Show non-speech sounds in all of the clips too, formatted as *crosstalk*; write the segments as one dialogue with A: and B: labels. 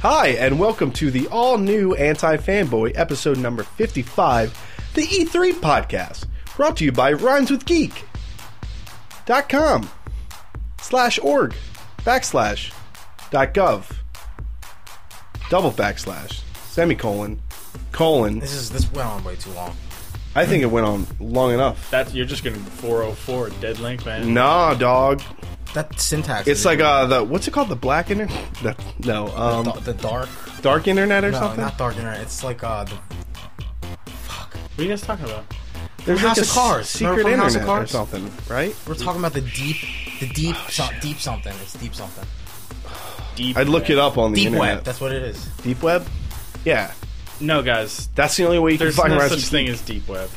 A: Hi, and welcome to the all new Anti Fanboy episode number 55, the E3 podcast, brought to you by rhymeswithgeek.com slash org backslash dot gov double backslash semicolon colon.
B: This is this went on way too long.
A: I think it went on long enough.
C: That's you're just gonna 404 dead link,
A: Mm.
C: man.
A: Nah, dog.
B: That syntax.
A: It's
B: is-
A: like uh the what's it called the black internet? No, um,
B: Da- the dark.
A: dark internet or
B: No,
A: something.
B: not dark internet. It's like uh, the
C: What are you guys talking about?
A: There's
B: House of
A: s-
B: Cards.
A: secret
B: Remember from
A: internet
B: House of
A: or
B: Cards?
A: something, right?
B: we're talking about the deep, the deep,
A: Oh,
B: so, deep something. It's deep something.
C: Deep
A: I'd look
C: web.
A: it up on the
B: Deep
A: internet.
B: web. That's what it is.
A: deep web. Yeah,
C: No, guys,
A: that's the only way you
C: there's
A: can find
C: no
A: around.
C: such thing as deep web.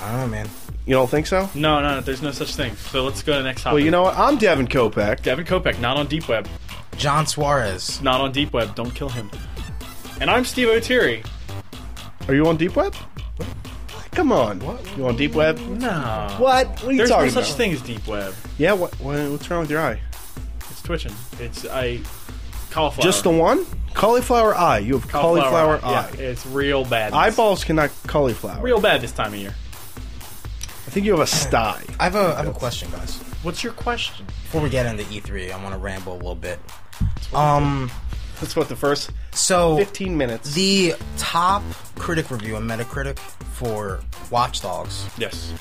B: I don't know, man.
A: You don't think so?
C: No, no, no, there's no such thing. So let's go to the next topic.
A: Well, you know what? I'm Devin Kopeck.
C: Devin Kopeck, not on deep web,
B: John Suarez.
C: not on deep web. Don't kill him. And I'm Steve O'Teary.
A: Are you on deep web? Come on. You on deep web?
C: No,
A: What? What are you
C: There's no
A: talking
C: such
A: about?
C: thing as deep web.
A: Yeah. What, what? What's wrong with your eye?
C: It's twitching. It's I cauliflower.
A: Just the one? Cauliflower eye. You have cauliflower, eye.
C: Yeah, it's real bad.
A: Eyeballs cannot cauliflower.
C: Real bad this time of year.
A: I think you have a sty.
B: I have a, I have a question, guys.
C: What's your question?
B: Before we get into E3, I want to ramble a little bit. Um,
A: That's what the first
B: so
A: 15 minutes.
B: the top critic review on Metacritic for Watch Dogs
C: Yes.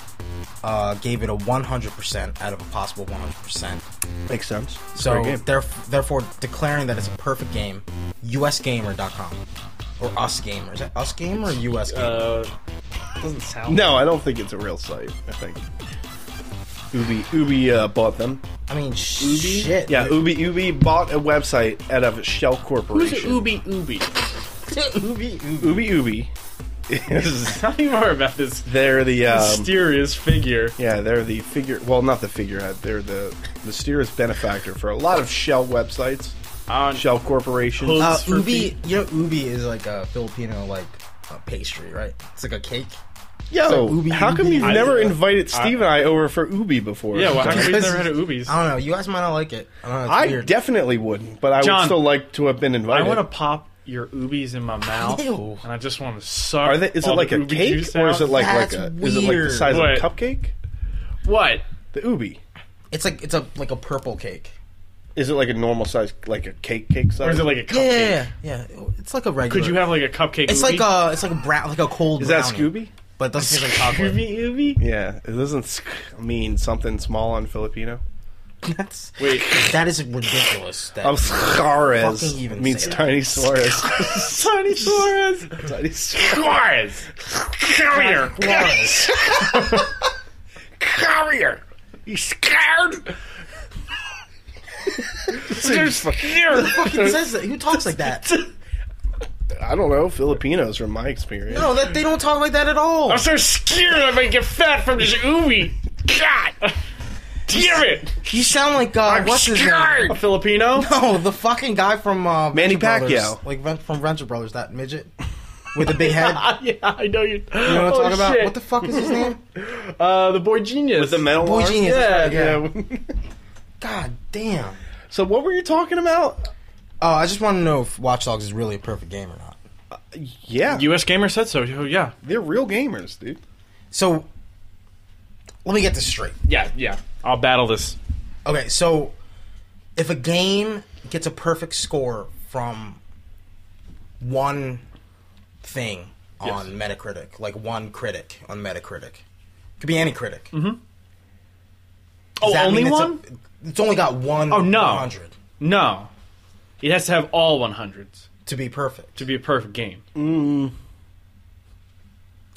B: uh, gave it a 100% out of a possible 100%.
A: Makes sense. It's a
B: So
A: great game.
B: theref- therefore, declaring that it's a perfect game, usgamer.com or us gamer. Is that us game or us gamer?
C: Uh, doesn't sound.
A: No, I don't think it's a real site. I think Ubi Ubi uh, bought them.
B: I mean, sh- shit.
A: Yeah, Ubi Ubi bought a website out of Shell
C: Who's
A: Corporation.
C: Ubi Ubi?
B: *laughs* Ubi, Ubi.
A: Ubi Ubi is
C: Tell me more about this
A: they're the um,
C: mysterious figure.
A: yeah they're the figure well not the figurehead they're the mysterious benefactor for a lot of Shell websites.
C: On
A: Shell Corporation.
C: Who-
B: Uh,
C: for
B: Ubi, you know, Ubi is like a Filipino like uh, pastry, right? It's like a cake.
A: Yo,
B: so Ubi
A: how come
B: Ubi
A: you've
B: is,
A: never
B: uh,
A: invited Steve and I over for Ubi before?
C: yeah, well, how come we've
B: Because-
C: never had a
B: *laughs*
C: Ubi's?
B: I don't know. You guys might not like it. I don't know. It's
A: I
B: weird.
A: definitely wouldn't, but I would
C: John,
A: still like to have been
C: I
A: invited.
C: want to pop your Ubi's in my mouth,
B: Ew.
C: and I just want to suck.
A: Are they, is it
C: all
A: like
C: the
A: a
C: Ubi
A: cake
C: juice
A: or is
C: out.
A: it like
B: That's
A: like a is it like the
B: weird.
A: size
C: Wait.
A: of a cupcake?
C: what?
A: The Ubi.
B: It's like it's a like a purple cake.
A: Is it like a normal size, like a cake cake size?
C: Or is it like a
B: Yeah,
C: cupcake?
B: yeah, yeah, yeah. It's like a regular.
C: Could you have like a cupcake?
B: It's
C: Ubi?
B: like a it's like a brown like a cold.
A: Is that
B: brownie,
A: Scooby?
B: But it doesn't *laughs* taste like chocolate.
C: Ubi Ubi.
A: Yeah, it doesn't sk- mean something small on Filipino.
B: That's
C: Wait, *laughs*
B: that is ridiculous. That
A: I'm Suarez
B: Fucking even
A: means
B: say that. *laughs*
A: tiny Suarez.
C: Sonny Suarez.
A: tiny Suarez.
C: Suarez, come here,
B: Suarez.
C: come here. You scared? You're scared.
B: Who says that? Who talks like that?
A: I don't know Filipinos from my experience.
B: No, that they don't talk like that at all.
C: I'm so scared I might get fat from this Ubi. God. Damn it!
B: You sound like uh, what's his name? *laughs*
C: A Filipino?
B: No, the fucking guy from uh,
A: Manny
B: Venture Brothers.
A: Pacquiao.
B: like Ven- from Venture Brothers, that midget with the big
C: *laughs*
B: head.
C: *laughs* yeah, I know you.
B: You know what I'm
C: oh,
B: talking about?
C: shit.
B: What the fuck is his name?
C: Uh, the boy genius.
A: With the metal
B: Boy
A: arm?
B: Genius.
C: Yeah,
B: that's right,
A: Yeah.
B: God damn.
A: *laughs* so what were you talking about?
B: Oh, I just want to know if Watch Dogs is really a perfect game or not.
A: Yeah,
C: U.S. Gamer said so. Oh, Yeah.
A: they're real gamers, dude.
B: So, let me get this straight.
C: Yeah, yeah. I'll battle this.
B: Okay, so if a game gets a perfect score from one thing on Metacritic, like one critic on Metacritic, could be any critic.
C: Oh,
B: Does that
C: only
B: mean it's a-
C: one?
B: it's only got one.
C: Oh, no.
B: 100
C: No. It has to have all 100s
B: to be perfect.
C: to be a perfect game.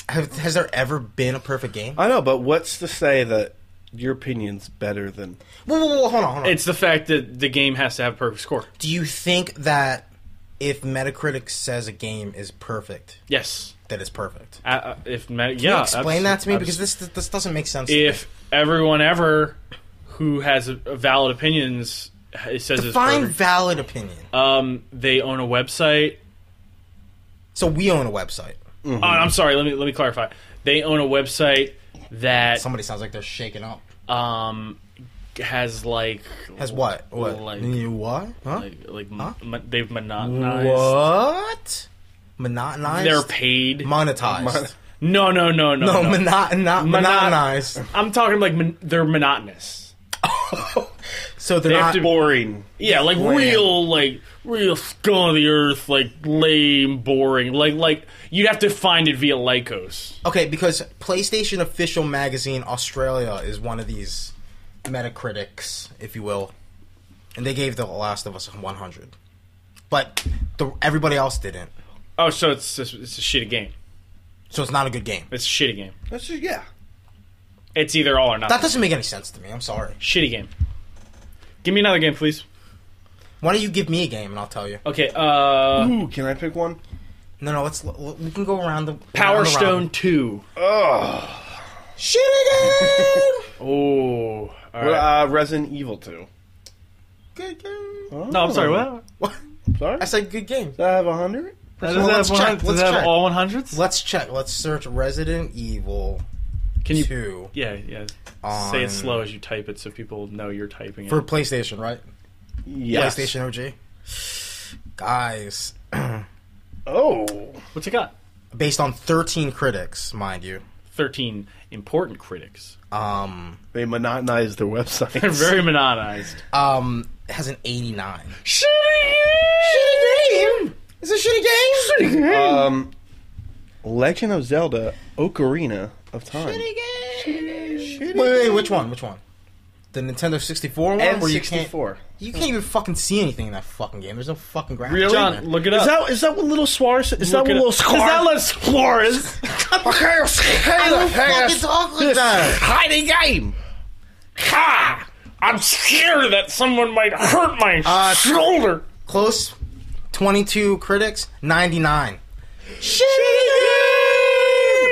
B: Have, has there ever been a perfect game?
A: I know, but what's to say that your opinion's better than?
B: Whoa, whoa, whoa, hold on, hold on.
C: It's the fact that the game has to have a perfect score.
B: Do you think that if Metacritic says a game is perfect,
C: Yes.
B: that it's perfect?
C: Uh, Uh, if me-
B: Can you
C: yeah,
B: explain
C: abs-
B: that to me
C: abs-
B: because this this doesn't make sense. to me.
C: if everyone ever who has a, a valid opinions it says it's
B: Define
C: perfect,
B: valid opinion.
C: um, they own a website.
B: so we own a website.
C: Oh, I'm sorry. Let me let me clarify. They own a website that
B: Somebody sounds like they're shaken up.
C: um, has like
B: Has what? What?
C: Like-
B: You what? Huh?
C: like like mon- they've monotonized.
B: What? Monotonized?
C: They're paid.
B: monetized.
C: no, no,
B: *laughs*
C: no, no.
B: no,
C: no.
B: monoton- not
C: Mono-
B: monotonized.
C: I'm talking like mon- they're monotonous.
B: So they're
C: They have
B: not.
C: to-
A: Boring.
C: Yeah, like
B: Bland.
C: real, like real scum of the earth, like lame, boring. Like like you'd have to find it via Lycos.
B: Okay, because PlayStation Official Magazine Australia is one of these Metacritics, if you will, and they gave The Last of Us a 100, but the, everybody else didn't.
C: Oh, so it's it's it's a shitty game.
B: So it's not a good game.
C: It's a shitty game.
A: That's just, yeah.
C: It's either all or nothing.
B: That doesn't make any sense to me. I'm sorry.
C: shitty game. Give me another game, please.
B: Why don't you give me a game and I'll tell you?
C: Okay, uh,
A: Ooh, can I pick one?
B: No, no. Let's l- we can go around the
C: Power
B: around the
C: Stone
B: round.
C: Two.
B: Shit
A: *laughs*
B: again.
C: Oh, all right.
A: Uh, Resident Evil 2.
B: good game.
C: no, I'm sorry. What?
B: *laughs* What?
A: Oh, Sorry?
B: I said good game.
A: Does that have 100?
C: Does
B: Well,
C: it
B: let's
C: have,
B: check,
C: 100 does
B: let's
C: it have
B: check.
C: all 100s?
B: Let's check. Let's search Resident Evil
C: Can you?
B: Two
C: Yeah, yeah. Say
B: On-
C: it slow as you type it, so people know you're typing it.
B: for PlayStation, right?
A: Yes.
B: PlayStation OG. Guys,
A: Oh.
C: What's it got?
B: based on 13 critics, mind you.
C: Thirteen important *laughs* critics.
B: Um,
A: They monotonized their website.
C: They're *laughs* very monotonized.
B: um, it has an 89.
C: Shitty
B: Shitty game. It's a shitty game.
A: um, Legend of Zelda Ocarina of Time.
B: Wait, wait, wait, which one? Which one? The Nintendo 64 one, where you can't
A: N64.
B: you can't even fucking see anything in that fucking game. There's no fucking graphics.
C: Really?
B: in
C: John,
B: it.
C: look it up.
A: Is that, is that what Little Suarez Is that
C: Look
A: what
C: it
A: Little
C: up. Is that
A: Suarez?
C: Little Suarez?
A: *laughs*
B: I don't fucking talk like that.
A: Hiding game!
C: Ha! I'm scared that someone might hurt my
B: Uh,
C: shoulder.
B: Close. 22 critics, 99.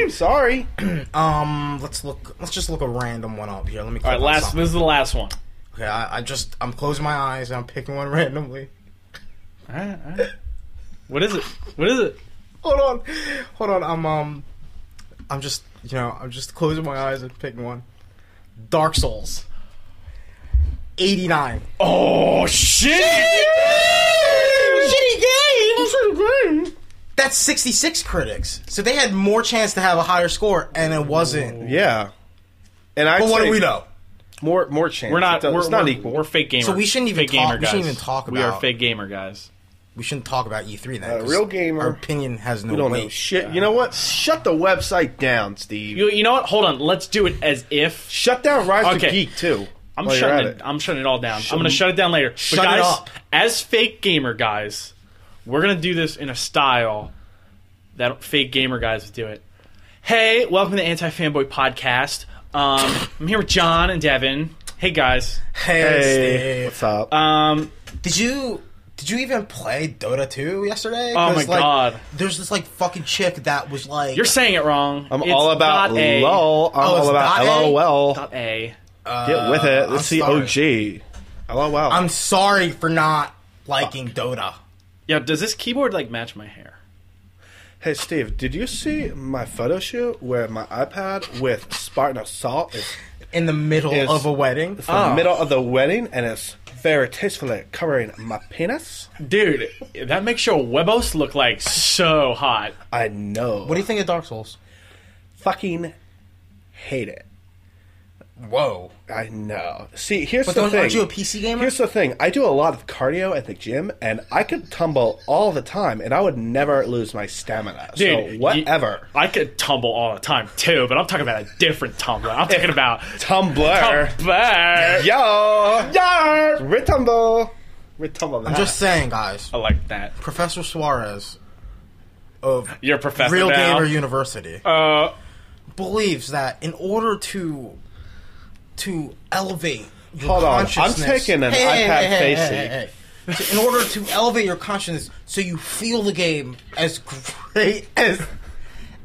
A: I'm sorry.
B: Um, let's look. Let's just look a random one up here. Let me.
C: All right, last. This is the last one.
B: Okay, I, I just I'm closing my eyes and I'm picking one *laughs* randomly.
C: All right, all right. What is it? What is it?
B: Hold on, hold on. I'm um, I'm just you know I'm just closing my eyes and picking one. Dark Souls. 89.
C: Oh shit!
B: Shitty game. That's 66 critics. So they had more chance to have a higher score, and it wasn't.
A: Yeah. And I.
B: But what do we know?
A: More, more chance.
C: We're
A: It
C: not.
A: does-
C: We're,
A: it's not
C: we're-
A: equal.
C: We're fake gamers.
B: So we shouldn't even talk-
C: fake gamer
B: we
C: guys.
B: shouldn't even talk
C: We are
B: about-
C: fake gamer guys.
B: We shouldn't talk about E3 then.
A: A
B: 'cause
A: Uh, real gamer.
B: Our opinion has no
A: we don't
B: weight.
A: know shit. You know what? Shut the website down, Steve.
C: uh, You, you know what? Hold on. Let's do it as if
A: Shut down Rise of
C: Okay.
A: Geek too.
C: I'm
A: while you're
C: shutting
A: at
C: it. I'm shutting it all down. I'm gonna shut it down later.
B: Shut it
C: but guys,
B: up.
C: as fake gamer guys, we're gonna do this in a style that fake gamer guys do it. Hey, welcome to Anti Fanboy Podcast. Um, *laughs* I'm here with John and Devin. Hey guys.
A: Hey,
B: Hey,
A: what's up?
C: Um,
B: Did you did you even play Dota 2 yesterday?
C: Oh
B: 'Cause,
C: my
B: like,
C: God.
B: There's this like fucking chick that was like
C: you're saying it wrong.
A: I'm
C: It's
A: all about
C: dot a.
A: lol. I'm
B: Oh, it's
A: all about
B: dot A?
A: lol.
C: Dot a.
B: uh,
A: Get with it.
B: I'm
A: Let's see
B: sorry.
A: OG. Lol.
B: I'm sorry for not liking Dota.
C: Yeah. Does this keyboard like match my hair?
A: hey Steve, did you see my photo shoot where my iPad with Spartan Assault is
B: In the middle
A: Yes.
B: of a wedding.
A: in
C: Oh.
A: the middle of the wedding and it's very tastefully covering my penis?
C: Dude, that makes your webos look like so hot.
A: I know.
B: What do you think of Dark Souls?
A: fucking hate it?
B: Whoa.
A: I know. See, here's
B: But
A: the
B: don't,
A: thing.
B: aren't you a PC gamer?
A: Here's the thing. I do a lot of cardio at the gym, and I could tumble all the time, and I would never lose my stamina.
C: Dude,
A: so
C: you-
A: whatever.
C: I could tumble all the time too, but I'm talking about a different tumbler. I'm
D: *laughs*
C: talking about
A: Tumblr.
C: tumbler.
A: Yo. Yar. Retumble. Retumble.
B: I'm just saying, guys.
C: I like that.
B: Professor Suarez of
C: You're a professor
B: Real
C: now.
B: Gamer University
C: uh,
B: believes that in order to to elevate your
A: Hold on. I'm
B: consciousness,
A: taking an iPad face
B: hey. So in order to elevate your consciousness, so you feel the game as great *laughs* as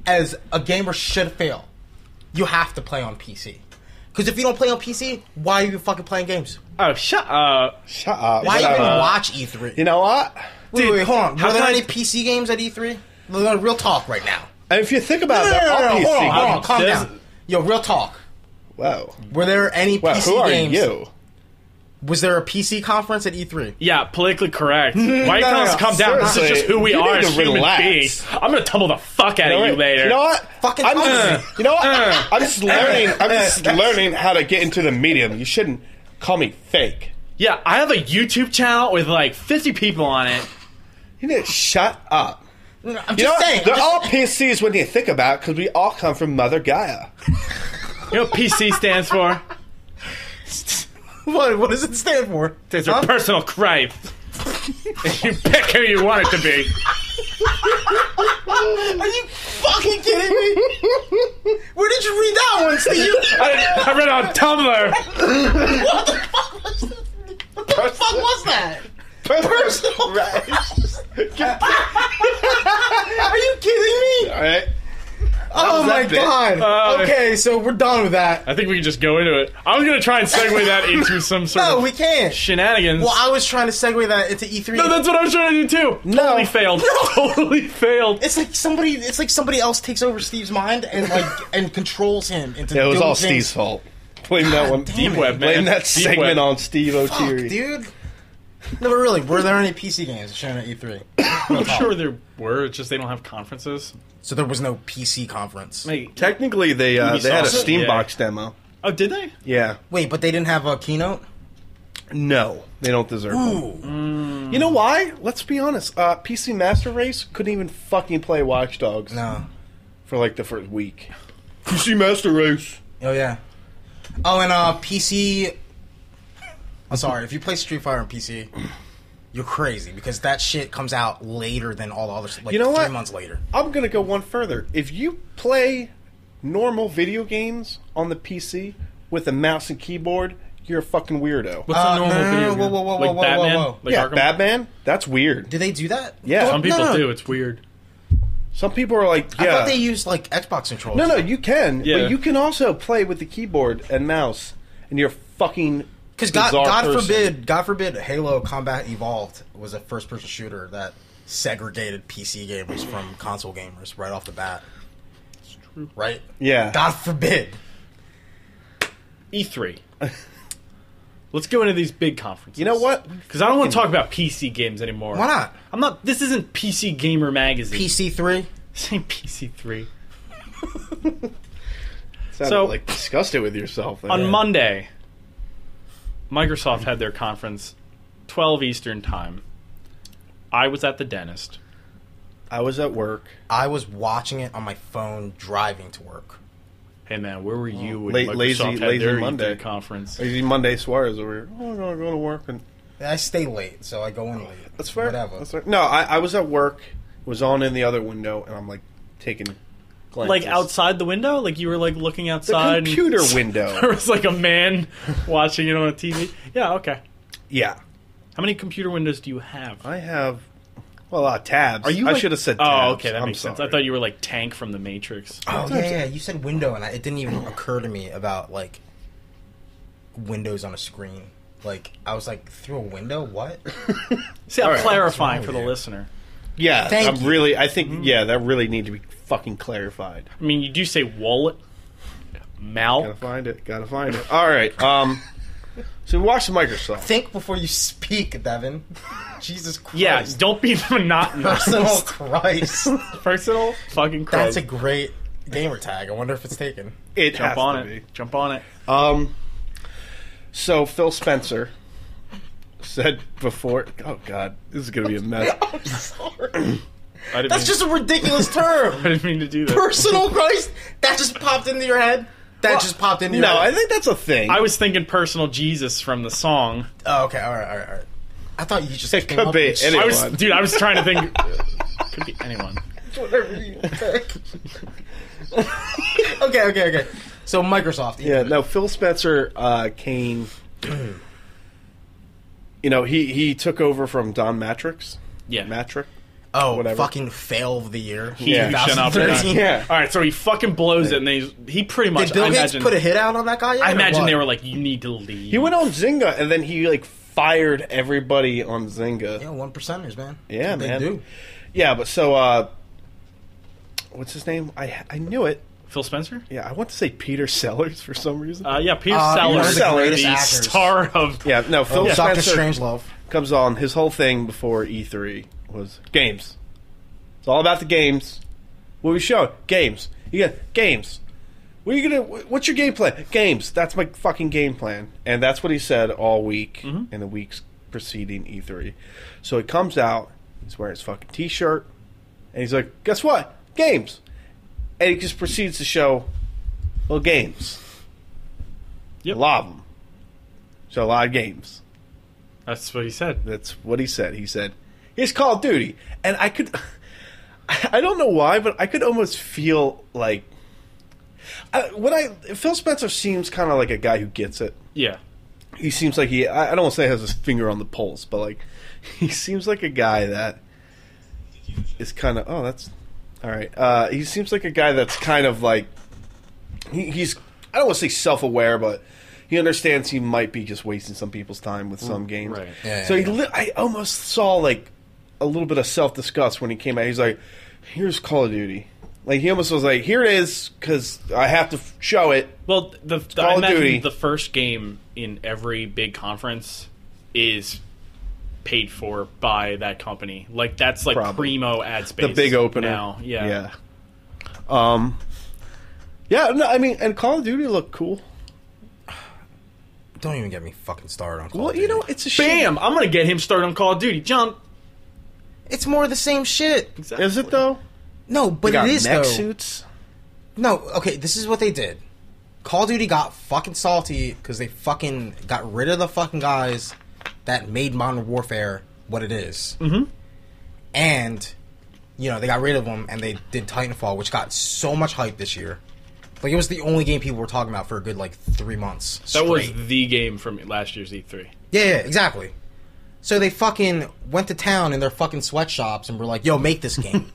B: as a gamer should feel, you have to play on PC. Because if you don't play on PC, why are you fucking playing games?
C: oh, shut up.
A: Shut up.
B: Why
A: Shut
B: even
A: up.
B: watch E3?
A: You know what?
B: wait, wait, hold on.
C: how
B: Were there
C: can I-
B: any PC games at E E3? Real real talk right now.
A: And if you think about it, they're all
B: hold on,
A: PC
B: hold on,
A: games.
B: calm
C: There's-
B: down. Yo, real talk.
A: Whoa.
B: Were there any
A: Wow,
B: PC
A: who are
B: games?
A: you?
B: Was there a PC conference at E E3?
C: Yeah, politically correct. Why are you
D: *laughs* no,
C: telling us
D: no,
C: to come down? This is
D: seriously,
C: just who we
D: you
C: are
D: need
C: as
D: to
C: human
D: relax.
C: beings. I'm gonna tumble the fuck out of you later. Uh.
A: You know what?
B: Fucking
A: I'm
B: hungry.
A: just, you know what? I'm just learning. I'm
B: *laughs*
A: just learning how to get into the medium. You shouldn't call me fake.
C: Yeah, I have a YouTube channel with like 50 people on it.
A: You need to shut up.
B: No, I'm
A: You
B: just
A: know,
B: saying. I'm
A: they're
B: just-
A: all PCs when you think about it, because we all come from Mother Gaia.
C: You know
D: *laughs*
C: what PC stands for?
B: *laughs* what, what does it stand for?
C: It's a personal gripe. *laughs* you pick who you want it to be.
B: Are you fucking kidding me?
A: *laughs*
B: Where did you read that one, Steve?
C: I, I read on Tumblr.
B: what the fuck was that? What the fuck was that?
A: Personal. Right.
B: Are you kidding me?
A: All right.
B: Oh my
A: that bit?
B: god.
C: Uh,
B: okay, so we're done with that.
C: I think we can just go into it. I was gonna try and
B: *laughs*
C: segue that into some sort
B: No,
C: of
B: we can't.
C: shenanigans.
B: Well, I was trying to segue that into E E3.
C: no, that's what I was trying to do too.
B: No.
C: Totally failed. *laughs* Totally failed.
B: it's like somebody. It's like somebody else takes over Steve's mind and like and controls him into.
A: It was
B: doing
A: all
B: things.
A: Steve's fault. Blame that one.
B: damn
C: Deep
B: it.
C: web, man.
A: Blame that
C: Deep
A: segment
C: web.
A: on Steve
B: Fuck,
A: O'Teary.
B: dude. No, but really, were there any PC games shown at E E3?
C: I'm sure there were. It's just they don't have conferences.
B: So there was no PC conference.
C: Like,
A: Technically, they uh, they had a
C: Ubisoft.
A: Steambox demo.
C: oh, did they?
A: Yeah.
B: Wait, but they didn't have a keynote.
A: No, they don't deserve it.
B: Ooh.
A: You know why? Let's be honest. Uh, PC Master Race couldn't even fucking play Watch Dogs
B: No.
A: for like the first week. PC Master Race.
B: Oh yeah. Oh, and uh, PC. I'm sorry. If you play Street Fighter on PC, you're crazy because that shit comes out later than all the other. Like,
A: You know
B: three
A: what?
B: months later.
A: I'm gonna go one further. If you play normal video games on the PC with a mouse and keyboard, you're a fucking weirdo.
C: What's
B: Uh,
C: a normal
B: no, no, no,
C: video?
B: whoa,
C: game?
B: whoa, whoa,
C: like
B: whoa, whoa,
C: Batman?
B: whoa.
C: Like
A: yeah,
C: Arkham?
A: Batman. That's weird.
B: Do they do that?
A: Yeah.
C: Some people
B: No, no, no.
C: do. It's weird.
A: Some people are like,
B: I
A: yeah.
B: thought they used like Xbox controllers.
A: no, no, you can.
C: Yeah.
A: But you can also play with the keyboard and mouse, and you're a fucking.
B: Because God,
A: bizarre
B: God
A: person.
B: forbid, God forbid, Halo Combat Evolved was a first-person shooter that segregated PC gamers from console gamers right off the bat. Right?
A: Yeah.
B: God forbid.
C: E3. E Let's go into these big conferences.
A: You know what?
C: Because I don't want to talk about PC games anymore.
B: Why not?
C: I'm not. This isn't PC Gamer Magazine.
B: PC three.
C: This ain't PC three.
A: Sounded
C: So-
A: like disgusted with yourself. there.
C: On Monday, Microsoft had their conference, 12 Eastern time. I was at the dentist.
A: I was at work.
B: I was watching it on my phone driving to work.
C: Hey man, where were you when
A: Late-
C: Microsoft
A: lazy-
C: had
A: lazy
C: their
A: Monday.
C: E3 conference?
A: Usually Monday Suarez over here. Oh, I'm gonna go to work and
B: I stay late, so I go in late.
A: that's fair.
B: Whatever.
A: That's fair. No, I, I was at work. Was on in the other window, and I'm like taking glances.
C: Like outside the window, like you were like looking
A: the
C: outside. and *laughs*
A: computer
C: There
A: window.
C: was like a man *laughs* watching it on a TV. Yeah, okay.
A: yeah,
C: How many computer windows do you have?
A: I have. Well, uh, tabs.
C: Are you?
A: I
C: like-
A: should have said. Tabs.
C: Oh, okay, that
A: I'm
C: makes sense.
A: sorry.
C: I thought you were like Tank from the Matrix.
B: Oh yeah, yeah. You said window, and I, it didn't even occur to me about like windows on a screen. Like I was like through a window. What?
C: See, I'm
A: All right.
C: clarifying
B: What's
C: for
B: wrong with
C: the
B: you?
C: listener.
A: Yeah,
B: Thank
A: I'm
B: you.
A: really. I think.
C: Mm-hmm.
A: Yeah, that really need to be fucking clarified.
C: I mean, you do say wallet,
A: Gotta
C: mouth.
A: find it. Gotta find it. All right. Um. So we watched Microsoft.
B: Think before you speak, Devin. Jesus Christ.
C: Yeah, don't be *laughs*
B: *laughs*
C: monotonous.
B: Personal Christ.
C: Personal fucking
B: That's
C: Christ.
B: a great gamer tag. I wonder if it's taken.
A: It has
C: Jump
A: to
C: on
A: be.
C: it. Jump on it. *laughs*
A: Um, so Phil Spencer said before, "Oh God, this is gonna be a
C: *laughs*
A: mess."
B: I'm sorry.
C: I didn't,
B: That's
C: mean,
B: just a ridiculous
A: *laughs*
C: I
B: term.
C: didn't mean to do that.
B: Personal Christ. That just popped into your head. That just popped into your
A: No, I
B: head.
A: think that's a thing.
C: I was thinking personal Jesus from the song.
B: oh, okay. All right. All right. All right. I thought you just
A: It
B: came
A: could
B: up
A: be
B: with-
A: any-
C: I was,
A: Anyone.
C: dude. I was trying to think. Could be anyone.
B: *laughs* Whatever you pick. *laughs* okay. Okay. Okay. So Microsoft.
A: yeah, no, Phil Spencer uh, Kane. *clears throat* you know, he he took over from Don Matrix.
C: Yeah.
A: Matrix.
B: Oh,
A: Whatever.
B: fucking fail of the year.
A: Yeah.
C: He
B: *laughs*
C: shut up.
B: 2013.
A: Yeah.
C: All right, so he fucking blows it, and then he's, he pretty much.
B: Did Bill
C: I
B: Gates
C: imagine,
B: put a hit out on that guy? Yet,
C: I
B: or
C: imagine
B: what?
C: they were like, "You need to leave."
A: He went on Zynga, and then he like fired everybody on Zynga.
B: Yeah, one percenters, man.
A: Yeah,
B: That's what
A: man.
B: They do.
A: Yeah, but so uh, what's his name? I I knew it.
C: Phil Spencer?
A: Yeah, I want to say Peter Sellers for some reason.
C: Uh, yeah, Peter
B: Uh,
C: Sellers,
B: one of the
C: the,
B: greatest actors.
C: star of
A: yeah, no, Phil
B: Doctor
A: Spencer
B: Strangelove.
A: comes on. His whole thing before E3 was games. It's all about the games. What we show games. You got games. What are you gonna? wh- What's your game plan? Games. That's my fucking game plan, and that's what he said all week in the weeks preceding E3. So he comes out. He's wearing his fucking t-shirt, and he's like, "Guess what? Games." And he just proceeds to show, well, games.
C: Yep.
A: A lot of them. So a lot of games.
C: That's what he said.
A: That's what he said. He said, "It's Call of Duty," and I could, *laughs* I don't know why, but I could almost feel like, I, what I Phil Spencer seems kind of like a guy who gets it.
C: Yeah.
A: He seems like he, I I don't want to say has his finger on the pulse, but like, *laughs* he seems like a guy that is kind of, oh, that's all right. Uh, he seems like a guy that's kind of like, he, he's, I don't want to say self-aware, but. He understands he might be just wasting some people's time with some games.
C: Right.
B: Yeah,
A: So he
B: yeah.
A: li- I almost saw like a little bit of self disgust when he came out. He's like, "Here's Call of Duty." Like he almost was like, "Here it is," because I have to f- show it.
C: Well, the, the
A: Call
C: I
A: of
C: imagine
A: Duty.
C: the first game in every big conference is paid for by that company. Like that's like
A: Probably.
C: primo ad space.
A: The big opener.
C: now. Yeah.
A: yeah. Um. Yeah, no, I mean, and Call of Duty looked cool.
B: Don't even get me fucking started on Call
A: Well,
B: of
A: you
B: Duty.
A: know, it's a shame.
C: Bam! I'm gonna get him started on Call of Duty. John,
B: it's more of the same shit.
C: exactly.
A: Is it though?
B: No,
A: They
B: but
A: got
B: it is
A: mech
B: though.
A: suits.
B: No, okay, this is what they did. Call of Duty got fucking salty because they fucking got rid of the fucking guys that made Modern Warfare what it is. Mm-hmm. And, you know, they got rid of them and they did Titanfall, which got so much hype this year. Like, it was the only game people were talking about for a good, like, three months.
C: That was
B: straight.
C: the game from last year's E E3.
B: Yeah, yeah, exactly. So they fucking went to town in their fucking sweatshops and were like, yo, make this game.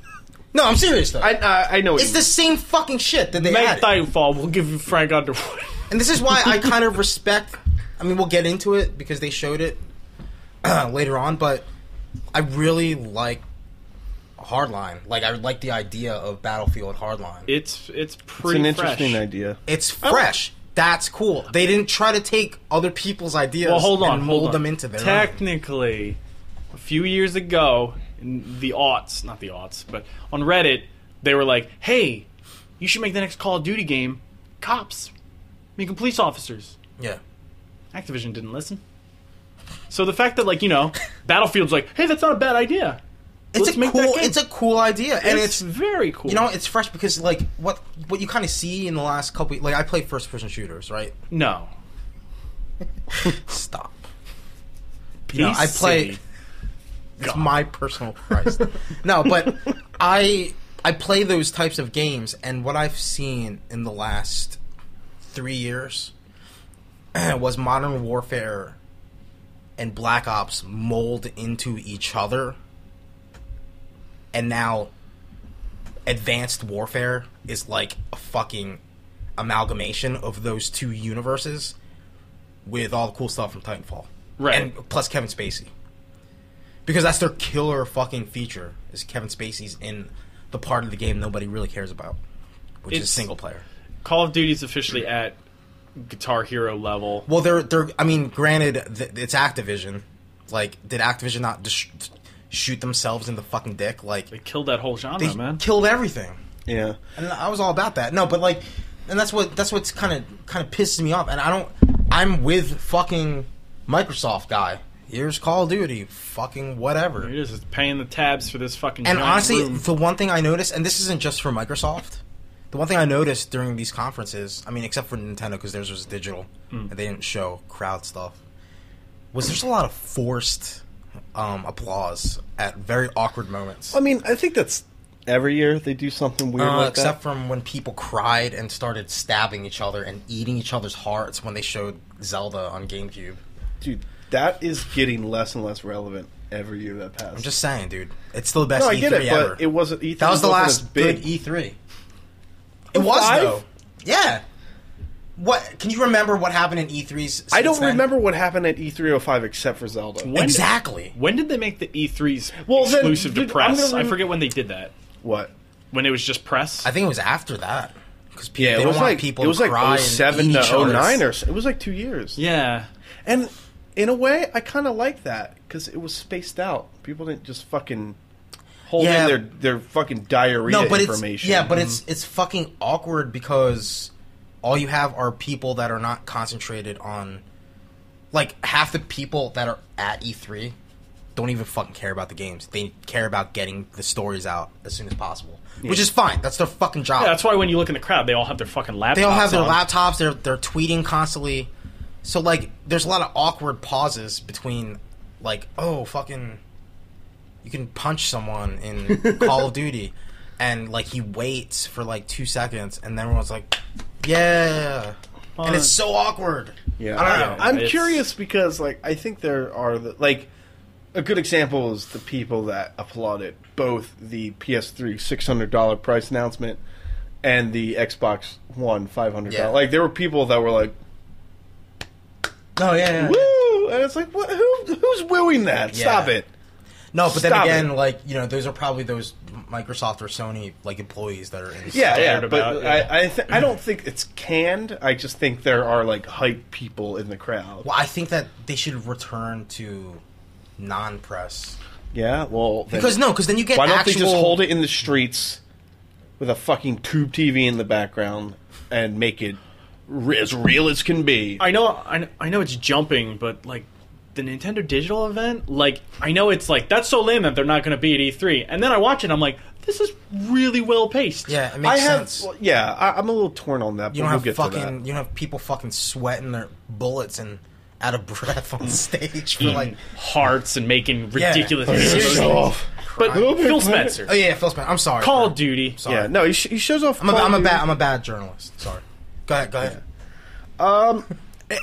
B: no, I'm serious, though.
A: I I, I know. what
B: it's
A: you
B: the same fucking shit that they
C: Make
B: added.
C: Titanfall. We'll give you Frank Underwood. *laughs*
B: And this is why I kind of respect. I mean, we'll get into it because they showed it *clears throat* later on, but I really like Hardline. Like, I like the idea of Battlefield Hardline.
C: It's it's
A: mean. it's
C: pretty
A: an interesting
C: fresh.
A: idea.
B: it's fresh. That's cool. They didn't try to take other people's ideas
C: Well, hold on,
B: and
C: hold
B: mold
C: on.
B: them into their own.
C: Technically, a few years ago, in the aughts, not the aughts, but on Reddit, they were like, "Hey, you should make the next Call of Duty game, cops, make them police officers."
B: Yeah.
C: Activision didn't listen. So the fact that like
B: *laughs*
C: you know, Battlefield's like, "Hey, that's not a bad idea."
B: It's
C: Let's
B: a
C: make that
B: cool.
C: game.
B: It's a cool idea, and it's
C: very cool.
B: you know it's fresh because like what what you kind of see in the last couple like I play first person shooters
C: *laughs*
B: right
C: no,
B: stop you know, I
C: PC.
B: play It's my personal Christ. no, but I I play those types of games, and what I've seen in the last three years *clears throat* was Modern Warfare and Black Ops mold into each other, and now Advanced Warfare is like a fucking amalgamation of those two universes with all the cool stuff from Titanfall,
C: Right.
B: And plus Kevin Spacey because that's their killer fucking feature is Kevin Spacey's in the part of the game nobody really cares about, which
C: It's-
B: is single player.
C: Call of Duty's officially at Guitar Hero level.
B: Well, they're they're. I mean, granted, th- it's Activision. Like, did Activision not just shoot themselves in the fucking dick? Like,
C: They killed that whole genre,
B: they
C: man.
B: killed everything,
A: Yeah.
B: and I was all about that. No, but like, and that's what that's what's kind of kind of pisses me off. And I don't. I'm with fucking Microsoft guy. Here's Call of Duty. Fucking whatever.
C: It is it's paying the tabs for this fucking.
B: And
C: giant
B: honestly,
C: room.
B: the one thing I noticed, and this isn't just for Microsoft, the one thing I noticed during these conferences, I mean, except for Nintendo because theirs was digital
A: Hmm.
B: and they didn't show crowd stuff, was there's a lot of forced um, applause at very awkward moments.
A: I mean, I think that's every year they do something weird
B: Uh,
A: like
B: except
A: that.
B: from when people cried and started stabbing each other and eating each other's hearts when they showed Zelda on GameCube.
A: Dude, that is getting less and less relevant every year that passes.
B: I'm just saying, dude, it's still the best
A: No, I
B: E3
A: get it,
B: ever.
A: but it wasn't E3.
B: That was the
A: wasn't as
B: last
A: big.
B: good E E3. It was
A: Five?
B: though. Yeah. What can you remember? What happened in E3s?
A: I don't
B: since then?
A: remember what happened at E E305 except for Zelda.
C: When-
B: exactly.
C: When did they make the E3s
A: Well, then,
C: exclusive
A: dude,
C: to
A: I'm
C: press?
A: gonna
C: I
A: rem-
C: forget when they did that.
A: What?
C: When it was just press.
B: I think it was after that because
A: Yeah,
B: they
A: it
B: don't
A: was
B: want
A: like
B: people
A: it was
B: to cry
A: like 07
B: and eat
A: to
B: each other's-
A: 09 or so. it was like two years.
C: Yeah.
A: And in a way, I kind of like that because it was spaced out. People didn't just fucking hold
B: Yeah.
A: in their their fucking diarrhea
B: no, but it's
A: information.
B: yeah, but it's it's fucking awkward because all you have are people that are not concentrated on, like half the people that are at E3 don't even fucking care about the games. They care about getting the stories out as soon as possible, which is fine. That's their fucking job.
C: Yeah, that's why when you look in the crowd, they all have their fucking laptops.
B: they all have their
C: on.
B: laptops. They're they're tweeting constantly. So like, there's a lot of awkward pauses between, like, oh fucking, you can punch someone in *laughs* Call of Duty, and like he waits for like two seconds, and then everyone's like, yeah, and it's so awkward.
A: Yeah,
B: I don't
A: yeah.
B: know.
A: I'm
C: It's-
A: curious because like I think there are the, like a good example is the people that applauded both the PS3 six hundred dollar price announcement and the Xbox One five hundred
B: Yeah.
A: dollar. Like there were people that were like,
B: No, yeah, yeah,
A: *laughs*
B: yeah.
A: "Woo!" and it's like, what? Who who's wooing that?
B: Yeah.
A: Stop it.
B: No, but then
A: Stop
B: again,
A: it.
B: like you know, those are probably those Microsoft or Sony like employees that are in.
A: Yeah, yeah,
C: Standard
A: but
C: about, yeah.
A: I I, th- I don't think it's canned. I just think there are like hype people in the crowd.
B: Well, I think that they should return to non-press.
A: Yeah, well, then-
B: Because no, because then you get
A: why don't
B: actual.
A: they just hold it in the streets with a fucking tube TV in the background and make it re- as real as can be?
C: I know, I, kn- I know it's jumping, but like the Nintendo Digital event, like I know it's like that's so lame that they're not going to be at E3. And then I watch it, I'm like, this is really well paced.
B: Yeah, it makes
A: I have,
B: sense.
A: well, yeah, I, I'm a little torn on that. But
B: you don't
A: we'll
B: have
A: get to
B: fucking. You don't have people fucking sweating their bullets and out of *laughs* breath
A: Mm.
B: on stage for like.
C: hearts and
B: *laughs*
C: making
B: Yeah.
C: ridiculous.
B: Fucking
A: that.
C: videos.
B: seriously.
A: Show off.
C: But
B: Who
A: would
C: Phil
A: play it?
C: Spencer,
B: Oh yeah, Phil Spencer. I'm sorry.
C: Call of
B: for-
C: Duty.
B: Sorry.
A: Yeah, no, he, sh- he shows off.
B: I'm a,
A: Call
B: I'm a
A: of
B: bad.
A: Duty.
B: I'm a bad journalist. Sorry. Go ahead. Go ahead.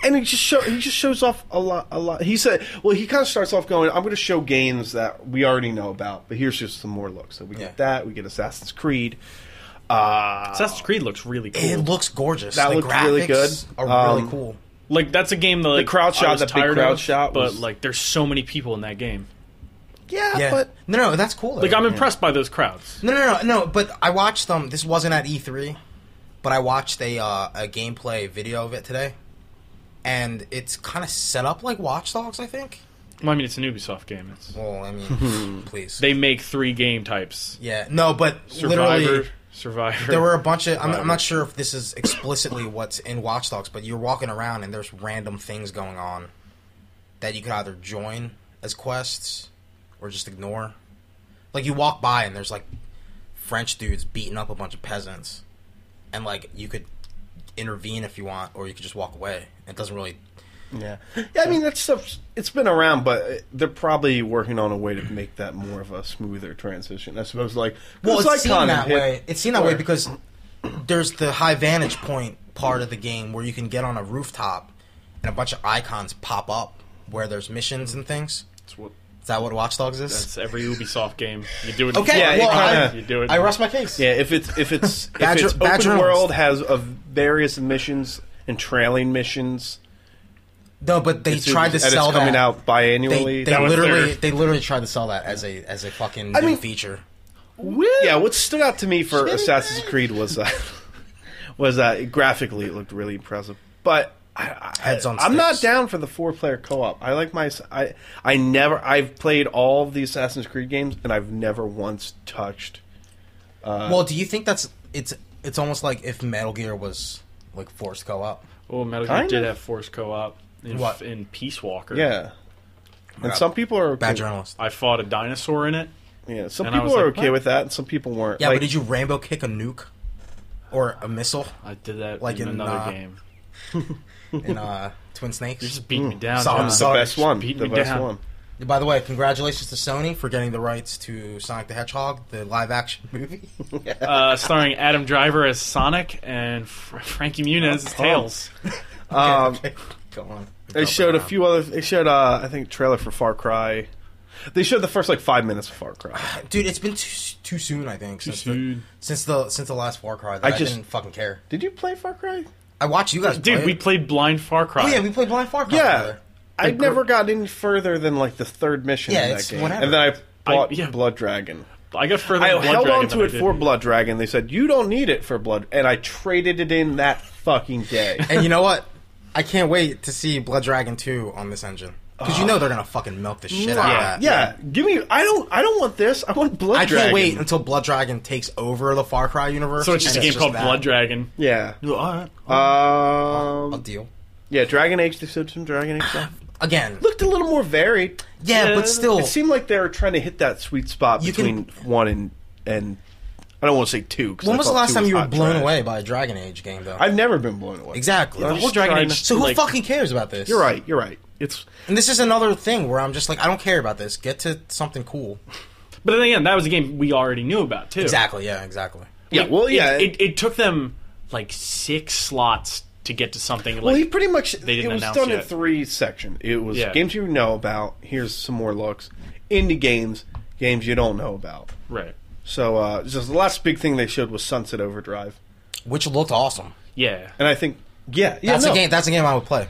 A: and he just show, he just shows off a lot a lot. He said, well, he kind of starts off going, I'm going to show games that we already know about, but here's just some more looks. So we
B: Yeah.
A: get that, we get Assassin's Creed. Uh,
C: Assassin's Creed looks really cool.
B: It looks gorgeous.
A: That
B: the
A: looked
B: graphics
A: really good.
B: Are really
A: Um,
B: cool.
C: like that's a game that like,
A: crowd
C: I
A: shot,
C: was
A: that big
C: tired
A: crowd
C: of,
A: shot was-
C: but like there's so many people in that game.
A: yeah,
B: Yeah.
A: but
B: no, no, that's cool. though.
C: Like I'm impressed by those crowds.
B: No, no, no, no. But I watched them. This wasn't at E3, but I watched a uh, a gameplay video of it today, and it's kind of set up like Watch Dogs, I think.
C: Well, I mean, it's an Ubisoft game. It's,
B: Well,
A: *laughs*
B: I mean, please.
C: they make three game types:
B: yeah, no, but
C: Survivor,
B: literally,
C: Survivor.
B: there were a bunch of. I'm, I'm not sure if this is explicitly what's in Watch Dogs, but you're walking around and there's random things going on that you could either join as quests or just ignore. Like you walk by and there's like French dudes beating up a bunch of peasants, and like you could intervene if you want, or you could just walk away. It doesn't really.
A: Yeah, yeah. I mean, that stuff it's been around, but uh, they're probably working on a way to make that more of a smoother transition. I suppose, like, 'cause
B: Well, it's
A: Icon
B: seen that
A: hit-
B: way. It's seen that way because there's the high vantage point part of the game where you can get on a rooftop and a bunch of icons pop up where there's missions and things.
C: That's what-
B: Is that what Watch Dogs is?
C: That's every Ubisoft game. You do it.
B: okay,
A: Yeah, it
B: well,
A: kinda-
B: I,
C: you do it.
B: I rest my case.
A: Yeah, if it's
B: *laughs*
A: if it's if
B: Bad
A: it's
B: jour- bad
A: open
B: journalist.
A: world has of various missions and trailing missions.
B: No, but they
A: It's
B: tried to
A: and it's
B: sell
A: coming
B: that.
A: out
B: They,
A: biannually.
B: they
A: That was-
B: literally,
C: their-
B: they literally tried to sell that as a as a fucking new
A: mean-
B: feature.
A: yeah, what stood out to me for Assassin's Creed was uh, *laughs* was uh, graphically it looked really impressive, but. I, I,
B: Heads on
A: I'm not
B: sticks.
A: down for the four player co op. I like my. I I never. I've played all of the Assassin's Creed games, and I've never once touched uh,
B: well, do you think that's it's it's almost like if Metal Gear was like forced co-op?
C: Oh, Metal Gear
A: Kind
C: did
A: of.
C: have Force Co-op in,
B: What?
C: in Peace Walker.
A: Yeah. And
B: God.
A: some people are okay.
B: Bad journalist.
C: I fought a dinosaur in it.
A: Yeah, some
C: And I
A: people
C: was
A: are
C: like,
A: okay
C: what?
A: with that, and some people weren't.
B: Yeah,
A: like,
B: but did you rainbow kick a nuke or a missile
C: I did that
B: Like
C: in,
B: in,
C: another
B: uh,
C: game.
B: in uh, Twin Snakes?
C: Just beat me down.
B: so I'm
C: John.
A: the
B: sorry,
A: best one,
C: beat
A: the
C: me
A: best
C: down.
A: one.
B: By the way, congratulations to Sony for getting the rights to Sonic the Hedgehog, the live action *laughs* movie.
C: Uh, starring Adam Driver as Sonic and Fr- Frankie Muniz
B: Uh-huh.
C: as Tails.
A: Um,
B: Go on.
A: they showed a few other. They showed, uh, I think, trailer for Far Cry. They showed the first like five minutes of Far Cry.
B: Dude, it's been too, too soon. I think since
C: soon.
B: the since the since the last Far Cry. That
A: I
B: I,
A: just-
B: didn't fucking care.
A: *sighs* Did you play Far Cry?
B: I watched you guys.
C: Dude,
B: play
C: we
B: it.
C: played Blind Far Cry.
B: Oh, yeah, we played Blind Far Cry.
A: Yeah,
B: together.
A: I never got any further than like the third mission
B: Yeah,
A: in that
B: it's
A: game,
B: whatever.
A: and then I
C: I-
A: bought
C: yeah.
A: Blood Dragon.
C: I got further.
A: I
C: in Blood
A: held
C: Dragon
A: on
C: than
A: to
C: I
A: it
C: did.
A: for Blood Dragon. They said you don't need it for Blood, and I traded it in that fucking *laughs* day.
B: And you know what? I can't wait to see Blood Dragon 2 on this engine. Because you know they're going to fucking milk the shit out of
A: yeah, Ah,
B: that.
A: yeah, give me. I don't. I don't want this. I want Blood
B: I
A: Dragon.
B: can't wait until Blood Dragon takes over the Far Cry universe.
C: So it's just
B: and
C: a game called
B: that.
C: Blood Dragon.
A: Yeah.
C: all right.
B: A
A: Um.
B: deal.
A: Yeah. Dragon Age. They said some Dragon Age stuff.
B: Again.
A: *gasps* Looked a little more varied.
B: Yeah,
C: Yeah,
B: but still.
A: It seemed like they were trying to hit that sweet spot
B: You
A: between one and and I don't want to say two. 'cause I
B: when was the
A: thought
B: last
A: two
B: time you were
A: hot
B: blown
A: trash.
B: away by a Dragon Age game, though?
A: I've never been blown away.
B: exactly.
A: I'm
C: The whole
A: just
C: Dragon
A: trying
C: Age.
A: to-
B: so who
C: like,
B: fucking cares about this?
A: You're right. You're right. It's
B: And this is another thing where I'm just like, I don't care about this. Get to something cool.
C: But then again, that was a game we already knew about too.
B: Exactly. Yeah. Exactly.
A: yeah. Well, yeah.
C: It, it, it took them like six slots to get to something. Like,
A: Well, he pretty much
C: didn't
A: it was
C: announce
A: done in
C: yet.
A: three sections. It was
C: Yeah.
A: games you know about. Here's some more looks. Indie games, games you don't know about.
C: right?
A: So uh, just the last big thing they showed was Sunset Overdrive,
B: Which looked awesome.
C: Yeah.
A: and I think yeah, yeah,
B: That's
A: no.
B: a game. That's a game I would play.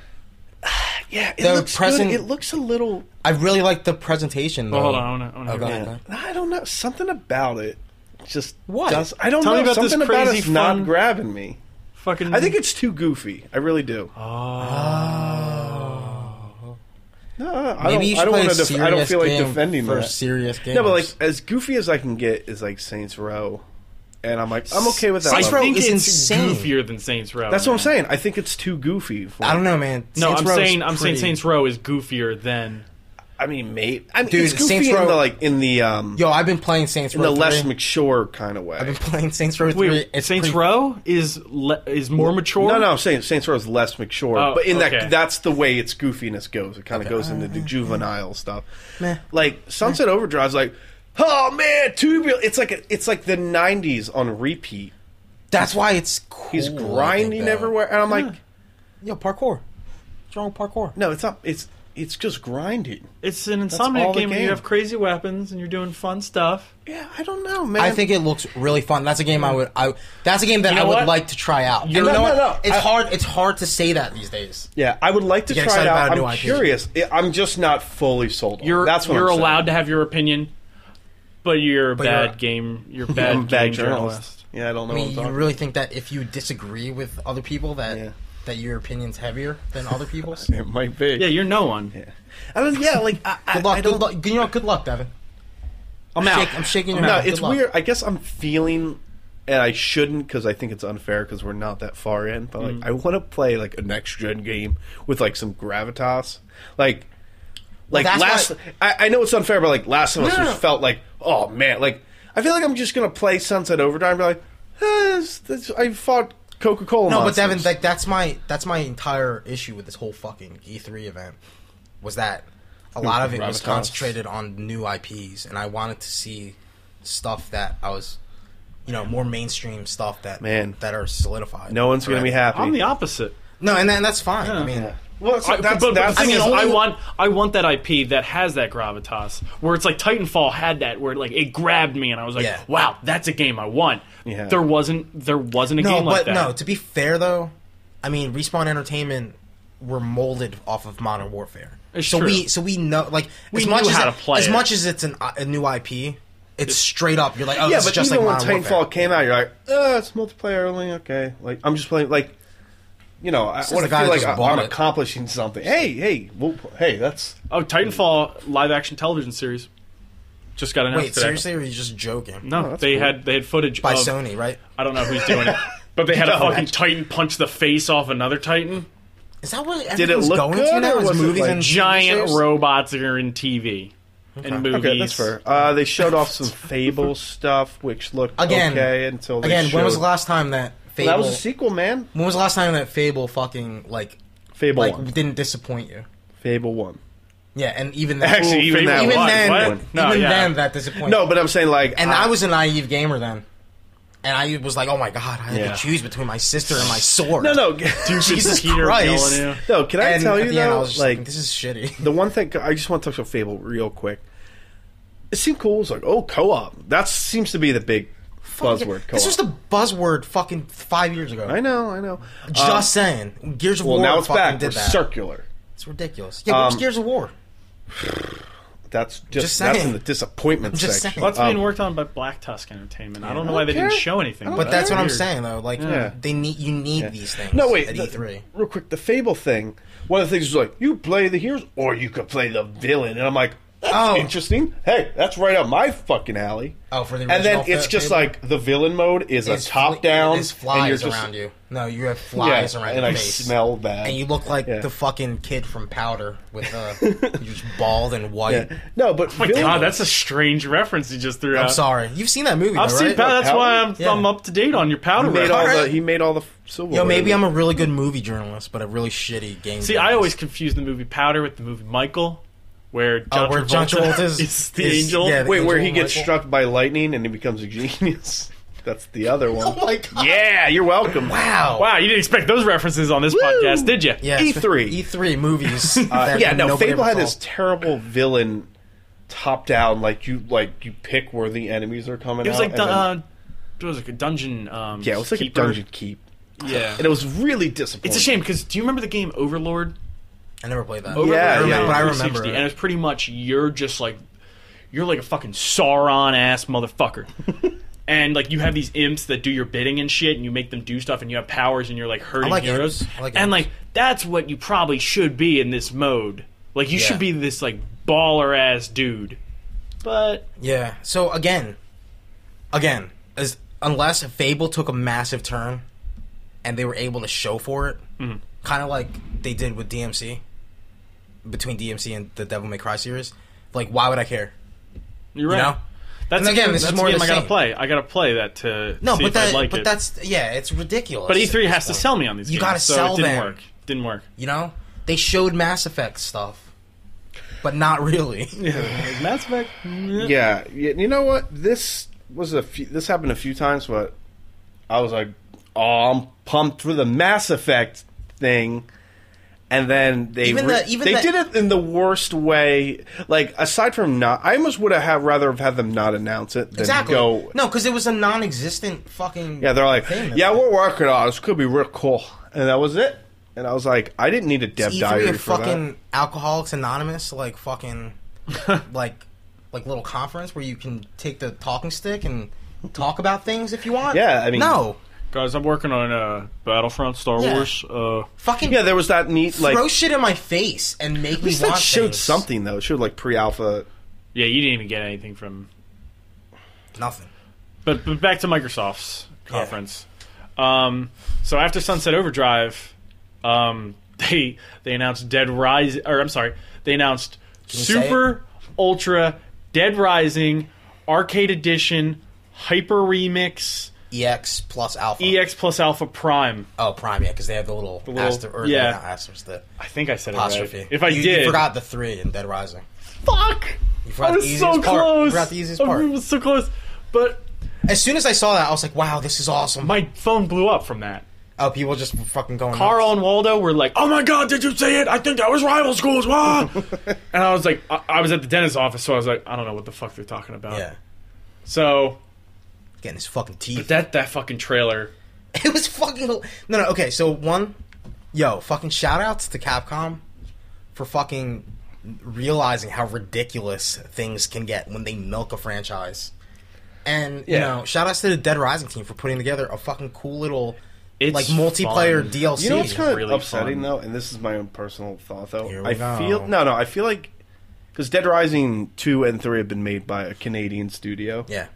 A: Yeah, it
B: The
A: looks
B: present-
A: good. It looks a little.
B: I really like the presentation. Though.
C: Well, hold on. I wanna- I wanna
B: Oh,
C: hear
B: go
C: that.
B: ahead, go
A: Yeah.
B: ahead.
A: I don't know something about it. Just
B: What?
A: does- I don't
C: Tell
A: know
C: me about this
A: something about
C: crazy
A: it's not
C: fun-
A: grabbing me.
C: Fucking.
A: I think it's too goofy. I really do. No, I
B: Maybe
A: don't,
B: you
A: I
B: should
A: don't
B: play
A: want
B: a
A: to. Def- I don't
B: serious
A: feel like
B: game
A: defending
B: for
A: that.
B: serious games.
A: No, but like as goofy as I can get is like Saints Row, and I'm like I'm okay with that.
C: I
B: Saints Row
C: think
B: is
C: it's
B: insane.
C: goofier than Saints Row.
A: That's what I'm
C: man.
A: saying. I think it's too goofy. For
B: I don't know, man.
C: No,
B: Saints
C: I'm
B: Row is
C: saying I'm saying
B: pretty-
C: Saints Row is goofier than.
A: I mean, mate. I mean,
B: Dude,
A: it's goofy
B: Saints
A: in
B: Row-
A: the like in the um
B: Yo, I've been playing Saints
A: in
B: Row.
A: the Les
B: 3.
A: McShore kind of way.
B: I've been playing Saints Row three.
C: Wait,
B: It's
C: Saints
B: pretty-
C: Row is le- is more mature.
A: no, no, I'm saying Saints Row is less mature,
C: Oh,
A: but in
C: okay.
A: that that's the way its goofiness goes. It kind of goes into the juvenile stuff.
B: Mm-hmm. Meh.
A: Like Sunset Overdrive's like, oh man, tubular. It's like a, it's like the '90s on repeat.
B: That's why it's cool.
A: He's
B: I think,
A: grinding
B: though.
A: everywhere, and I'm like,
B: Yo, parkour. What's wrong with parkour?
A: no, it's not. It's it's just grinding.
C: It's an
A: all
C: Insomniac
A: the
C: game where you
A: game.
C: have crazy weapons and you're doing fun stuff.
A: Yeah, I don't know, man.
B: I think it looks really fun. That's a game I would. I that's a game that
C: You know
B: I would
C: what?
B: like to try out. And You
A: No,
B: know
A: no,
B: what?
A: no.
B: It's
A: I-
B: hard. It's hard to say that these days.
A: Yeah, I would like to
B: get
A: try it
B: excited
A: out.
B: about a
A: I'm
B: new IP.
A: curious. I- I'm just not fully sold. on it.
C: You're
A: That's what
C: you're
A: I'm saying.
C: allowed to have your opinion, but you're a
B: But
C: bad
B: you're-
C: game. You're a
A: I'm
C: bad,
A: a bad
C: game
A: journalist.
C: journalist.
A: Yeah, I don't know.
B: I
A: what I'm
B: mean, you
A: talking
B: really think that if you disagree with other people, that
A: Yeah.
B: that your opinion's heavier than other people's?
A: about. It might be.
C: Yeah, you're no one.
A: I don't. Yeah,
B: *laughs*
A: like I, *laughs* I,
B: Good luck.
A: I
B: Good
A: don't.
B: luck. You know, what? good luck, Devin.
A: I'm
B: Shake-
A: out.
B: I'm shaking your
A: No,
B: hand. Good
A: it's
B: luck.
A: weird. I guess I'm feeling, and I shouldn't because I think it's unfair because we're not that far in. But
B: Mm.
A: like, I want to play like a next gen game with like some gravitas, like. Like
B: that's
A: last,
B: why-
A: I, I know it's unfair, but like Last of Us
B: No, no,
A: just
B: no.
A: felt like, oh man, like I feel like I'm just gonna play Sunset Overdrive. And be like, eh, this- this- I fought Coca Cola.
B: No, but Devin, like that's my that's my entire issue with this whole fucking E3 event was that a lot of it was
A: gravitas.
B: concentrated on new IPs, and I wanted to see stuff that I was, you know, more mainstream stuff that
A: Man.
B: that are solidified.
A: no one's gonna be happy.
C: I'm the opposite.
B: No, and, that, and that's fine. I mean,
A: well, that's,
C: I,
A: that's,
C: but, but
A: that's
C: the thing
B: I mean,
C: is,
B: only-
C: I want I want that IP that has that gravitas, where it's like Titanfall had that, where like it grabbed me and I was like,
B: Yeah.
C: wow, that's a game I want.
A: Yeah.
C: There wasn't there wasn't a
B: no,
C: game like
B: but
C: that.
B: no. To be fair, though, I mean, Respawn Entertainment were molded off of Modern Warfare.
C: It's
B: so
C: true.
B: we so we know like
C: We
B: as much
C: knew
B: as
C: how
B: it-
C: to play
B: as
C: it.
B: much as it's an, I- a new IP. It's straight up. You're like, oh,
A: yeah,
B: this
A: but
B: is just like
A: even
B: Modern
A: when
B: Warfare.
A: Titanfall came out, you're like, uh, it's multiplayer only. Okay, like I'm just playing. Like, you know, I
B: is
A: want
B: the
A: to
B: guy
A: feel
B: that
A: like
B: just
A: I,
B: bought
A: am
B: it.
A: accomplishing something. Hey, hey, we'll, hey, that's
C: Oh, Titanfall live action television series just got announced.
B: Wait,
C: today.
B: seriously, or are you just joking?
C: No,
A: that's
C: they
A: cool.
C: had they had footage
B: By
C: of,
B: Sony, right?
C: I don't know who's doing it, but they had a
A: No.
C: fucking Titan punch the face off another Titan.
B: Is that what
A: it
B: everyone's
A: look
B: going to
A: good,
B: now?
A: or
B: Is
A: was it,
B: movies
A: like,
B: and TV
C: Giant
B: shows?
C: robots are in TV and movies.
A: okay. That's fair. Uh, they showed
B: *laughs*
A: off some Fable stuff, which looked
B: Again.
A: okay until they
B: Again,
A: Showed,
B: when was the last time that Fable?
A: That was a sequel, man.
B: when was the last time that Fable fucking like
A: Fable
B: like
A: one.
B: didn't disappoint you?
A: Fable one.
B: Yeah, and even then,
A: Actually, even
C: Fable
A: that
B: even
A: one.
B: then,
A: What?
B: even
C: No, yeah.
B: then, that disappointed.
A: No, but I'm saying like,
B: and I was a naive gamer then, and I was like, oh my god, I had
A: Yeah.
B: to choose between my sister and my sword.
A: no,
B: *laughs*
A: no,
B: Jesus
C: Peter
B: Christ.
C: yelling at you.
A: no. Can I
B: and
A: tell
B: at
A: you
B: the end, I
A: though,
B: was just like,
A: like,
B: this is shitty.
A: the one thing I just want to touch on Fable real quick. It seemed cool. It's like, oh, co-op. That seems to be the big buzzword. Co-op.
B: This was the buzzword fucking five years ago.
A: I know, I know.
B: Just
A: Um,
B: saying, Gears of
A: well,
B: War
A: now it's
B: fucking
A: back.
B: did
A: We're
B: that.
A: circular.
B: It's ridiculous. Yeah, but it was
A: Um,
B: Gears of War.
A: that's just,
B: Just
A: that's
B: saying.
A: in the disappointment
B: Just
A: section.
B: saying.
C: That's being worked on by Black Tusk Entertainment. I don't know
A: I
C: why
A: don't
C: they didn't
A: care.
C: show anything.
A: I
C: about
A: don't
B: But
C: it.
B: that's what I'm
C: Weird.
B: saying though. Like they need you need these things.
A: No, wait.
B: At
A: the-
B: E E3.
A: real quick, the Fable thing. One of the things is like you play the heroes, or you could play the villain, and I'm like, that's
B: Oh.
A: interesting. Hey, that's right up my fucking alley.
B: Oh, for the
A: and then
B: original
A: it's
B: Fa-
A: just
B: Fable?
A: like the villain mode is
B: It's
A: a
B: fl-
A: top down,
B: It is flies
A: and you're just,
B: around you. No, you have
A: Yeah,
B: flies around
A: and
B: your
A: I
B: face.
A: smell bad.
B: And you look like
A: Yeah.
B: the fucking kid from Powder with uh,
A: *laughs*
B: you're just bald and white.
A: Yeah. No, but
C: Oh my
A: villain
C: God,
A: mode-
C: that's a strange reference you just threw out.
B: I'm sorry. You've seen that movie,
C: I've
B: though,
C: seen
B: right?
C: Powder. That's
A: Powder?
C: why I'm,
B: Yeah.
C: I'm up to date on your Powder
A: made
C: reference.
A: all
B: Alright.
A: the, he made all the f- silver.
B: Yo, maybe I'm a really good movie journalist, but a really shitty game.
C: *laughs* See, I always confuse the movie Powder with the movie Michael, where John,
B: Oh, where
C: Travolta,
B: John Travolta's-
C: *laughs* is the
B: is-
C: angel.
B: yeah, the-
A: wait where he
B: Angel
A: gets
B: Michael.
A: struck by lightning and he becomes a genius. *laughs* That's the other one.
B: *laughs* Oh my god!
A: yeah, you're welcome.
B: Wow.
C: Wow, you didn't expect those references on this podcast, did you?
B: Yeah,
A: E3.
B: E3 movies.
A: E *laughs* Uh,
B: that
A: yeah, no.
B: nobody
A: Fable
B: ever
A: had this
B: saw.
A: terrible villain top down, like you like you pick where the enemies are coming.
C: It was
A: out,
C: like
A: and
C: dun-
A: then-
C: uh, it was like a dungeon. Um,
A: yeah, it was like
C: keeper.
A: a dungeon keep,
C: Yeah,
A: and it was really disappointing.
C: it's a shame because do you remember the game Overlord?
B: I never played that.
C: Overlord
A: Yeah,
C: was
A: yeah.
C: on
A: But
B: I
C: 360,
B: remember it.
C: and it's pretty much you're just like you're like a fucking Sauron
A: *laughs*
C: ass motherfucker. And like you have these imps that do your bidding and shit, and you make them do stuff, and you have powers, and you're like hurting
B: like
C: heroes.
B: imps. I like
C: and
B: imps.
C: like that's what you probably should be in this mode. Like you
B: Yeah.
C: should be this like baller ass dude. But
B: Yeah. So again, again, as unless Fable took a massive turn, and they were able to show for it,
C: Mm-hmm.
B: kind of like they did with DMC, between DMC and the Devil May Cry series. Like, why would I care? You
C: you're right.
B: know?
C: That's
B: And again,
C: a,
B: this is
C: that's a
B: more
C: game
B: the
C: I gotta
B: same.
C: play. I gotta play that to
B: No,
C: see
B: but
C: if
B: that,
C: I like
B: but
C: it.
B: that's yeah, it's ridiculous.
C: but E E3
B: at
C: has to
B: this
C: sell
B: point.
C: me on these.
B: You
C: games,
B: gotta
C: so
B: sell
C: it didn't
B: them.
C: work. Didn't work.
B: You know, they showed Mass Effect stuff, but not really.
C: Mass Effect.
A: yeah, y- you know what? This was a few, this happened a few times, but I was like, oh, I'm pumped for the Mass Effect thing. And then they
B: Even
A: re-
B: the- even
A: they
B: the-
A: did it in the worst way. Like aside from not, I almost would have had, rather have had them not announce it than
B: Exactly.
A: go.
B: No, because it was a non-existent fucking.
A: Yeah, they're like,
B: thing.
A: yeah, we're working on it. This could be real cool. And that was it. And I was like, I didn't need a dev
B: E3
A: diary
B: of
A: for
B: fucking
A: that.
B: Alcoholics Anonymous, like fucking, like, like little conference where you can take the talking stick and talk about things if you want.
A: Yeah, I mean-
B: no,
C: Guys, I'm working on uh, Battlefront Star
B: Yeah.
C: Wars. Uh,
B: fucking
A: Yeah, there was that neat like.
B: throw
A: At
B: shit in my face and make me
A: least that
B: want
A: showed
B: things.
A: something though. It showed like pre-alpha.
C: yeah, you didn't even get anything from.
B: Nothing.
C: But, but back to Microsoft's conference. Um, so after Sunset Overdrive, um, *laughs* they they announced Dead Rise, or I'm sorry, they announced
B: you say
C: Super Ultra Dead Rising Arcade Edition Hyper Remix
B: EX E plus alpha.
A: E
C: EX plus Alpha Prime.
B: Oh, prime. Yeah, because they have the little, the
C: little-
B: or
C: yeah.
B: yeah, not asterisk, the
C: I think I said it
B: apostrophe.
C: right. If I
B: you,
C: did,
B: you forgot the three in Dead Rising.
C: fuck.
B: You
C: I
B: forgot the
C: was
B: easiest
C: so
B: part. You
C: close.
B: forgot the easiest
C: I
B: part.
C: was so close, but
B: As soon as I saw that, I was like, "Wow, this is awesome."
C: my phone blew up from that.
B: oh, people just fucking going.
C: Carl and Waldo were like, "Oh my god, did you see it? I think that was rival
B: *laughs*
C: schools." Wow. and I was like, I, I was at the dentist's office, so I was like, I don't know what the fuck they're talking about.
B: nuts. Yeah,
C: So
B: getting his fucking teeth.
C: that that fucking trailer.
B: *laughs* It was fucking. No, no, okay, so one. Yo, fucking shout outs to Capcom for fucking realizing how ridiculous things can get when they milk a franchise. And, you
A: Yeah.
B: know, shout outs to the Dead Rising team for putting together a fucking cool little,
C: It's
B: like, multiplayer
C: fun.
B: DLC.
A: You know what's kind of
C: really
A: upsetting
C: fun.
A: though, and this is my own personal thought though.
B: Here we
A: I
B: go.
A: feel no, no. I feel like because Dead Rising two and three have been made by a Canadian studio,
B: yeah.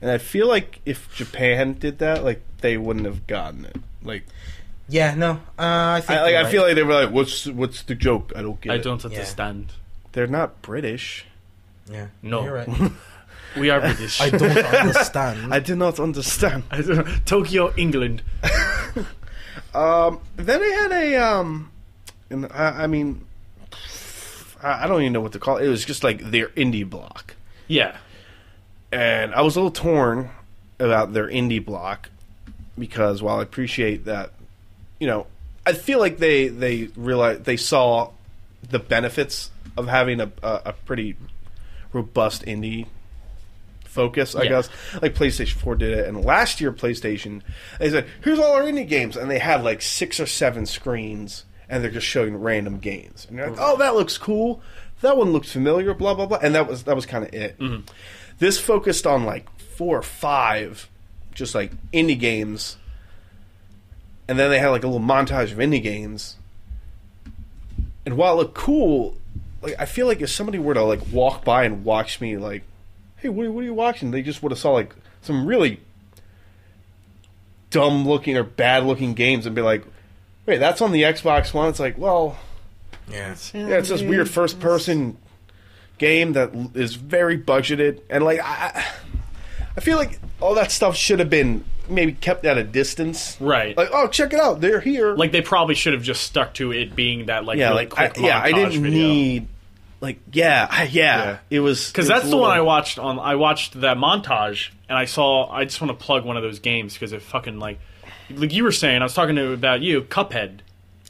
A: and I feel like if Japan did that, like they wouldn't have gotten it. Like,
B: Yeah, no. Uh, I think.
A: I, like
B: you're
A: I
B: right.
A: feel like they were like, "What's what's the joke? I don't get
C: I
A: it."
C: don't understand.
A: They're not British.
B: Yeah.
C: No.
B: You're right.
A: *laughs*
B: *laughs*
C: We are British.
B: I don't understand.
A: I do not understand.
C: *laughs* Tokyo, England.
A: Um, then I had a um, and I, I mean, I, I don't even know what to call it. It was just like their indie block,
C: Yeah.
A: and I was a little torn about their indie block because while I appreciate that, you know, I feel like they they realized they saw the benefits of having a a, a pretty robust indie focus, I
C: Yeah.
A: guess. Like PlayStation 4 did it, and last year PlayStation, they said, "Here's all our indie games," and they had like six or seven screens, and they're just showing random games, and you're like, "Oh, that looks cool." that one looked familiar, blah blah blah, and that was that was kind of it. This focused on like four or five, just like indie games, and then they had like a little montage of indie games. And while it looked cool, like I feel like if somebody were to like walk by and watch me, like, hey, what are, what are you watching? They just would have saw like some really dumb looking or bad looking games and be like, wait, that's on the Xbox One. It's like, well,
B: *laughs* Yeah.
A: yeah, it's this weird first person game that l- is very budgeted and like I, I- I feel like all that stuff should have been maybe kept at a distance.
C: Right.
A: Like, oh, check it out, they're here.
C: Like they probably should have just stuck to it being that like
A: yeah,
C: really
A: like I,
C: quick
A: yeah, I
C: montage
A: didn't
C: video.
A: need like yeah, I- yeah,
D: Yeah.
A: It was
C: Because
A: it was
C: that's the one I
A: little-
C: watched on. I watched that montage, and I saw. I just want to plug one of those games because it fucking like, like you were saying. I was talking to about you, Cuphead.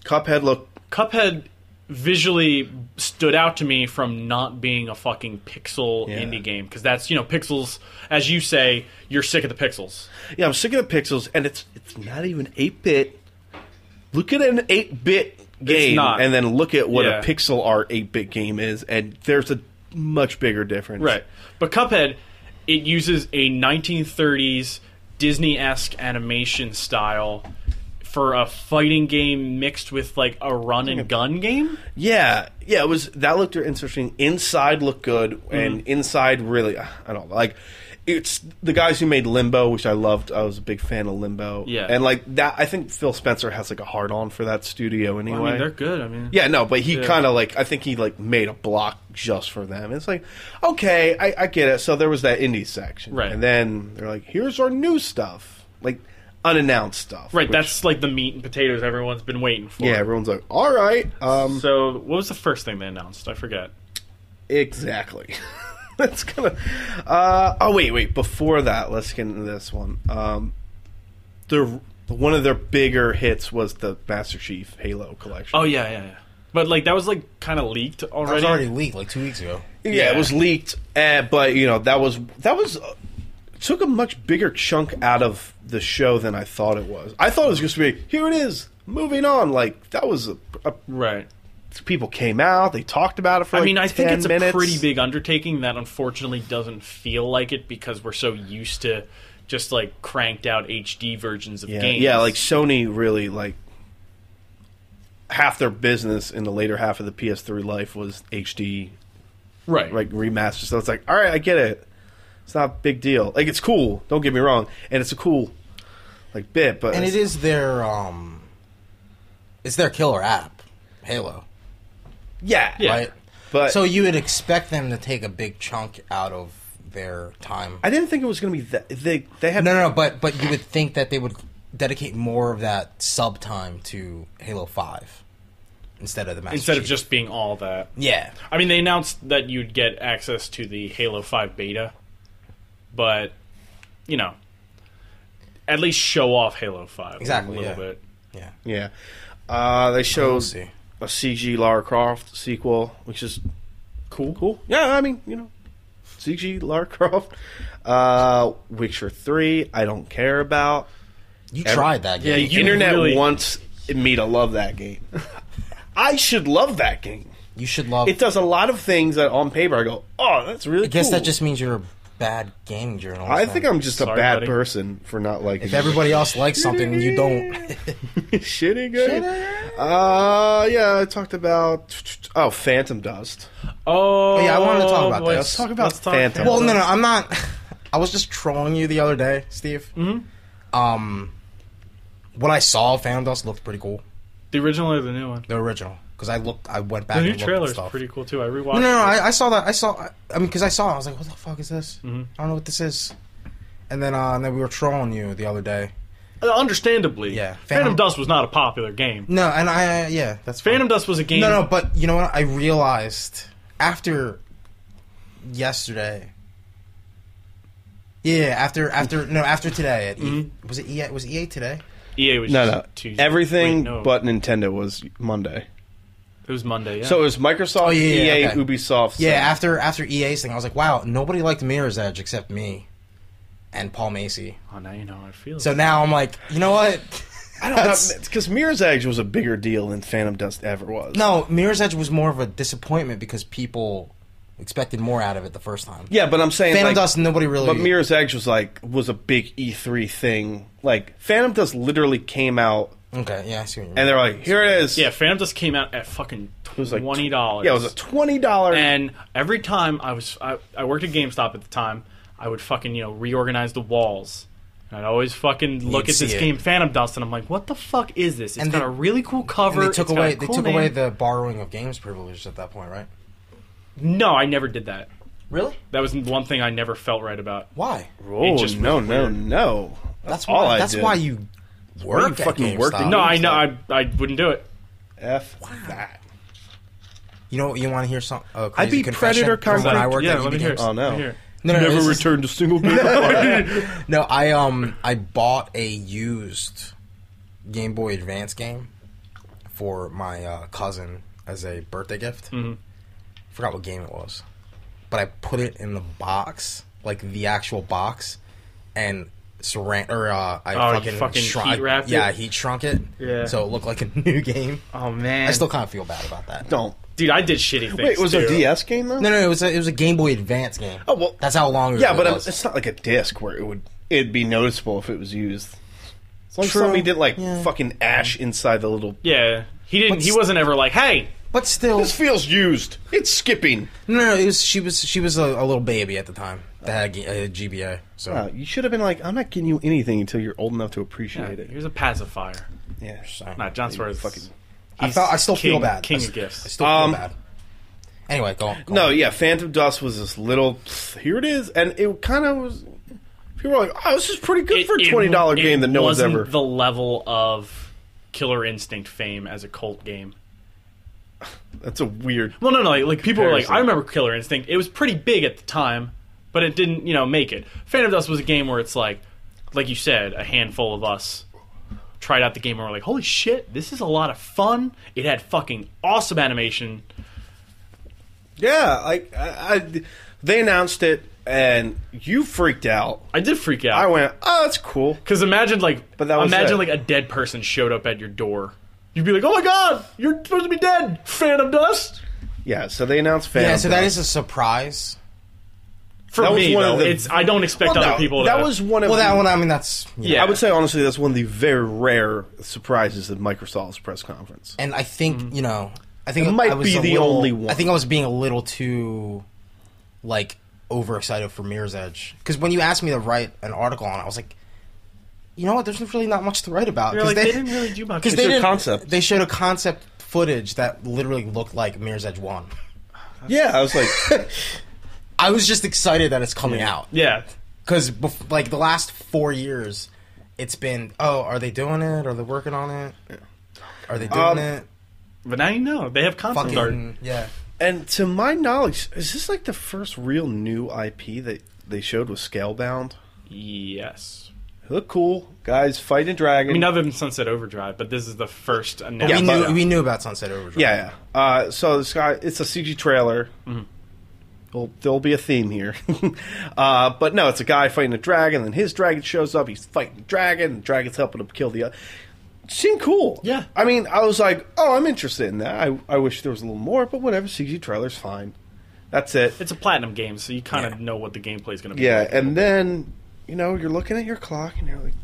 A: Cuphead looked
C: Cuphead visually stood out to me from not being a fucking pixel
A: Yeah.
C: indie game because that's you know pixels. As you say, you're sick of the pixels.
A: Yeah, I'm sick of the pixels, and it's it's not even eight bit. Look at an eight bit game,
C: not.
A: and then look at what
C: Yeah.
A: a pixel art eight bit game is, and there's a much bigger difference.
C: Right. But Cuphead, it uses a 1930s Disney esque animation style for a fighting game mixed with like a run and gun game.
A: Yeah, yeah. It was that looked interesting. Inside looked good,
C: Mm-hmm.
A: and inside really, I don't know. Like, it's the guys who made Limbo, which I loved. I was a big fan of Limbo.
C: Yeah.
A: and like that, I think Phil Spencer has like a hard on for that studio anyway.
C: I mean, they're good. I mean,
A: Yeah, no, but he
C: Yeah.
A: kind of like I think he like made a block just for them. It's like, okay, I, I get it. So there was that indie section,
C: Right.
A: And then they're like, here's our new stuff, like unannounced stuff,
C: Right,
A: which-
C: that's like the meat and potatoes everyone's been waiting for.
A: yeah. Everyone's like, all right, um,
C: So, what was the first thing they announced? I forget.
A: exactly. *laughs* that's gonna. Uh, oh wait, wait. Before that, let's get into this one. Um, their one of their bigger hits was the Master Chief Halo collection.
C: Oh yeah, yeah, yeah. But like that was like kind of leaked
B: It was
C: already.
B: already leaked like two weeks ago.
A: yeah,
C: Yeah.
A: it was leaked, uh, but you know that was that was uh, took a much bigger chunk out of the show than I thought it was. I thought it was just to be here it is, moving on. Like that was a, a-
C: Right.
A: people came out, they talked about it for.
C: I
A: like,
C: mean, I think
A: 10
C: it's
A: minutes.
C: a pretty big undertaking that unfortunately doesn't feel like it because we're so used to just like cranked out HD versions of
A: Yeah,
C: games.
A: yeah, like Sony really like half their business in the later half of the PS3 life was HD
C: right,
A: like remaster. So it's like, all right, I get it. It's not a big deal. Like it's cool. Don't get me wrong, and it's a cool like bit, but
B: And
A: it's-
B: it is their um it's their killer app, Halo.
A: yeah,
C: Yeah.
B: Right?
A: But
B: so you would expect them to take a big chunk out of their time.
A: I didn't think it was going to be that they they had
B: no, no, no, but but you would think that they would dedicate more of that sub time to Halo 5 instead of the Master
C: Instead of
B: Chief.
C: just being all that.
B: Yeah.
C: I mean, they announced that you'd get access to the Halo 5 beta, but, you know, at least show off Halo 5
B: Exactly,
C: a little
B: yeah.
C: bit.
B: Yeah.
A: yeah. Uh, they showed
B: We'll see.
A: a CG Lara Croft sequel, which is cool. Cool. Yeah, I mean, you know, CG Lara Croft. Uh, Witcher three, I don't care about.
B: You
A: Ever-
B: tried that game.
C: Yeah,
A: The
C: you
A: internet
C: really-
A: wants me to love that
C: *laughs*
A: game. I should love that game.
B: You should love
A: It does a lot of things that on paper I go, oh, that's really.
B: I guess
A: cool."
B: that just means you're a bad game journalist.
A: I
B: then.
A: think I'm just
C: Sorry,
A: a bad
C: buddy.
A: person for not liking.
B: If everybody else likes something, you don't.
A: *laughs* Shitty good. Uh, yeah, I talked about oh, Phantom Dust.
C: Oh,
B: yeah, I wanted to talk about
C: boy.
B: that.
A: Let's talk about
C: Let's talk
A: Phantom.
B: well, no, no, I'm not. *laughs* I was just trolling you the other day, Steve.
C: Mm-hmm.
B: Um, what I saw, of Phantom Dust looked pretty cool.
C: The original or the new one?
B: The original, because I looked, I went back.
C: The
B: and
C: new
B: looked at
C: trailer's
B: stuff.
C: pretty cool, too. I rewatched
B: No, no, no.
C: it.
B: I, I saw that. I saw. I mean, because I saw. it, I was like, "What the fuck is this?
C: Mm-hmm.
B: I don't know what this is." And then, uh, and then we were trolling you the other day.
C: Uh, Understandably.
B: Yeah,
C: Phantom,
B: Phantom-
C: Dust was not a popular game.
B: No, and I, yeah, that's fine.
C: Phantom Dust was a game.
B: No, no, but you know what? I realized after yesterday. Yeah, after after no after today at E
C: Mm-hmm.
B: was it EA was it EA today?
C: EA E was
A: No,
C: just
A: no,
C: Tuesday.
A: everything
C: Wait, no.
A: but Nintendo was Monday.
C: It was Monday, yeah.
A: So it was Microsoft,
B: Oh, yeah, yeah,
A: EA,
B: okay.
A: Ubisoft.
B: Yeah,
A: so-
B: after after EA's thing, I was like, wow, nobody liked Mirror's Edge except me and Paul Macy.
C: oh, now you know how I feel.
B: So now I'm like, you know what?
A: *laughs* I don't know because Mirror's Edge was a bigger deal than Phantom Dust ever was.
B: No, Mirror's Edge was more of a disappointment because people expected more out of it the first time.
A: Yeah, but I'm saying
B: Phantom
A: like,
B: Dust, nobody really.
A: But Mirror's Edge was like was a big E3 thing. Like Phantom Dust literally came out,
B: Okay, yeah, I see what you mean.
A: and they're like, "Here it is."
C: Yeah, Phantom Dust came out at fucking
A: was like tw-
C: twenty dollars.
A: yeah, it was a twenty dollar.
C: and every time I was I, I worked at GameStop at the time, I would fucking you know reorganize the walls. And I'd always fucking look
B: You'd
C: at this
B: see it.
C: game Phantom Dust, and I'm like, "What the fuck is this? It's
B: And
C: got
B: they-
C: a really cool
B: And
C: cover.
B: they took
C: it's got a
B: away they
C: cool
B: took away
C: name."
B: the borrowing of games privilege at that point, right?
C: No, I never did that.
B: Really?
C: That was one thing I never felt right about.
B: Why?
A: Oh
C: It just was
A: no, no, no!
B: That's
A: all
B: why.
A: I
B: That's
A: did.
B: why you work. at
A: fucking worked at
B: GameStop.
C: No, I know I, I wouldn't do it.
A: F that.
B: You know you want to hear some? A crazy
A: I'd be
B: confession
A: Predator
B: from when I
A: Concrete-
B: worked
C: Yeah,
B: at
C: let me
B: EB
C: hear.
B: Games?
A: Oh, no.
C: Let me hear.
B: No, no, no, this is-
A: returned a *laughs* single game.
B: No, I um I bought a used Game Boy Advance game for my uh, cousin as a birthday gift.
C: Mm-hmm.
B: Forgot what game it was, but I put it in the box, like the actual box, and saran or uh, I
C: Oh, you
B: fucking,
C: fucking
B: shrunk.
C: heat wrapped
B: yeah,
C: it?
B: heat shrunk it.
C: Yeah.
B: so it looked like a *laughs* new game.
C: Oh man,
B: I still kind of feel bad about that.
A: Don't.
C: dude, I did shitty things.
A: Wait, it was
C: too.
A: a DS game though?
B: No, no, it was a, it was a Game Boy Advance game.
A: Oh, well-
B: that's how long. ago
A: Yeah,
B: it
A: but um,
B: was.
A: it's not like a disc where it would it'd be noticeable if it was used. As long as
B: True.
A: somebody didn't like
B: Yeah.
A: fucking ash inside the little.
C: Yeah, he didn't.
B: But
C: He
B: s-
C: wasn't ever like, "Hey,
B: but still,
A: This feels used. It's skipping.
B: No, no, it was she was she was a, a little baby at the time that had a G- a, GBA. So
A: Uh, you should have been like, I'm not getting you anything until you're old enough to
C: Yeah,
A: appreciate it.
C: here's a pacifier."
A: Yeah.
C: Nah, John Suarez.
A: fucking-
B: I felt I still feel
C: king-
B: bad.
C: King
B: I,
C: of
B: s- I
C: gifts.
B: still
A: Um,
B: feel bad. Anyway, go on. go
A: No,
B: on.
A: yeah, Phantom Dust was this little. pfft, Here it is, and it kind of was. People were like, "Oh, this is pretty good for a
C: It- it-
A: twenty dollar
C: it
A: game that no one's
C: wasn't
A: ever."
C: The level of Killer Instinct fame as a cult game.
A: That's a weird.
C: Well, no, no, like, like, people were like,
A: Comparison.
C: I remember Killer Instinct. It was pretty big at the time, but it didn't, you know, make it. Phantom Dust was a game where it's like, like you said, a handful of us tried out the game and were like, holy shit, this is a lot of fun. It had fucking awesome animation.
A: Yeah, like I, I, they announced it, and you freaked out.
C: I did freak out.
A: I went, "Oh, that's cool."
C: Because imagine like,
A: But that was
C: imagine
A: it.
C: like a dead person showed up at your door. You'd be like, "Oh my god, you're supposed to be dead, Phantom Dust."
A: Yeah, so they announced Phantom.
B: yeah. So that
A: Dust.
B: is a surprise.
C: For
A: That was
C: me,
A: one
C: though,
A: of the-
C: it's I don't expect
A: Well,
C: other
A: no,
C: people. To,
A: That was one of
B: Well,
A: the,
B: that one. I mean, that's
C: yeah.
A: I would say honestly, that's one of the very rare surprises of Microsoft's press conference.
B: And I think
C: Mm-hmm.
B: you know, I think
A: It might
B: I was
A: be
B: a
A: the
B: little-
A: only one.
B: I think I was being a little too, like, overexcited for Mirror's Edge because when you asked me to write an article on, it, I was like, you know what? There's really not much to write about
C: You're
B: 'cause
C: like, they didn't really do much.
B: because
C: It's
B: they
A: their
B: didn't-
A: concept.
B: They showed a concept footage that literally looked like Mirror's Edge One.
A: Yeah, I was
B: *laughs*
A: like,
B: I was just excited that it's coming out
C: yeah,
B: because bef- like the last four years, it's been oh, are they doing it? Are they working on it? Are they doing
A: Um,
B: it?
C: but now you know they have concept art.
B: Fucking yeah.
A: and to my knowledge, is this like the first real new IP that they showed was Scalebound?
C: Yes,
A: It looked cool, guys fighting a dragon.
C: I mean other than Sunset Overdrive, but this is the first
B: we
C: announcement.
A: but- uh,
B: knew we knew about Sunset Overdrive.
A: yeah, yeah. Uh, so this guy, it's a CG trailer.
B: Mm-hmm.
A: There'll, there'll be a theme here, *laughs* uh, but no, it's a guy fighting a dragon. Then his dragon shows up. He's fighting the dragon. The dragon's helping him kill the other. Seemed cool.
C: Yeah.
A: I mean, I was like, oh, I'm interested in that. I, I wish there was a little more, but whatever. CG trailer's fine. That's it.
C: It's a platinum game, so you kind of
B: Yeah.
C: know what the gameplay is going to be.
A: Yeah,
C: like.
A: and then you know you're looking at your clock and you're like,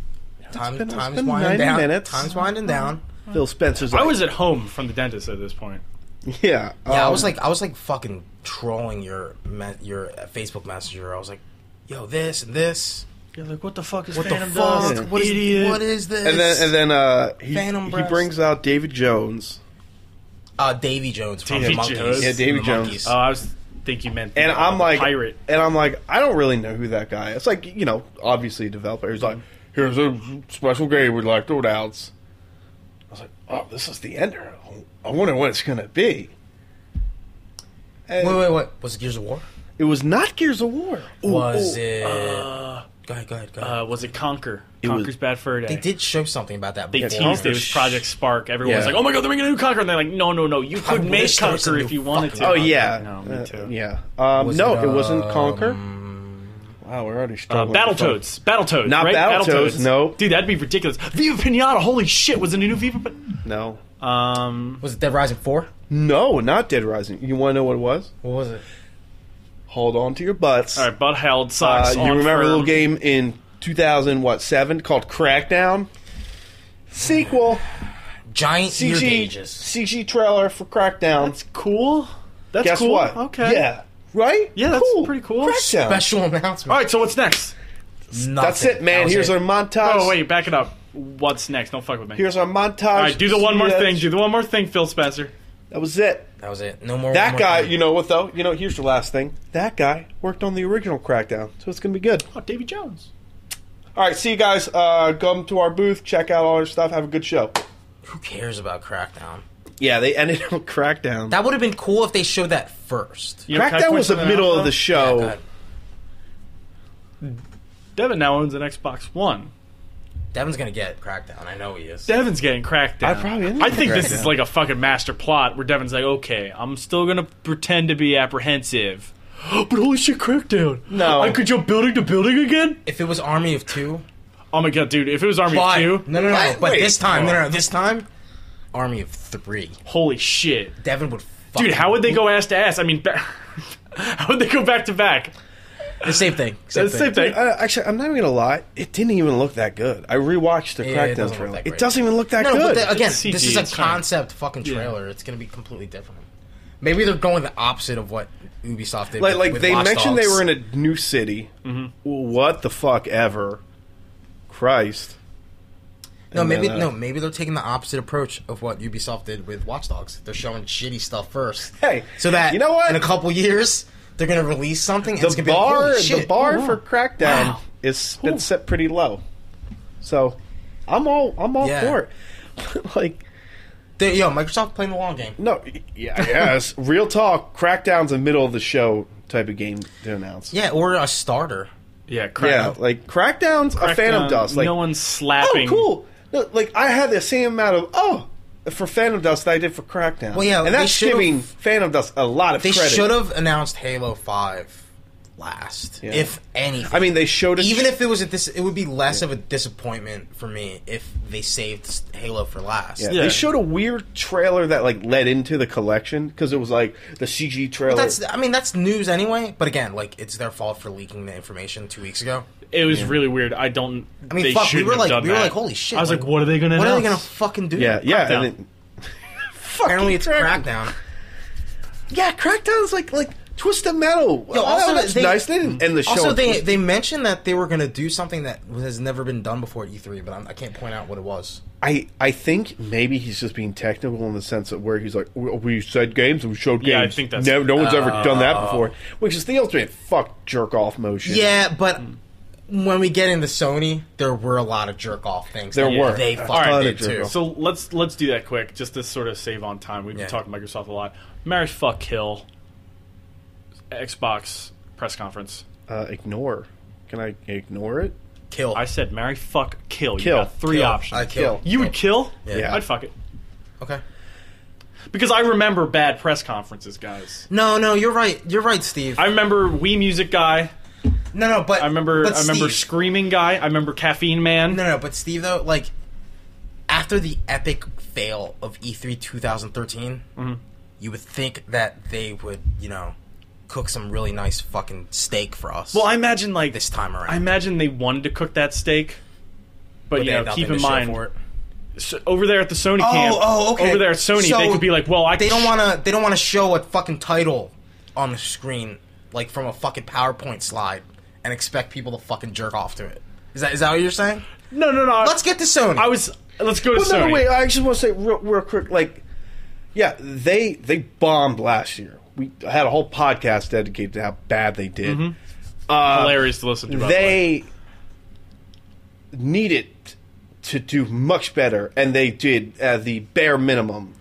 B: time,
A: It's been- it's
B: time's
A: been
B: winding
A: 90
B: down.
A: minutes.
B: Time's winding down.
A: Phil Spencer's. Like,
C: I was at home from the dentist at this point.
A: yeah.
B: Yeah, I
A: um,
B: was like, I was like fucking trolling your me- your Facebook Messenger. I was like, yo, this and this.
C: You're like, "What the fuck is
B: What
C: Phantom
B: the fuck?
C: Dust?
B: What is
C: Idiot."
B: what is this?
A: and then and then uh, he
B: Phantom
A: he
B: breast.
A: brings out David Jones.
B: uh, Davy Jones from
C: Davy
B: the Monkeys. Uh,
C: Jones. Yeah,
B: from
A: Davy
B: the
A: Jones.
B: Monkees.
C: Oh, I was think you meant the-
A: and I'm
C: the
A: like,
C: pirate.
A: and I'm like, I don't really know who that guy. Is. It's like you know, obviously a developer. He's like, here's a special game we'd like to announce. I was like, oh, this is the ender. I wonder what it's gonna be. And
B: wait, wait, wait. Was it Gears of War?
A: It was not Gears of War.
B: was
A: ooh,
B: it? go ahead, go ahead, go ahead.
C: uh, was it Conquer?
A: was-
C: Conquer's Bad Fur Day.
B: they did show something about that.
C: They
B: before.
C: teased it was
A: Conquer.
C: Project Spark. Everyone was
A: Yeah.
C: like, "Oh my god, they're making a new Conquer!" And they're like, "No, no, no, you could make
B: wish there was a
C: Conquer
B: new
C: if you wanted
B: fucking-
C: to."
A: Oh yeah,
C: no, me
A: Uh,
C: too.
A: yeah. Um,
B: Was
A: no,
B: it,
A: it, wasn't Conquer.
B: um,
A: Wow, we're already
C: Uh,
A: struggling. with the
C: Battletoads. Battletoads.
A: Not
C: right?
A: Battletoads, nope.
C: Dude, that'd be ridiculous. Viva Pinata. Holy shit. Was it a new Viva Pinata?
A: phone. No.
C: Um,
B: Was it Dead Rising Four?
A: No, not Dead Rising. You want to know what it was?
B: What was it?
A: Hold on to your butts.
C: all right. Butt held
A: Uh,
C: socks.
A: you
C: on
A: remember a
C: firm.
A: little game in 2000, what, 7 called Crackdown? Sequel.
B: Giant ear
A: CG,
B: gauges.
A: CG trailer for Crackdown.
C: That's cool. That's
A: Guess
C: cool.
A: what?
C: Okay.
A: Yeah. Right?
C: Yeah, that's
A: Cool.
C: pretty cool.
A: Crackdown.
B: Special
C: All
B: announcement.
C: right. So what's next?
A: That's it, man. Here's our montage.
C: Oh wait, back it up. What's next? Don't fuck with me.
A: Here's our montage.
C: all right, do the one more
A: Yeah,
C: thing. Do the one more thing, Phil Spencer.
A: That was it.
B: That was it. No more.
A: That
B: one more
A: guy,
B: thing.
A: you know what though? You know, here's the last thing. That guy worked on the original Crackdown, so it's gonna be good.
C: Oh, Davy Jones.
A: All right, see you guys. Uh, come to our booth, check out all our stuff, have a good show.
B: Who cares about Crackdown?
A: Yeah, they ended *laughs* on Crackdown.
B: That would have been cool if they showed that first.
C: You know, can I
A: Crackdown
C: point
A: was the
C: something
A: middle
C: out,
A: of
C: though?
A: the show.
B: God.
C: Devin now owns an Xbox One.
B: Devin's gonna get Crackdown. I know he is.
C: Devin's getting cracked down.
A: I probably am
C: I think
A: getting
C: this
A: cracked
C: is
A: down.
C: like a fucking master plot where Devin's like, okay, I'm still gonna pretend to be apprehensive. *gasps* but holy shit, crackdown!
A: No.
C: I could jump building to building again.
B: if it was Army of Two,
C: Oh my god, dude! If it was Army
B: but
C: of
B: no,
C: Two,
B: no, no.
A: What?
B: But
A: Wait.
B: this time, no, no, no, this time, Army of Three.
C: holy shit,
B: Devin would.
C: dude!
B: fucking-
C: How would they go ass to ass? I mean, ba- *laughs* how would they go back to back?
B: The same thing. Same
C: That's
B: thing.
C: the same thing.
A: Uh, actually, I'm not even gonna lie. It didn't even look that good. I rewatched the
B: Yeah, it doesn't
A: Crackdown
B: look
A: trailer.
B: that
A: It
B: great.
A: doesn't even look that
B: No, no,
A: good.
B: but uh, the, again,
C: It's CG,
B: this is a
C: it's fine.
B: concept fucking trailer. It's gonna be completely different. Maybe they're going the opposite of what Ubisoft did.
A: like,
B: with,
A: like
B: with
A: they
B: Watch
A: mentioned
B: Dogs.
A: they were in a new city.
B: Mm-hmm.
A: What the fuck ever? Christ.
B: No,
A: and
B: maybe
A: then, uh,
B: no, maybe they're taking the opposite approach of what Ubisoft did with Watch Dogs. They're showing shitty stuff first,
A: Hey,
B: so that
A: you know what?
B: in a couple years they're gonna release something. And it's
A: the
B: gonna be like,
A: bar
B: "Holy
A: the
B: shit." Oh,
A: bar
C: wow.
A: for crackdown
C: Wow.
A: is been set pretty low so i'm all i'm all
B: Yeah.
A: for it *laughs* like
B: They- yo, Microsoft playing the long game.
A: no yeah
B: *laughs*
A: yes real talk crackdown's a middle of the show type of game to announce
B: Yeah, or a starter.
C: Yeah,
A: yeah
C: crackdown.
A: like crackdown's a phantom
C: Crackdown,
A: dust like
C: no one's
A: oh
C: slapping.
A: cool No, like i had the same amount of oh for Phantom Dust, that I did for Crackdown.
B: Well, yeah,
A: and
B: they
A: that's
B: should've-
A: giving Phantom Dust a lot of
B: They
A: credit.
B: should have announced Halo Five last, if anything.
A: I mean, they showed it.
B: even if it was at this, it would be less of a disappointment for me if they saved s- Halo for last.
A: Yeah,
C: Yeah.
A: They showed a weird trailer that like led into the collection because it was like the CG trailer.
B: That's, I mean, that's news anyway. But again, like, it's their fault for leaking the information two weeks ago.
C: It was really weird. I don't.
B: I mean,
C: they
B: fuck, we
C: shouldn't
B: were
C: have
B: like,
C: done
B: we were
C: that.
B: like, holy shit!
C: I was like, what are they gonna?
B: What are they gonna
C: announce?
B: fucking do?
A: yeah, yeah.
C: Crackdown.
A: And then, *laughs*
B: Apparently, it's
A: Crackdown.
B: Crackdown.
A: yeah, Crackdown's like like twist of metal.
B: Yo, also,
A: oh, that's
B: they-
A: nice. They didn't end the show.
B: Also,
A: on
B: they
A: Twist-
B: they mentioned that they were gonna do something that has never been done before at E3, but I'm, I can't point out what it was.
A: I I think maybe he's just being technical in the sense of where he's like we, we said games and we showed games.
C: Yeah, I think that's-
A: no, no one's ever done that before, which is the ultimate fuck jerk off motion.
B: Yeah, but. When we get into Sony, there were a lot of jerk off things.
A: There
B: that
A: were.
B: They
A: A
B: fucking
A: ton of
B: did too.
A: jerk-off.
C: So let's let's do that quick, just to sort of save on time. We've been
B: Yeah.
C: talking Microsoft a lot. Marriage, fuck, kill. Xbox press conference.
A: uh, ignore. Can I ignore it?
B: Kill.
C: I said marry, fuck, kill. You
A: Kill.
C: got three
B: Kill.
C: options.
B: I kill.
C: You would kill?
A: Yeah.
C: I'd fuck it
B: Okay.
C: because I remember bad press conferences, guys.
B: No, no, you're right. You're right, Steve.
C: I remember Wii Music guy.
B: no, no, but
C: I remember
B: But
C: I remember
B: Steve-
C: screaming guy. I remember caffeine man.
B: No, no, but Steve though, like after the epic fail of E E3 2013,
C: Mm-hmm.
B: you would think that they would, you know, cook some really nice fucking steak for us.
C: Well, I imagine like
B: this time around,
C: I imagine they wanted to cook that steak, but,
B: They
C: you
B: had
C: know,
B: nothing
C: keep in
B: to show
C: mind
B: for it.
C: so over there at the Sony camp.
B: oh, okay.
C: Over there at Sony,
B: So
C: they could be like, "Well, I
B: They don't want to. They don't want to show a fucking title on the screen like from a fucking PowerPoint slide and expect people to fucking jerk off to it. Is that is that what you're saying?
C: No, no, no.
B: Let's get to Sony.
C: I was. Let's go to
A: Well,
C: Sony.
A: no, no, wait. I just want to say real, real quick, like, yeah, they they bombed last year. We had a whole podcast dedicated to how bad they did. Uh,
C: Hilarious to listen to. By they
A: They needed to do much better, and they did uh, the bare minimum.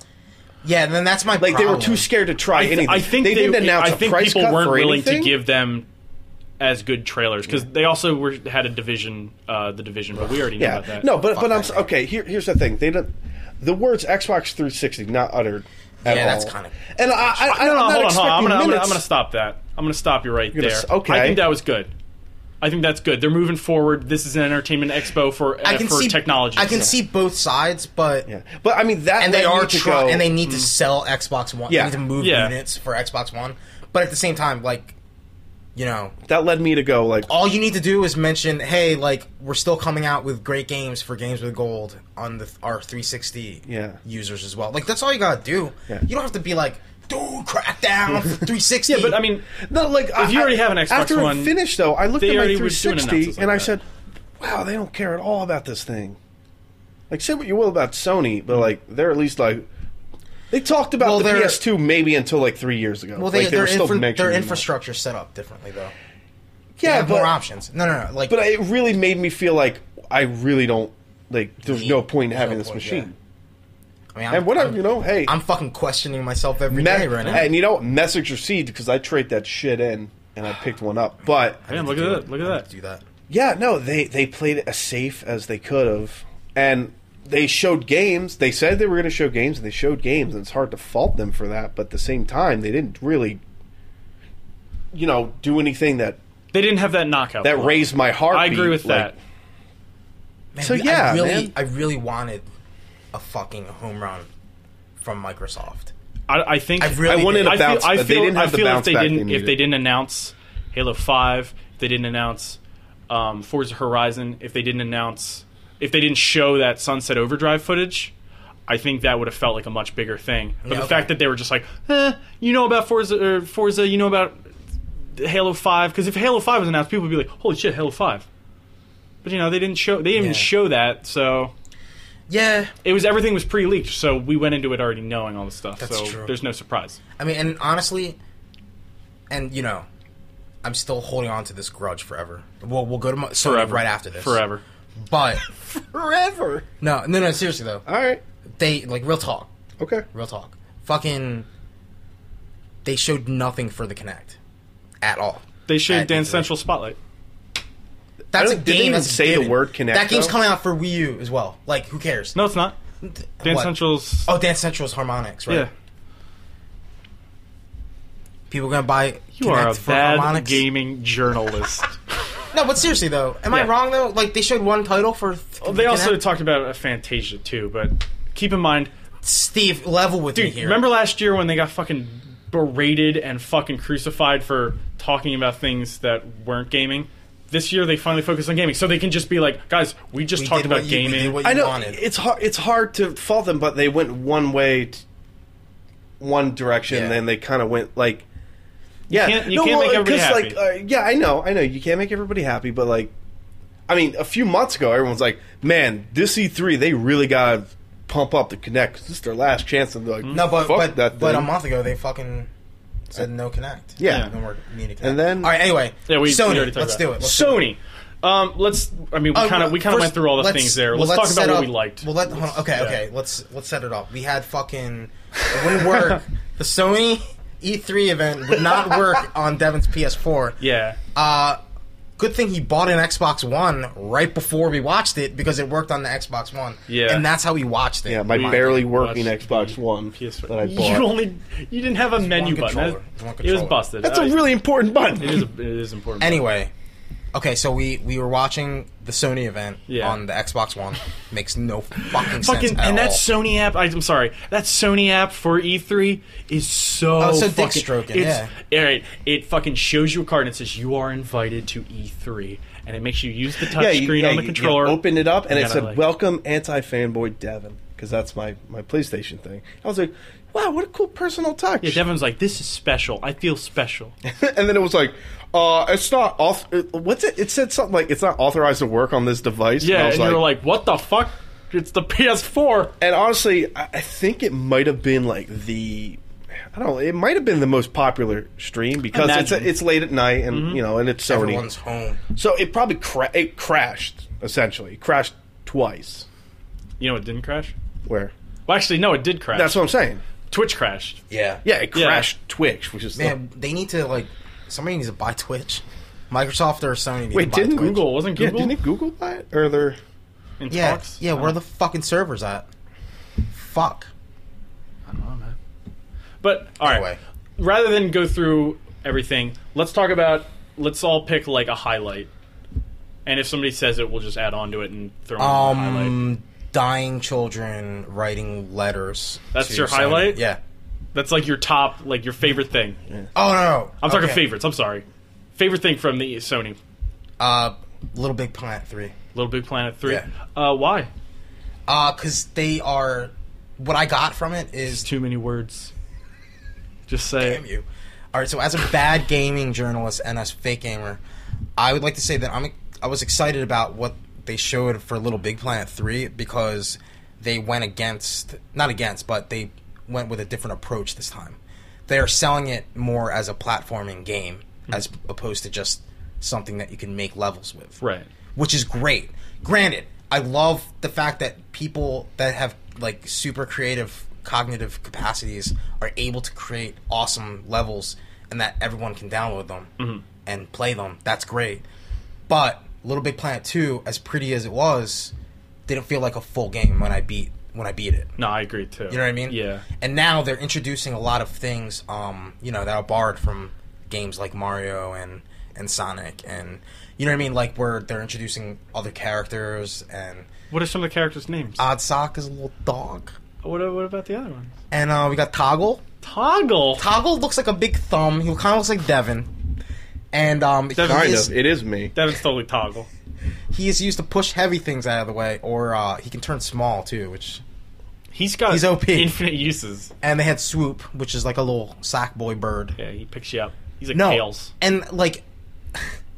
B: yeah, then that's my
A: Like they were too
B: problem.
A: scared to try
C: I, th-
A: anything.
C: I think
A: they,
C: they,
A: didn't announce
C: I
A: a
C: think
A: price
C: people
A: cut
C: weren't
A: for
C: willing
A: anything.
C: to give them as good trailers because they also were had a division, uh, the division, but we already knew about
A: Yeah,
C: that.
A: no, but but
B: Fuck
A: I'm
B: that
A: s-
B: guy.
A: okay. Here, here's the thing. They don't. The words Xbox 360 not uttered at
B: Yeah,
A: all.
B: that's kinda-
A: And I, I, I,
C: no, no,
A: I'm not
C: hold on, hold on. I'm
A: expecting
C: gonna, I'm, gonna, I'm
A: minutes.
C: gonna stop that. I'm gonna stop you right
A: gonna
C: there.
A: s- okay.
C: I think that was good. I think that's good. They're moving forward. This is an entertainment expo for uh,
B: I can
C: for
B: see
C: technology.
B: I can see both sides, but
A: Yeah. But I mean that
B: and they
A: led me
B: are
A: to
B: trying
A: go-
B: and they need to sell Xbox One.
A: Yeah.
B: They need to move
C: Yeah.
B: units for Xbox One. But at the same time, like you know,
A: that led me to go like
B: all you need to do is mention, hey, like we're still coming out with great games for games with gold on the our 360
A: Yeah.
B: users as well. Like that's all you gotta do.
A: Yeah.
B: You don't have to be like, dude,
A: *laughs*
B: crackdown 360.
C: yeah, but I mean,
A: No, like if
C: you already have an Xbox
A: after
C: One,
A: it finished though, I looked
C: they
A: at my
C: already were doing
A: 360
C: announcements like
A: and I
C: that.
A: said, "Wow, they don't care at all about this thing." Like, say what you will about Sony,
C: Mm.
A: but like they're at least like they talked about
B: Well,
A: the
B: they're-
A: PS2 maybe until like three years ago.
B: well, they,
A: like,
B: their,
A: were still
B: infra-
A: mentioning
B: their
A: that.
B: infrastructure set up differently though. They
A: Yeah,
B: have more
A: but
B: options. No, no, no. Like,
A: but it really made me feel like I really don't like. There's
B: Need-
A: no point in
B: there's
A: having
B: no
A: this
B: point,
A: machine.
B: I mean, I'm,
A: And what I-
B: I'm-
A: you know, hey,
B: I'm fucking questioning myself every
A: me-
B: day right now.
A: and you know, what? message received because I trade that shit in and I picked one up, but.
C: man, look at that! Look at
B: I need to
C: that!
B: Do that.
A: Yeah, no, they they played it as safe as they could have, and they showed games. They said they were going to show games, and they showed games, and it's hard to fault them for that. But at the same time, they didn't really, you know, do anything that
C: They didn't have that knockout.
A: that
C: blow.
A: raised my heart.
C: I agree with that.
B: Man,
A: So,
B: re-
A: yeah,
B: I really,
A: man.
B: I really wanted a fucking home run from Microsoft.
C: I, I think
B: I really
A: I wanted
B: did.
A: a
C: I feel,
A: bounce.
C: I
A: but
C: feel,
A: they didn't have
C: I feel
A: the
C: if
A: bounce
C: they
A: back
C: didn't
A: they
C: if they
A: needed.
C: didn't announce Halo Five, if they didn't announce um, Forza Horizon, if they didn't announce if they didn't show that Sunset Overdrive footage, I think that would have felt like a much bigger thing. But
B: Yeah,
C: the
B: okay.
C: fact that they were just like, eh, you know about Forza, or Forza, you know about Halo Five, because if Halo Five was announced, people would be like, holy shit, Halo Five. But you know they didn't show they didn't
B: Yeah.
C: even show that, so
B: Yeah,
C: it was everything was pre-leaked, so we went into it already knowing all the stuff.
B: That's
C: so
B: true.
C: there's no surprise.
B: I mean, and honestly, and you know, I'm still holding on to this grudge forever. We'll we'll go to my, Sony
C: Forever.
B: right after this.
C: Forever.
B: but
A: forever.
B: no, no, no. Seriously though,
A: All right,
B: they like real talk,
A: okay.
B: real talk. Fucking, they showed nothing for the Connect at all.
C: They shaved
B: At
C: Dance
B: E3.
C: Central Spotlight.
B: That's
A: I
B: a
A: don't- did they
B: game.
A: even
B: That's a
A: say the
B: given.
A: word Kinect,
B: That game's
A: though?
B: coming out for Wii U as well. Like, who cares?
C: No, it's not. Dance
B: What?
C: Central's.
B: Oh, Dance Central's harmonics, right?
C: yeah.
B: People gonna buy
C: You are a
B: Kinect for
C: bad
B: harmonics. *laughs*
C: gaming journalist.
B: No, but seriously though, am I
C: Yeah. Oh,
B: wrong though? Like, they showed one title for. Th-
C: they also
B: Kinect?
C: talked about a Fantasia too, but keep in mind,
B: Steve, level with me
C: dude.
B: here.
C: Remember last year when they got fucking berated and fucking crucified for talking about things that weren't gaming? This year they finally focused on gaming, so they can just be like, guys, we just
B: We
C: talked
B: did
C: about
B: what you- we
C: gaming.
B: did what
A: I know
B: wanted.
A: it's hard. It's hard to fault them, but they went one way, t- one direction,
B: Yeah.
A: and then they kind of went like, yeah,
C: can't- you can't make everybody
A: 'cause,
C: happy.
A: Like, uh, yeah, I know, I know, you can't make everybody happy, but like, I mean, a few months ago, everyone's like, man, this E three, they really gotta pump up the connect. This is their last chance, and they're
C: Mm-hmm.
A: like,
B: No, but
A: fuck
B: but
A: that
B: but
A: thing.
B: a month ago they fucking said no Connect.
A: Yeah.
B: no more need to connect.
A: And then-
B: all right. Anyway,
C: yeah, we, we
B: Sony.
C: already talked
B: let's
C: about
B: do
C: it.
B: it. Let's do it.
C: Sony. Um, let's. I mean, we
B: Uh,
C: kind of we kind of
B: first,
C: went through all the
B: let's-
C: things there.
B: well,
C: Let's, talk
B: set
C: about
B: up-
C: what we liked.
B: Well, let, hold on, okay,
C: yeah.
B: okay. Let's let's set it up. We had fucking it wouldn't
C: *laughs*
B: work. the Sony E3 event would not work on Devin's PS4.
C: yeah.
B: Uh, good thing he bought an Xbox One right before we watched it because it worked on the Xbox One.
C: Yeah.
B: and that's how we watched it.
A: yeah, my
C: we
A: barely working
C: watched
A: Xbox
C: the
A: One
C: PS4.
A: that I bought.
C: You only you didn't have a menu button.
B: controller.
C: That-
B: It's one
C: It was
B: controller.
C: busted.
A: That's a
C: I-
A: really important button.
C: It is, a, it is important.
B: Anyway, okay, so we we were watching the Sony event
C: Yeah.
B: on the Xbox One. Makes no fucking, sense.
C: fucking
B: At
C: and that
B: all.
C: Sony app. I, am sorry, that Sony app for E3 is so
B: Oh, so dick
C: fucking.
B: stroking,
C: it's- all right, it fucking shows you a card and it says you are invited to E3, and it makes you use the touch
A: you-
C: screen on the
A: you- you
C: controller.
A: opened it up, and it
C: You gotta,
A: said
C: like-
A: "Welcome, anti-fanboy Devin," because that's my my PlayStation thing. I was like, "Wow, what a cool personal touch!"
C: Yeah, Devin's like, this is special. I feel special.
A: *laughs* and then it was like, "Uh, it's not auth- uh, What's it? It said something like, "It's not authorized to work on this device."
C: Yeah,
A: and, I
C: and
A: was like,
C: you're like, what the fuck? It's the PS4.
A: and honestly, I, I think it might have been like the. I don't know. It might have been the most popular stream because it's
C: Imagine. Mm-hmm.
A: it's late at night and you know and it's Sony.
B: Everyone's home.
A: So it probably cra- it crashed essentially. It crashed twice.
C: You know, it didn't crash.
A: Where?
C: Well, actually, no, it did crash.
A: That's what I'm saying.
C: Twitch crashed.
B: Yeah.
A: Yeah, it
C: Yeah.
A: crashed Twitch, which is the-
B: Man, they need to like somebody needs to buy Twitch. Microsoft or Sony need to
A: Wait,
B: buy
A: didn't
B: Twitch.
C: Google wasn't
A: Yeah,
C: Google
A: didn't Google buy it? Or their
C: in
B: Yeah,
C: talks.
B: yeah. Where are the fucking servers at? Fuck.
C: I don't know, man. But all right,
B: Anyway.
C: rather than go through everything, let's talk about. Let's all pick like a highlight And if somebody says it, we'll just add on to it and throw in
B: Um,
C: a highlight.
B: dying children writing letters.
C: That's
B: to
C: your
B: Simon.
C: highlight?
B: Yeah.
C: That's like your top, like your favorite thing.
B: Oh no, no.
C: I'm talking
B: okay.
C: favorites. I'm sorry. Favorite thing from the Sony
B: Uh, Little Big Planet three.
C: Little Big Planet three.
B: Yeah.
C: Uh, why?
B: Uh, cause they are. What I got from it is
C: Too many words. Just say
B: damn you. All right, so as a bad gaming journalist and as a fake gamer, I would like to say that I'm I was excited about what they showed for Little Big Planet 3 because they went against not against, but they went with a different approach this time. They are selling it more as a platforming game as opposed to just something that you can make levels with
C: right.
B: which is great. Granted, I love the fact that people that have like super creative cognitive capacities are able to create awesome levels and that everyone can download them and play them. That's great. But Little Big Planet 2, as pretty as it was, didn't feel like a full game when I beat when I beat it.
C: No, I agree too.
B: You know what I mean?
C: Yeah.
B: And now they're introducing a lot of things, um, you know, that are borrowed from games like Mario and and Sonic, and you know what I mean, like where they're introducing other characters and
C: What are some of the characters' names?
B: Uh, Oddsock is a little dog,
C: what, what about the other ones?
B: and uh, we got Toggle.
C: Toggle.
B: Toggle looks like a big thumb. He kind of looks like Devin, and um,
C: Devin-
B: he,
A: Kind
B: is,
A: of. It is me.
C: Devin's totally Toggle.
B: he is used to push heavy things out of the way, or uh, he can turn small too, which
C: He's got
B: He's OP.
C: infinite uses.
B: and they had Swoop, which is like a little sack boy bird.
C: Yeah, he picks you up. He's like
B: No.
C: Tails.
B: And like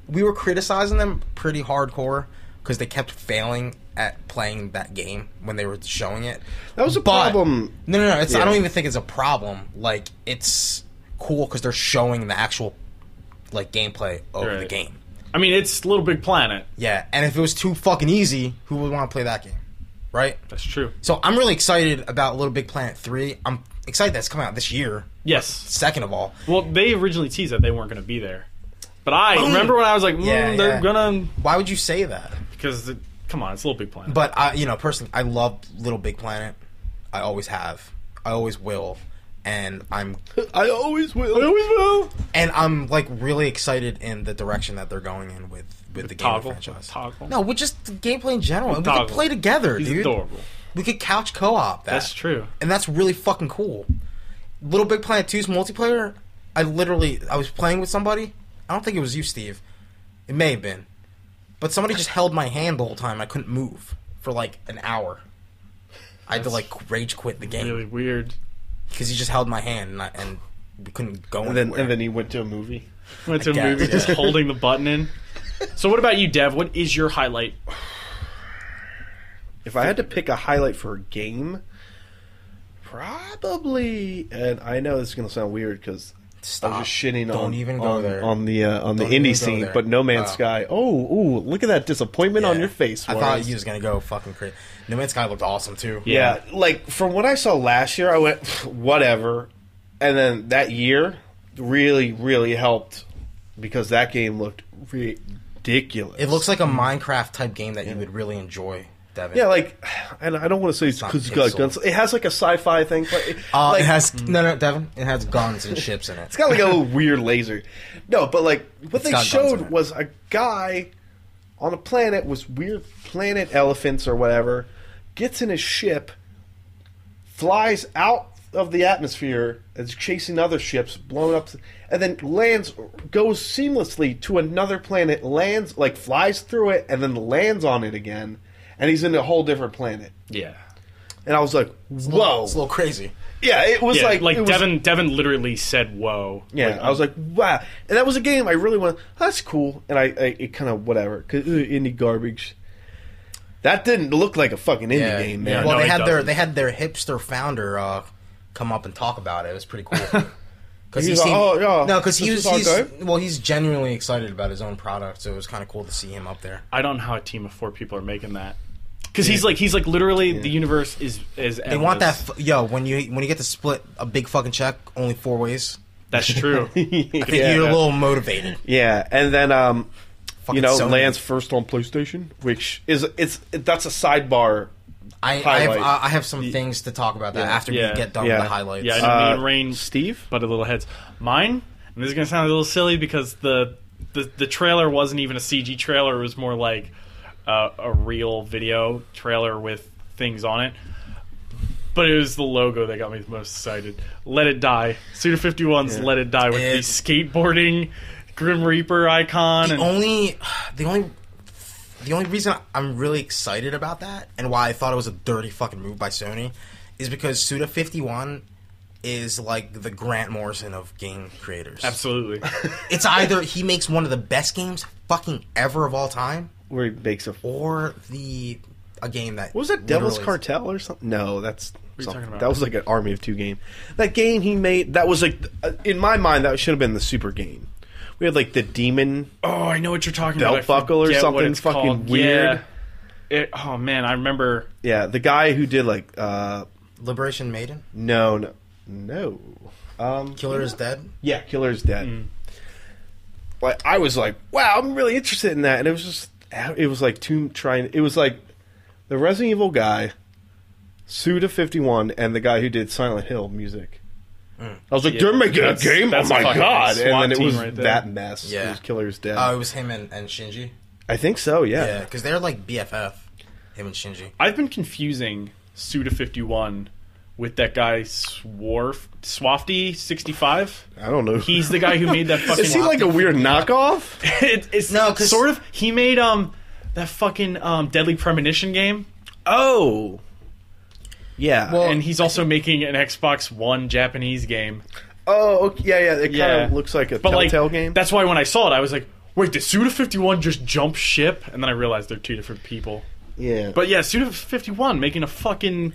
B: we were criticizing them pretty hardcore because they kept failing at playing that game when they were showing it.
A: That was a
B: But-
A: problem.
B: No, no, no. It's, I
A: Yeah.
B: don't even think it's a problem. Like it's cool because they're showing the actual like gameplay of the
C: Right.
B: game.
C: I mean, it's Little Big Planet.
B: Yeah, and if it was too fucking easy, who would want to play that game, right?
C: That's true.
B: So I'm really excited about Little Big Planet three. I'm excited that's coming out this year.
C: Yes.
B: Second of all,
C: Well, they originally teased that they weren't going to be there, but I remember when I was like, mm,
B: Oh. Yeah,
C: they're
B: yeah.
C: gonna
B: why would you say that?
C: because it- come on, it's Little Big Planet.
B: But I, you know, personally, I love Little Big Planet. I always have. I always will. And I'm
A: I always will. I always will.
B: and I'm like really excited in the direction that they're going in with with the game
C: Toggle,
B: franchise.
C: Toggle.
B: No, with just the gameplay in general. And we could
C: Toggle.
B: play together,
C: he's
B: dude.
C: adorable.
B: We could couch co-op that.
C: That's true.
B: And that's really fucking cool. Little Big Planet 2's multiplayer, I literally I was playing with somebody. I don't think it was you, Steve. It may have been. But somebody just held my hand the whole time. I couldn't move for like an hour. I had to like rage quit the
C: Really
B: game
C: weird.
B: because he just held my hand and, I, and we couldn't go
A: And
B: anywhere.
A: then and then he went to a movie.
C: Went to a
B: guess,
C: movie just
B: yeah.
C: holding the
B: *laughs*
C: button in. So, what about you, Dev? What is your highlight?
A: If I had to pick a highlight for a game, probably. And I know this is going to sound weird because I
B: Stop.
A: was just shitting
B: Don't
A: on,
B: even go
A: on,
B: there.
A: on the uh, on
B: Don't
A: the
B: even
A: indie
B: go
A: scene,
B: there.
A: but No Man's
B: Wow.
A: Sky. Oh, ooh, look at that disappointment on
B: Yeah.
A: your face.
B: I
A: Juarez.
B: thought you was gonna go fucking crazy. No Man's Sky looked awesome too.
A: Yeah, like from what I saw last year, I went *sighs* whatever, and then that year really, really helped because that game looked ridiculous.
B: it looks like a Minecraft type game that you would really enjoy, Devin.
A: yeah, like, *sighs* and I don't want to say it's
B: not
A: because it's got
B: pixel.
A: guns. It has like a sci-fi thing, but it,
B: Uh,
A: like,
B: it has no, no, Devin. It has guns and ships in it.
A: it's got like a little weird laser. No, but like what
B: It's
A: they
B: got guns in
A: showed
B: it.
A: was a guy on a planet was weird planet elephants or whatever gets in a ship, flies out of the atmosphere, is chasing other ships, blowing up, and then lands goes seamlessly to another planet, lands like flies through it, and then lands on it again, and he's in a whole different planet.
C: Yeah,
A: And I was like, whoa,
B: It's a little crazy.
A: yeah, it was
C: yeah. Like,
A: like it was-
C: Devin, Devin literally said, "Whoa."
A: Yeah,
C: Like,
A: I was like, wow, and that was a game I really went. "Oh, that's cool, and I, I it kind of whatever, 'cause, ugh, indie garbage. That didn't look like a fucking indie
B: Yeah.
A: game, man.
C: Yeah,
B: well,
C: no,
B: they
C: it
B: had their
C: doesn't.
B: they had their hipster founder uh, come up and talk about it. It was pretty
A: *laughs*
B: cool. Because
A: He was like, "Oh, yeah,
B: no, because he
A: this is
B: was
A: all
B: he's,
A: good."
B: well, he's genuinely excited about his own product, so it was kind of cool to see him up there.
C: I don't know how a team of four people are making that. Because he's like, he's like, literally, the universe is is.
B: They want that f- yo when you when you get to split a big fucking check only four ways. *laughs*
C: That's true.
B: I
A: *laughs*
B: think
A: yeah.
B: you're a little motivated.
A: Yeah, and then um,
B: Fucking
A: you know,
B: Sony.
A: lands first on PlayStation, which is it's that's a sidebar.
B: I, I have
A: highlight.
B: I I have some things to talk about that after
C: Yeah.
B: we get done
A: Yeah.
B: with the highlights.
C: yeah, I know me
A: Uh,
C: and Rain
A: Steve,
C: butted little heads. Mine, and this is gonna sound a little silly because the the the trailer wasn't even a CG trailer. It was more like uh, a real video trailer with things on it. But it was the logo that got me the most excited. Let it die. Suda 51's Let It Die with the
B: It-
C: skateboarding Grim Reaper icon.
B: the
C: and-
B: only the only the only reason I'm really excited about that and why I thought it was a dirty fucking move by Sony is because Suda 51 is like the Grant Morrison of game creators.
C: Absolutely.
B: *laughs* It's either he makes one of the best games fucking ever of all time
A: Where he makes a. What
B: or the a game that
A: was that? Devil's
B: literally-
A: Cartel or something? No, that's.
C: you
A: something-
C: talking about?
A: That was like an Army of Two game. That game he made. That was like, uh, in my mind, that should have been the super game. We had like the demon.
C: Oh, I know what you're talking
A: Belt
C: about. I
A: buckle or
C: forget
A: something
C: what it's
A: fucking
C: called.
A: weird.
C: Yeah. It, oh man, I remember.
A: Yeah, the guy who did like. uh
B: Liberation Maiden,
A: No, no, no. Um,
B: Killer is Dead.
A: Yeah, Killer's Dead.
C: Mm.
A: Like I was like, wow, I'm really interested in that, and it was just, it was like two trying. It was like the Resident Evil guy, Suda Fifty One, and the guy who did Silent Hill music.
B: Mm.
A: I was like,
C: Yeah,
A: they're making a
C: that's-
A: game. Oh
C: that's
A: my
C: fucking
A: god! And
C: SWAT
A: then it
C: team
A: was
C: right there.
A: that mess. It
B: Yeah.
A: was Killer's Dead.
B: Oh, it was him and, and Shinji.
A: I think so. Yeah.
B: Yeah, because they're like BFF. Him and Shinji.
C: I've been confusing Suda 51 with that guy Swarf Swafty 65.
A: I don't know.
C: He's the guy who made that
A: *laughs*
C: fucking.
A: Is he like a weird knockoff?
C: *laughs* it, it's
B: No, 'cause-
C: sort of. He made um that fucking um Deadly Premonition game,
A: oh, yeah.
B: Well-
C: and he's also making an Xbox One Japanese game.
A: oh, okay, yeah, yeah. It kind
C: Yeah.
A: of looks like a
C: But like,
A: Telltale game.
C: that's why when I saw it, I was like, "Wait, did Suda 51 just jump ship?" And then I realized they're two different people.
A: yeah.
C: But yeah, Suda 51 making a fucking.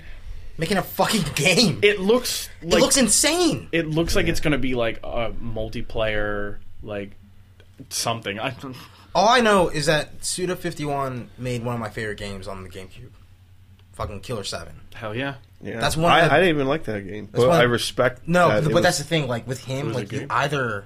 B: Making a fucking game. It,
C: It looks like it
B: looks
C: looks,
B: insane.
C: like it's gonna be like a multiplayer like something. I,
B: All I know is that Suda 51 made one of my favorite games on the GameCube. Fucking Killer 7.
C: hell yeah,
A: Yeah.
B: That's one
A: I,
B: of the-
A: I didn't even like that game, but
B: one of-
A: I respect.
B: No,
A: that
B: but,
A: it
B: but
A: was-
B: that's the thing. Like, with him,
C: was
B: like,
C: a
B: you
C: game.
B: either.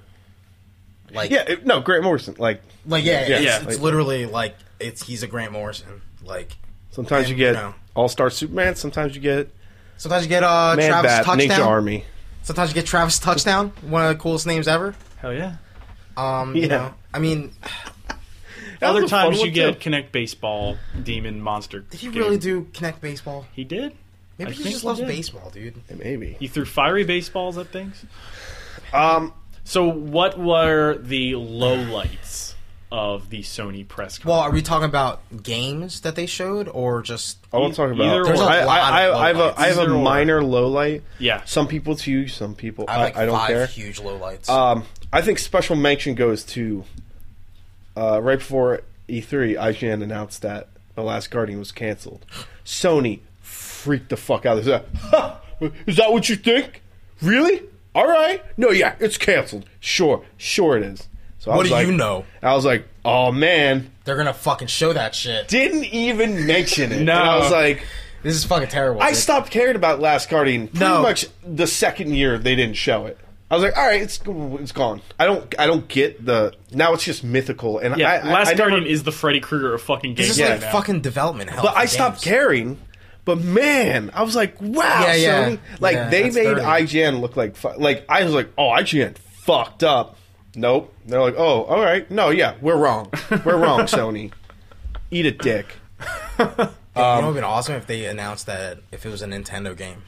B: Like,
A: yeah. It, no, Grant Morrison. Like
B: like yeah,
A: Yeah,
B: it's,
C: yeah.
B: it's
A: Like-
B: literally like it's he's a Grant Morrison. Like,
A: sometimes you
B: And, you
A: get
B: know.
A: All Star Superman. Sometimes you get
B: sometimes you get uh,
A: Man
B: Travis
A: Bat
B: Touchdown.
A: Ninja Army.
B: Sometimes you get Travis Touchdown, one of the coolest names ever.
C: hell yeah.
B: Um,
A: Yeah.
B: you know, I mean,
A: That
C: Other
A: was a fun
C: times you
A: one,
C: get
A: too.
C: Connect Baseball Demon Monster.
B: did he really do Connect Baseball?
C: He did.
B: Maybe
C: I
B: he
C: think
B: just
C: he
B: loves
C: did.
B: baseball, dude.
A: maybe.
C: He threw fiery baseballs at things.
A: Um,
C: So what were the lowlights of the Sony press
B: Well, are
C: conference?
B: we talking about games that they showed or just?
A: I won't talk about.
C: Either There's or. a
A: I,
B: lot
A: I,
B: of
A: I, I have a
B: lowlights.
A: I have a
C: Either or.
A: minor low light.
C: yeah.
A: Some people to you, some people.
B: I have
A: I,
B: like
A: I don't
B: five
A: care.
B: huge lowlights.
A: Um, I think special mention goes to uh, right before E3, IGN announced that The Last Guardian was canceled. Sony freaked the fuck out. Is that, "Ha! Is that what you think? Really? All right. No, yeah, it's canceled. Sure, sure it is. So I
B: What
A: was
B: do
A: like-
B: you know?
A: I was like, oh man,
B: They're gonna fucking show that shit.
A: didn't even mention it.
C: No.
A: And I was like,
B: This is fucking terrible.
A: I
B: dude.
A: stopped caring about Last Guardian pretty
B: No.
A: much the second year they didn't show it. I was like, all right, it's it's gone. I don't I don't get the now it's just mythical and
C: Yeah,
A: I, I-
C: Last
A: I never-
C: Guardian is the Freddy Krueger of fucking
B: This
C: games.
B: is
A: Yeah,
B: like
C: now.
B: fucking development hell.
A: but
B: for
A: I stopped
B: games.
A: caring. But man, I was like, wow,
B: Yeah, yeah.
A: Sony. Like
B: Yeah,
A: they
B: that's
A: made
B: dirty.
A: IGN look like fu- like I was like, oh, IGN fucked up. Nope. They're like, oh, all right, no, yeah, we're wrong. We're
C: *laughs*
A: wrong, Sony. Eat a dick.
B: you know, it would have been awesome if they announced that if it was a Nintendo game.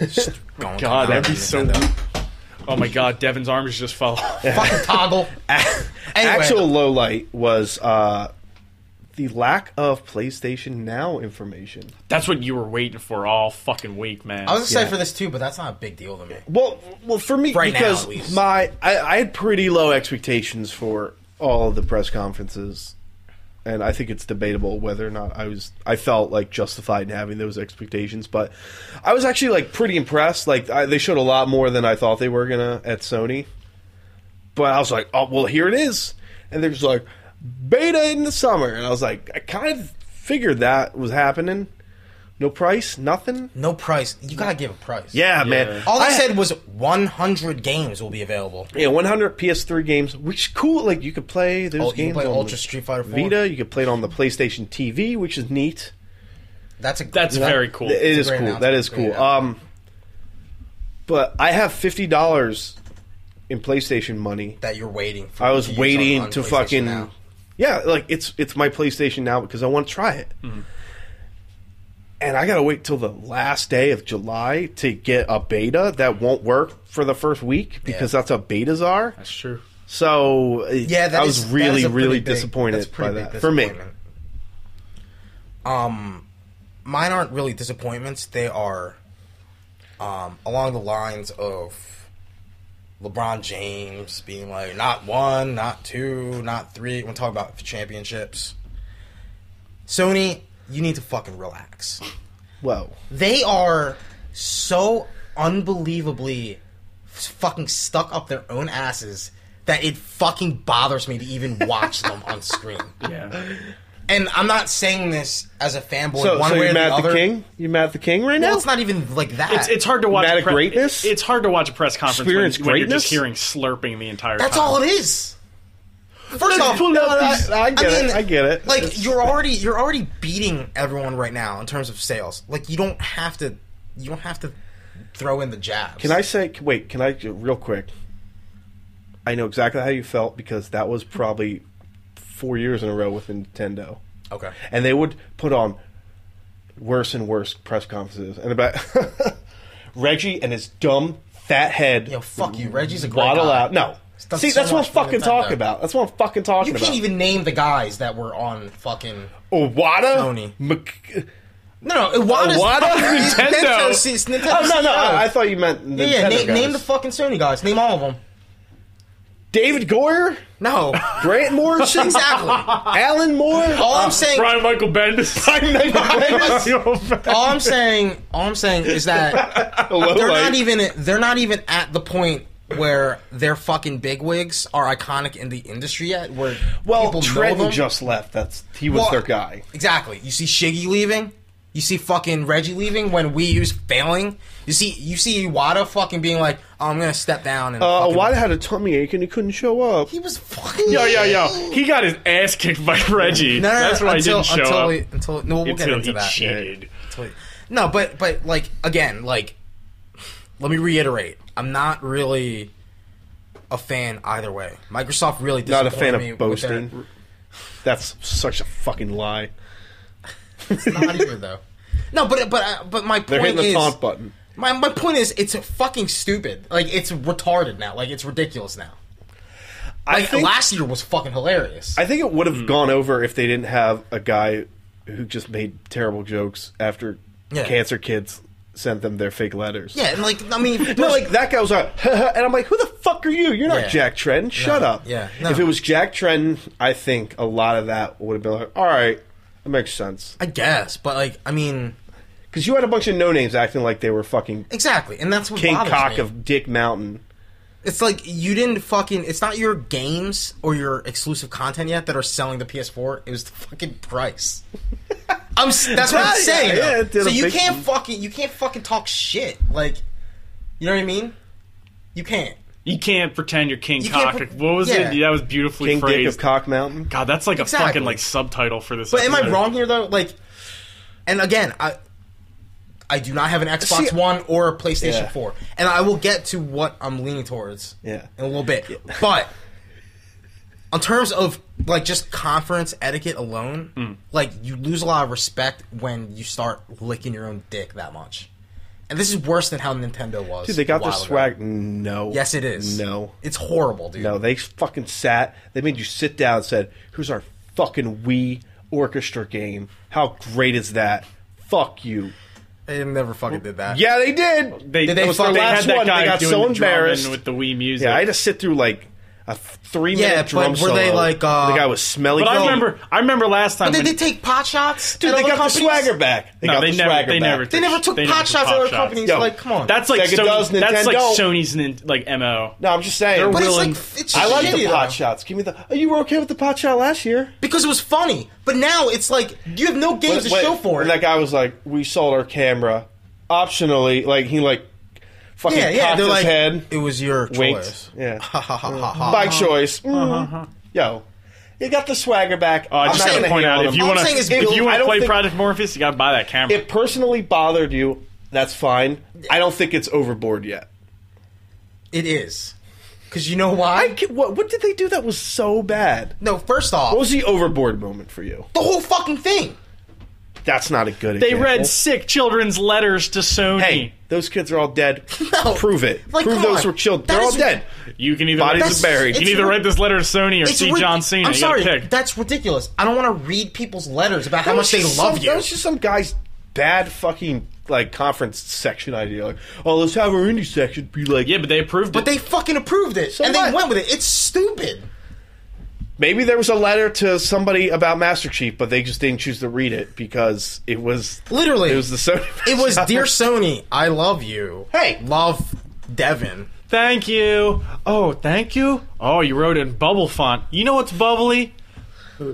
B: Just going
C: God,
B: down
C: that'd be
B: on
C: so
B: Nintendo.
C: Oh my god, Devin's arms just fell off.
B: fucking toggle. anyway,
A: actual low light was uh, the lack of PlayStation Now information.
C: That's what you were waiting for all fucking week, man.
B: I was excited
A: yeah.
B: for this too, but that's not a big deal to me.
A: Well, well, for me
B: Right now,
A: because
B: at least.
A: my I, I had pretty low expectations for all of the press conferences, and I think it's debatable whether or not I was I felt like justified in having those expectations. But I was actually like pretty impressed. Like I, they showed a lot more than I thought they were gonna at Sony. But I was like, oh well, here it is, and they're just like beta in the summer, and I was like, I kind of figured that was happening. No price, nothing.
B: No price. You gotta give a price.
A: Yeah,
C: Yeah.
A: man.
B: All they
A: I-
B: said was 100 games will be available.
A: Yeah, 100 PS3 games, which is cool. Like you could play those
B: Oh, you can
A: games
B: play
A: on
B: Ultra
A: the
B: Street Fighter 4.
A: Vita. You could play it on the PlayStation TV, which is neat.
B: That's a
C: That's
B: you know,
C: very cool.
A: It is
B: a great
A: cool. Um, That
B: announcement.
A: is
B: Great
A: cool. Um, but I have fifty dollars in PlayStation money.
B: that you're waiting for.
A: I was
B: to use
A: waiting
B: on- on
A: to
B: PlayStation
A: fucking
B: Now.
A: yeah, like it's it's my PlayStation now because I want to try it.
B: Mm-hmm.
A: And I gotta wait till the last day of July to get a beta that won't work for the first week because
B: Yeah.
A: that's how betas are.
C: That's true.
A: So
B: Yeah, that
A: I was
B: is- that
A: really
B: is a pretty
A: really
B: big-
A: disappointed
B: that's a
A: by
B: pretty
A: that
B: big
A: for me.
B: disappointment. Um, mine aren't really disappointments. They are, um, along the lines of LeBron James being like, not one, not two, not three. We're talking about championships. Sony, you need to fucking relax
A: Whoa,
B: they are so unbelievably fucking stuck up their own asses that it fucking bothers me to even watch them
A: *laughs*
B: on screen.
C: Yeah.
B: And I'm not saying this as a fanboy
A: so,
B: one
A: so
B: way
A: you
B: or the
A: mad at
B: other.
A: the king? You mad at the king right
B: Well,
A: now?
B: it's not even like that.
C: It's, it's hard to watch.
A: Mad
C: a
A: at greatness?
C: It's hard to watch a press conference when,
A: Experience
C: when you're just hearing
A: greatness?
C: slurping the entire
B: That's
C: time.
B: all it is. First off,
A: No, no, I, I get
B: mean,
A: it. I get it.
B: Like you're already you're already beating everyone right now in terms of sales. Like you don't have to you don't have to throw in the jabs.
A: Can I say? Wait, can I real quick? I know exactly how you felt because that was probably four years in a row with Nintendo,
B: Okay.
A: and they would put on worse and worse press conferences. And about *laughs* Reggie and his dumb fat head.
B: Yo, fuck you. Reggie's a great
A: waddle
B: guy.
A: out. No,
B: He's done
A: see,
B: so
A: that's what
B: much
A: I'm
B: for
A: fucking
B: Nintendo.
A: talking about. That's what I'm fucking talking
B: You
A: about.
B: can't even name the guys that were on fucking.
A: Iwata.
B: Sony.
A: Mc-
B: No, no,
A: *laughs*
B: Iwata's
A: Iwata?
B: Nintendo.
C: Nintendo.
B: see, it's Nintendo.
A: oh no, no!
B: CEO.
A: I, I thought you meant Nintendo
B: yeah, yeah. Name, name the
A: guys.
B: fucking Sony guys. Name all of them.
A: David Goyer,
B: No,
A: Grant Morrison,
B: *laughs* exactly. *laughs* All
A: Alan Moore.
B: I'm saying,
C: Brian Michael Bendis. Brian *laughs*
B: all I'm saying, all I'm saying is that
A: *laughs* Oh,
B: they're not even they're not even at the point where their fucking bigwigs are iconic in the industry yet. Where
A: Well,
B: people know
A: Trenton
B: them.
A: just left. That's he was
B: Well,
A: their guy.
B: Exactly. You see Shiggy leaving. You see fucking Reggie leaving when Wii U's failing. You see you see Iwata fucking being like, oh, I'm gonna step down and.
A: Uh,
B: fucking-
A: Awada had a tummy ache and he couldn't show up.
B: He was fucking.
C: Yo, yo, yo. He got his ass kicked by Reggie.
B: No, no, no,
C: That's why
B: until,
C: he didn't show
B: until
C: up.
B: He, until no, we'll
C: until
B: get into
C: he
B: that.
C: cheated.
B: Until he- No, but but like again, like let me reiterate, I'm not really a fan either way. Microsoft really
A: Not a
B: disappointed
A: fan
B: me
A: of
B: with their-
A: boasting. That's such a fucking lie.
B: *laughs* not either though. No, but but uh, but my point
A: They're hitting the
B: is
A: taunt button.
B: My, my point is, it's fucking stupid. Like, it's retarded now. Like, it's ridiculous now.
A: I
B: Like,
A: think,
B: last year was fucking hilarious.
A: I think it would have gone over if they didn't have a guy who just made terrible jokes after
B: Yeah.
A: cancer kids sent them their fake letters.
B: yeah, and like, I mean,
A: *laughs* No, like that guy was like, and I'm like, who the fuck are you? You're not
B: Yeah.
A: Jack Trenton. Shut
B: No,
A: up.
B: yeah, no.
A: If it was Jack Trenton, I think a lot of that would have been like, all right, that makes sense.
B: I guess, but like, I mean,
A: Because you had a bunch of no names acting like they were fucking
B: exactly, and that's what
A: king
B: bothers
A: cock
B: me.
A: of Dick Mountain.
B: It's like you didn't fucking. It's not your games or your exclusive content yet that are selling the PS4. It was the fucking
A: *laughs*
B: price. I'm. s- That's what I'm
A: Yeah,
B: saying.
A: yeah,
B: though.
A: it did
B: so
A: a
B: you
A: big-
B: can't fucking. You can't fucking talk shit. Like, you know what I mean? You can't.
C: You can't pretend you're King
B: You can't
C: Cock.
B: pre-
C: What was
B: yeah.
C: it? That was beautifully
A: King Dick
C: phrased.
A: of Cock Mountain.
C: God, that's like a
B: Exactly.
C: fucking like subtitle for this.
B: But am I
C: episode.
B: wrong here though? Like, and again, I I do not have an Xbox
A: See,
B: One or a PlayStation
A: Yeah.
B: Four, and I will get to what I'm leaning towards
A: Yeah.
B: in a little bit. But in terms of like just conference etiquette alone, like you lose a lot of respect when you start licking your own dick that much. And this is worse than how Nintendo was.
A: Dude, they got
B: a
A: their
B: while ago.
A: swag. No.
B: Yes, it is.
A: No.
B: it's horrible, dude.
A: No, they fucking sat. They made you sit down and said, here's our fucking Wii orchestra game. How great is that? Fuck you.
B: They never fucking did that.
A: Yeah, they did.
C: They,
B: Did
C: they,
B: they
C: they,
B: fuck- they
C: had
A: last
C: that
A: one, they
C: guy
A: got
C: doing
A: so
C: the drumming
A: embarrassed.
C: with the Wii music.
A: Yeah, I had to sit through like a three minute
B: Yeah,
A: drum
B: but were they
A: solo.
B: like, uh,
A: the guy was smelly.
C: but I
A: Yo,
C: remember, I remember last time.
B: But did
C: when-
B: they take pot shots?
A: Dude,
B: at
A: they
B: other
A: got the
B: companies?
A: swagger back. They
C: no,
A: got
C: they
A: the
C: never,
A: swagger
C: they
A: back.
C: never,
B: They never took
C: never
B: pot
C: took
B: shots at
C: pot
B: other
C: shots.
B: companies.
A: Yo,
B: like, come on.
C: That's like
A: Sega
C: Sony,
A: does,
C: that's like
A: Nintendo.
C: Sony's nin- like mo.
A: No, I'm just saying.
B: But it's
C: willing-
B: like it's
A: I like
B: shitty,
A: the pot
B: though,
A: shots. Give me the. Oh, you were okay with the pot shot last year.
B: because it was funny. But now it's like you have no games to
A: Wait,
B: show for
A: And
B: it.
A: that guy was like, "We sold our camera optionally." Like he like fucking
B: Yeah, yeah.
A: cocked
B: They're
A: his
B: like,
A: head,
B: it was your
A: winked.
B: choice.
A: Yeah,
B: Ha ha ha ha ha.
A: by choice. Mm.
B: Mm-hmm.
A: Yo, you got the swagger back.
C: Uh, I just
A: I'm not
C: got to
A: gonna
C: point
A: hate
C: out
A: on
C: if
A: him.
C: you
B: All I'm
C: want to
B: saying is
C: if
B: Bill-
C: you
A: I
C: want to
A: don't
C: play
A: think-
C: Project Morpheus, you got to buy that camera.
A: it personally bothered you, that's fine. I don't think it's overboard yet.
B: It is. Because you know why?
A: I can, what, what did they do that was so bad?
B: no, first off,
A: What was the overboard moment for you?
B: the whole fucking thing.
A: That's not a good
C: They
A: example.
C: read sick children's letters to Sony.
A: Hey, those kids are all *laughs* dead.
B: No.
A: Prove it.
B: Like,
A: Prove
B: come
A: those
B: on.
A: were children.
B: That
A: They're all
B: is-
A: dead.
C: You can either
A: Bodies
C: write
A: are
C: this,
A: buried.
C: You
B: it's
C: can either
B: ri-
C: write this letter to Sony or
B: It's
C: see
B: rid-
C: John Cena.
B: I'm
C: You gotta
B: sorry,
C: pick.
B: that's ridiculous. I don't want to read people's letters about how
A: That
B: much
A: was
B: they
A: just
B: love
A: some-
B: you.
A: That was just some guy's bad fucking like conference section idea. Like, oh, let's have our indie section be like,
C: yeah, but they approved
B: but
C: it.
B: they fucking approved it, and
A: what?
B: they went with it. It's stupid.
A: maybe there was a letter to somebody about Master Chief, but they just didn't choose to read it because it was
B: Literally,
A: it was the Sony.
B: It was
A: *laughs*
B: dear Sony, I love you.
A: Hey.
B: love Devin.
C: Thank you. Oh, thank you. Oh, you wrote in bubble font. You know what's bubbly?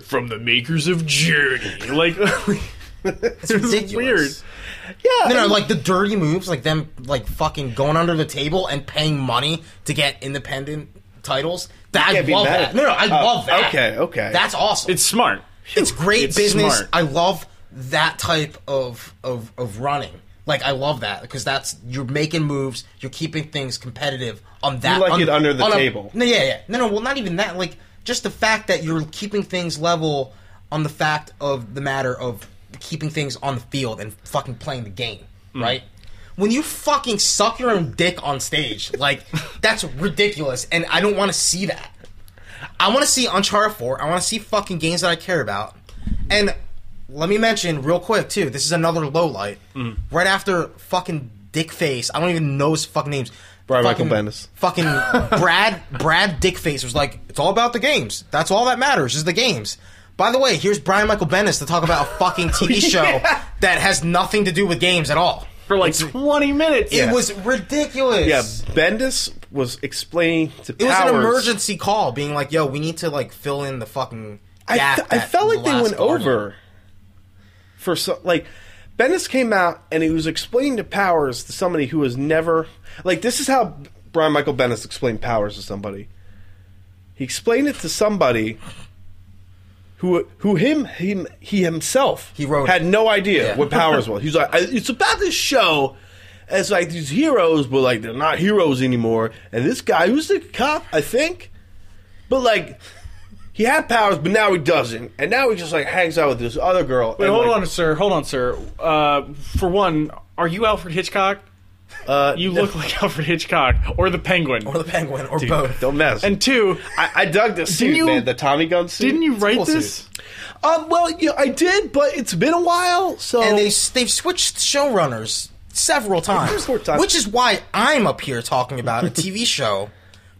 C: From the makers of Journey. Like, *laughs*
B: It's ridiculous.
C: weird.
A: yeah,
B: No, no, like the dirty moves, like them, like fucking going under the table and paying money to get independent titles. That I
A: can't be
B: love
A: mad
B: that.
A: at-
B: No, no, I
A: Oh,
B: love that.
A: okay, okay.
B: That's awesome.
C: it's smart.
B: it's great
C: It's
B: business.
C: smart.
B: I love that type of of of running. Like I love that because that's you're making moves, you're keeping things competitive on that.
A: You like
B: on-
A: it under the
B: on a-
A: table.
B: no, yeah, yeah. No, no. Well, not even that. Like just the fact that you're keeping things level on the fact of the matter of keeping things on the field and fucking playing the game,
A: Mm.
B: right? When you fucking suck your own dick on stage, like that's ridiculous, and I don't want to see that. I want to see Uncharted 4. I want to see fucking games that I care about. And let me mention real quick too. This is another low light. Right after fucking Dickface, I don't even know his fucking names.
A: Brian
B: fucking,
A: Michael Bendis.
B: Fucking
A: *laughs*
B: Brad Brad Dickface was like, it's all about the games. That's all that matters is the games. By the way, here's Brian Michael Bendis to talk about a fucking TV show that has nothing to do with games at all.
C: For like 20 minutes.
B: It was ridiculous.
A: yeah. Bendis was explaining to
B: It was an
A: Powers-
B: emergency call, being like, "Yo, we need to like fill in the fucking."
A: I,
B: gap
A: fe- I
B: that
A: felt like
B: the
A: they
B: last
A: went
B: Guardian-
A: over for so like Bendis came out and he was explaining to Powers to somebody who was never like this is how Brian Michael Bendis explained Powers to somebody. He explained it to somebody who who him him he himself
B: He wrote
A: had
B: it.
A: no idea
B: Yeah.
A: what Powers was. He's like "I- it's about this show. and It's like these heroes, but like they're not heroes anymore. And this guy, who's the cop, I think, but like he had powers, but now he doesn't. And now he just like hangs out with this other girl.
C: Wait, hold on, sir. Hold on, sir. Uh, for one, are you Alfred Hitchcock?
A: Uh,
C: You look like Alfred Hitchcock or the Penguin.
B: or the penguin or both.
A: don't mess.
C: and two,
A: I, I dug this suit,
C: you-
A: man. The Tommy gun suit.
C: didn't you write
B: cool
C: this?
A: Um, well, yeah, I did, but it's been a while, so
B: And they they've switched showrunners several times,
A: Several times.
B: which is why I'm up here talking about a
A: *laughs*
B: TV show.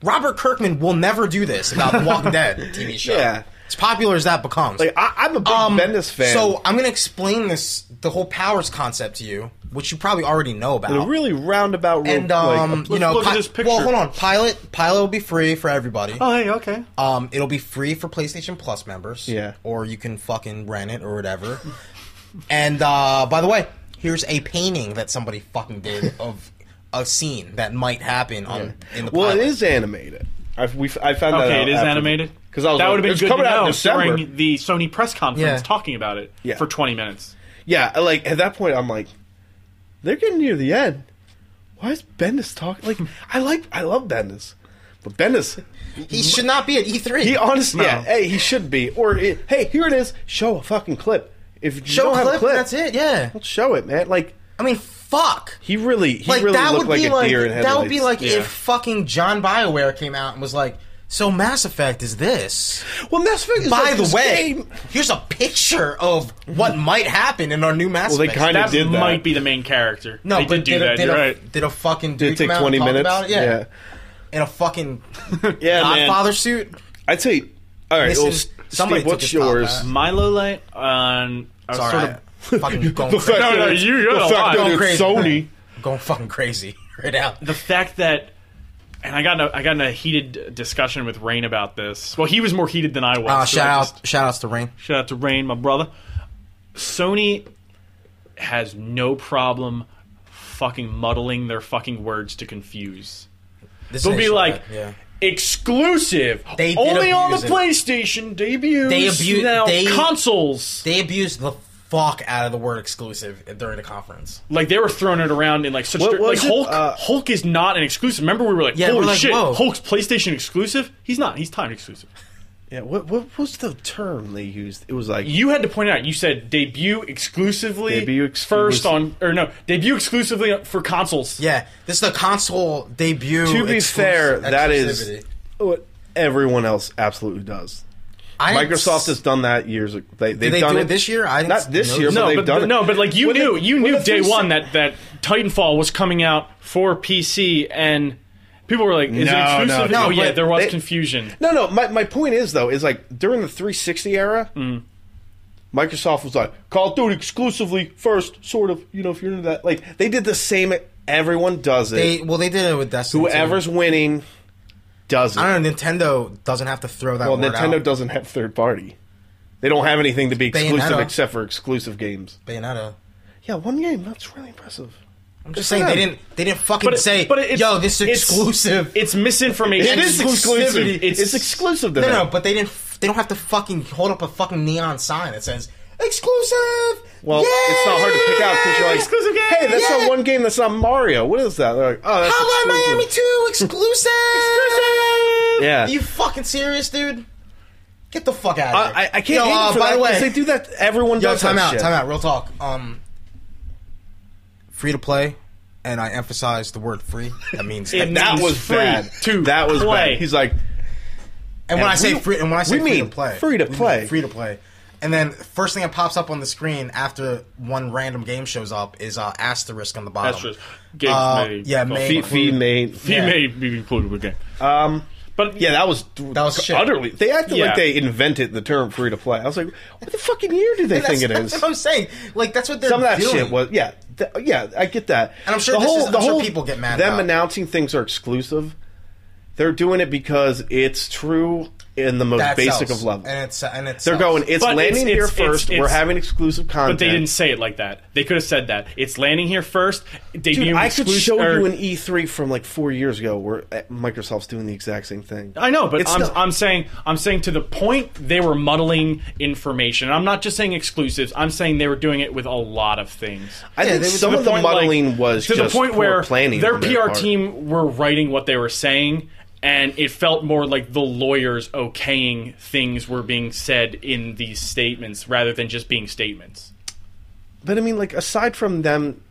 B: Robert Kirkman will never do this about The Walking
A: *laughs*
B: Dead TV show.
A: Yeah.
B: As popular as that becomes. Um,
A: like, I, I'm a big Bendis fan.
B: So I'm going to explain this, the whole powers concept to you, which you probably already know about.
A: a really roundabout. real-
B: and um,
A: like,
B: you know,
C: look at
B: pi-
C: this picture.
B: well, hold on. Pilot, pilot will be free for everybody.
C: Oh, hey, okay.
A: Uh,
B: Um, it'll be free for PlayStation Plus members.
A: Yeah.
B: Or you can fucking rent it or whatever. and uh, by the way, here's a painting that somebody
A: *laughs*
B: fucking did of a scene that might happen on in the
A: well,
B: pilot.
A: it is animated. I've, we, I found that out
C: Okay, it is
A: after-
C: animated.
A: 'cause I was
C: that
A: like,
C: would have been
A: it's
C: good
A: coming
C: to
A: out in
C: know
A: December.
C: during the Sony press conference
B: Yeah.
C: talking about it
A: Yeah.
C: for 20 minutes.
A: Yeah, like at that point, I'm like, they're getting near the end. Why is Bendis talking?
B: *laughs*
A: Like, I like, I love Bendis, but Bendis,
B: He should not be at E E3.
A: he honestly,
C: No.
A: yeah, hey, he should be. Or it, hey, here it is. Show a fucking clip. If you
B: show
A: don't
B: clip,
A: have a clip,
B: That's it. Yeah.
A: don't show it, man. Like
B: I mean, fuck.
A: he really, he
B: like
A: really
B: that
A: looked
B: would
A: like
B: be
A: a
B: like
A: deer in headlights.
B: that would be like
C: Yeah.
B: if fucking John Bioware came out and was like, "So Mass Effect is this."
A: well, Mass Effect. Is
B: By
A: like
B: the
A: this
B: way,
A: game-
B: here's a picture of what might happen in our new Mass
A: well, they
B: Effect.
A: kind of
C: That
A: did that.
C: might be the main character.
B: No,
C: they
B: but
C: did do
B: did
C: that.
B: A, did,
C: you're
B: a,
C: right.
B: did a fucking dude
A: Did it take
B: come out
A: twenty
B: and talk
A: minutes?
B: About it? Yeah. in
A: *laughs*
B: a fucking
A: yeah, man.
B: Godfather suit.
A: I'd say, all right.
B: This
A: Well,
B: is- somebody
A: Steve,
B: took
A: what's
B: his top
A: yours?
B: hat.
C: My low light on. I was
B: Sorry,
C: sort
B: I-
C: of
A: *laughs*
B: fucking going,
A: The fact
B: crazy,
C: No,
A: that
C: no,
A: it's-
C: you- you're
A: the
C: the
A: fact
C: one.
A: that it's
B: Going
A: Sony.
B: crazy. going fucking crazy *laughs* right out.
C: the fact that and I got in a, I got in a heated discussion with Rain about this. Well, he was more heated than I was.
B: Uh,
C: so I
B: shout
C: just-
B: out, shout outs to Rain.
C: shout out to Rain, my brother. Sony has no problem fucking muddling their fucking words to confuse.
B: This
C: They'll
B: is
C: be
B: shit,
C: like
B: yeah.
C: exclusive,
B: They did
C: only on the
B: abuse it.
C: PlayStation debuts.
B: They abu-
C: now
B: they-
C: consoles.
B: They abused the fuck out of the word exclusive during the conference.
C: Like they were throwing it around in like such.
A: What
C: dir- like
A: was it?
C: Hulk,
A: Uh,
C: Hulk is not an exclusive. Remember, we were like,
B: Yeah,
C: holy
B: we're like,
C: shit,
B: whoa.
C: Hulk's PlayStation exclusive. He's not. He's time exclusive.
A: Yeah, what what was the term they used? It was like
C: You had to point out. You said debut exclusively.
A: Debut ex-
C: first
A: was-
C: on or no debut exclusively for consoles.
B: Yeah, this is the console debut.
A: To be
B: exclus-
A: fair, that is-
B: exclusivity.
A: what everyone else absolutely does.
B: I didn't
A: Microsoft
B: s-
A: has done that years ago. They, they've
B: they
A: done
B: do
A: it,
B: it this year? I didn't
A: not this
B: know
A: year,
B: that.
A: but
C: No,
A: they've
C: but
A: done it.
C: no, but like you
A: With
C: knew,
A: the-
C: you
A: with
C: knew
A: the
C: day
A: 360
C: one that that Titanfall was coming out for PC, and people were like, "Is
A: No,
C: it exclusive?"
A: no,
C: oh
A: but
C: yeah, there was
A: they-
C: confusion.
A: No, no. My, my point is though is like during the 360 era, Microsoft was like Call of Duty exclusively first, sort of. You know, if you're into that, like they did the same. Everyone does it.
B: They well, they did it with Destiny. too.
A: Whoever's winning does it.
B: I don't know. Nintendo doesn't have to throw that.
A: well,
B: word
A: Nintendo
B: out.
A: doesn't have third party. They don't have anything to be exclusive
B: Bayonetta.
A: except for exclusive games.
B: Bayonetta.
A: Yeah, one game. That's really impressive.
B: I'm just saying they didn't. They didn't fucking
C: But it-
B: say,
C: but it's-
B: "Yo, this is
C: it's-
B: exclusive."
C: It's
A: It
C: misinformation.
A: is exclusive.
B: Exclusivity.
A: It's,
C: It's-
A: exclusive to
B: no,
A: them.
B: no, but they didn't. f- They don't have to fucking hold up a fucking neon sign that says "exclusive."
A: Well, it's not hard to pick out because you're like,
C: Exclusive game!
A: hey, that's
B: Yeah!
A: not one game that's not Mario. What is that? They're like, oh, that's
B: Hotline
A: exclusive.
B: Miami Two exclusive.
A: *laughs*
B: exclusive.
A: Yeah.
B: Are you fucking serious, dude? Get the fuck out of here.
A: I, I can't.
B: Yo,
A: hate
B: uh,
A: them for
B: by
A: that,
B: the
A: 'cause
B: way,
A: they do that. Everyone
B: Yo,
A: does
B: time
A: that
B: out,
A: shit.
B: time out, real talk. Um, free to play, and I emphasize the word free. That means
A: *laughs*
C: It
B: and,
A: That
C: He's
A: was
C: free
A: bad.
C: to
A: that was
C: play.
A: bad. He's like,
B: when I
A: we-
B: say free, and when I say
A: we
B: free
A: mean
B: to play,
A: free to
B: we mean
A: play.
B: free to play. And then first thing that pops up on the screen after one random game shows up is uh, asterisk on the bottom.
C: That's just games
B: Uh,
C: made.
B: yeah, made.
A: feed, feed me.
C: He
B: Yeah.
C: may be included with game.
A: Um,
C: But
A: yeah, that was
B: That was shit.
A: utterly. They acted
C: Yeah.
A: like they invented the term free to play. I was like, what the fucking year do they
B: That's-
A: think it
B: that's
A: is?
B: what I'm saying. Like that's what they're
A: Some of that
B: doing.
A: shit was yeah, th- yeah. I get that.
B: And I'm sure this is- I'm sure people get mad
A: Them
B: about it.
A: announcing things are exclusive. They're doing it because it's true in the most
B: That
A: basic
B: sells.
A: of levels.
B: and it's and it's
A: They're going. It's
C: But it's-
A: landing here
C: it's- it's-
A: first. We're
C: it's-
A: having exclusive content.
C: But they didn't say it like that. They could have said that. It's landing here first. Debut
A: Dude, I could
C: exclusive.
A: show
C: or-
A: you an E3 from like four years ago where uh, Microsoft's doing the exact same thing.
C: I know, but
A: It's
C: I'm,
A: not-
C: I'm saying I'm saying to the point they were muddling information. I'm not just saying exclusives. I'm saying they were doing it with a lot of things.
A: I think
B: they-
A: some
C: to
A: of the
C: point, like-
A: muddling was
C: to
A: just
C: the point
A: poor
C: where
A: planning.
C: their
A: on
C: PR
A: part.
C: team were writing what they were saying, and it felt more like the lawyers okaying things were being said in these statements rather than just being statements.
A: But I mean, like, aside from them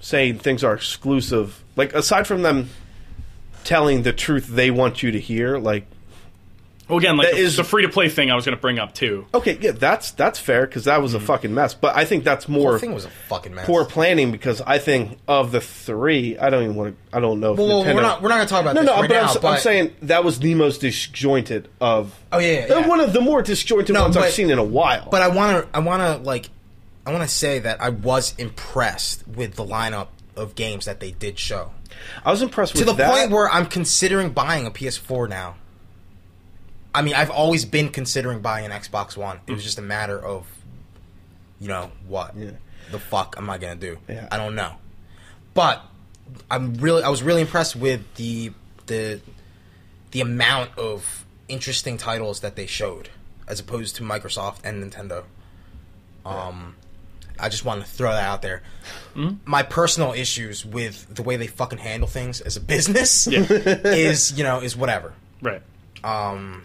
A: saying things are exclusive, like, aside from them telling the truth they want you to hear, like,
C: Well, again, like
A: That
C: the,
A: is-
C: the free to play thing I was going to bring
A: *laughs*
C: up too.
A: okay, yeah, that's that's fair because that was a fucking mess. But I think that's more
B: The Mm-hmm. thing was a fucking mess.
A: poor planning because I think of the three, I don't even want to. I don't know. If
B: Well, well, we're
A: Nintendo-
B: not we're not gonna talk about
A: No,
B: this
A: no,
B: right
A: but, I'm,
B: now,
A: s- I'm
B: but
A: saying that was the most disjointed of.
B: Oh, yeah, yeah,
A: They're
B: yeah.
A: One of the more disjointed
B: No,
A: ones I've
B: but-
A: seen in a while.
B: But I want to I want to like I want to say that I was impressed with the lineup of games that they did show
A: I was impressed
B: to
A: with
B: the
A: that.
B: point where I'm considering buying a PS4 now. I mean, I've always been considering buying an Xbox One. It was just a matter of, you know, what the fuck am I gonna do?
A: Yeah.
B: I don't know, but I'm really I was really impressed with the the the amount of interesting titles that they showed as opposed to Microsoft and Nintendo. Um, I just want to throw that out there.
C: Hmm?
B: My personal issues with the way they fucking handle things as a
A: *laughs*
B: business is, you know, is whatever.
C: Right.
B: Um,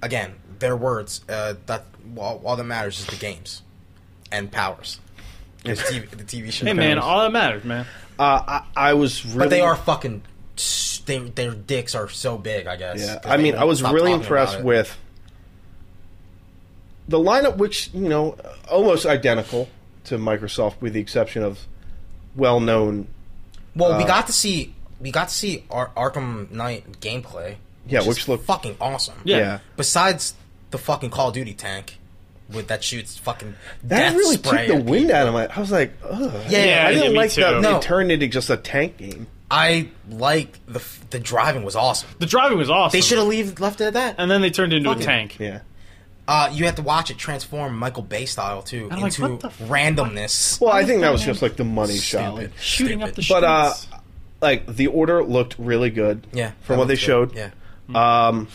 B: again, their words. Uh, that all, all that matters is the games and powers. There's TV, the TV show.
C: Hey man, all that matters, man.
A: uh, I, I was really.
B: but they are fucking. s- They, their dicks are so big. I guess.
A: Yeah,
B: 'cause
A: I
B: they
A: mean,
B: won't
A: I was
B: stop
A: really
B: talking about
A: impressed
B: it.
A: with the lineup, which you know, almost identical to Microsoft, with the exception of well-known.
B: Well, we
A: Uh,
B: got to see we got to see Ar- Arkham Knight gameplay.
A: Yeah,
B: is
A: which looked-
B: fucking awesome.
C: Yeah.
A: Yeah,
B: Besides the fucking Call of Duty tank with that shoots fucking
A: that
B: death
A: really
B: spray
A: took the
B: at
A: wind out of my. I was like, ugh.
B: Yeah,
A: I
B: yeah,
A: didn't
C: me
A: like
C: too.
A: that.
B: No.
A: They turned into just a tank game.
B: I like the f- the driving was awesome.
C: The driving was awesome.
B: They should have leave left it at that.
C: and then they turned into a
B: Fucking-
C: tank.
A: Yeah.
B: Uh, you have to watch it transform Michael Bay style too
C: I'm like,
B: into
C: what the f-
B: randomness.
A: Well, I think that was just like the money shot.
B: Stupid.
C: Shooting up the
B: Stupid.
A: But uh,
C: streets.
A: like the order looked really good.
B: yeah,
A: From
B: that
A: what they
B: looks good.
C: Mm.
A: showed.
B: yeah,
A: Um,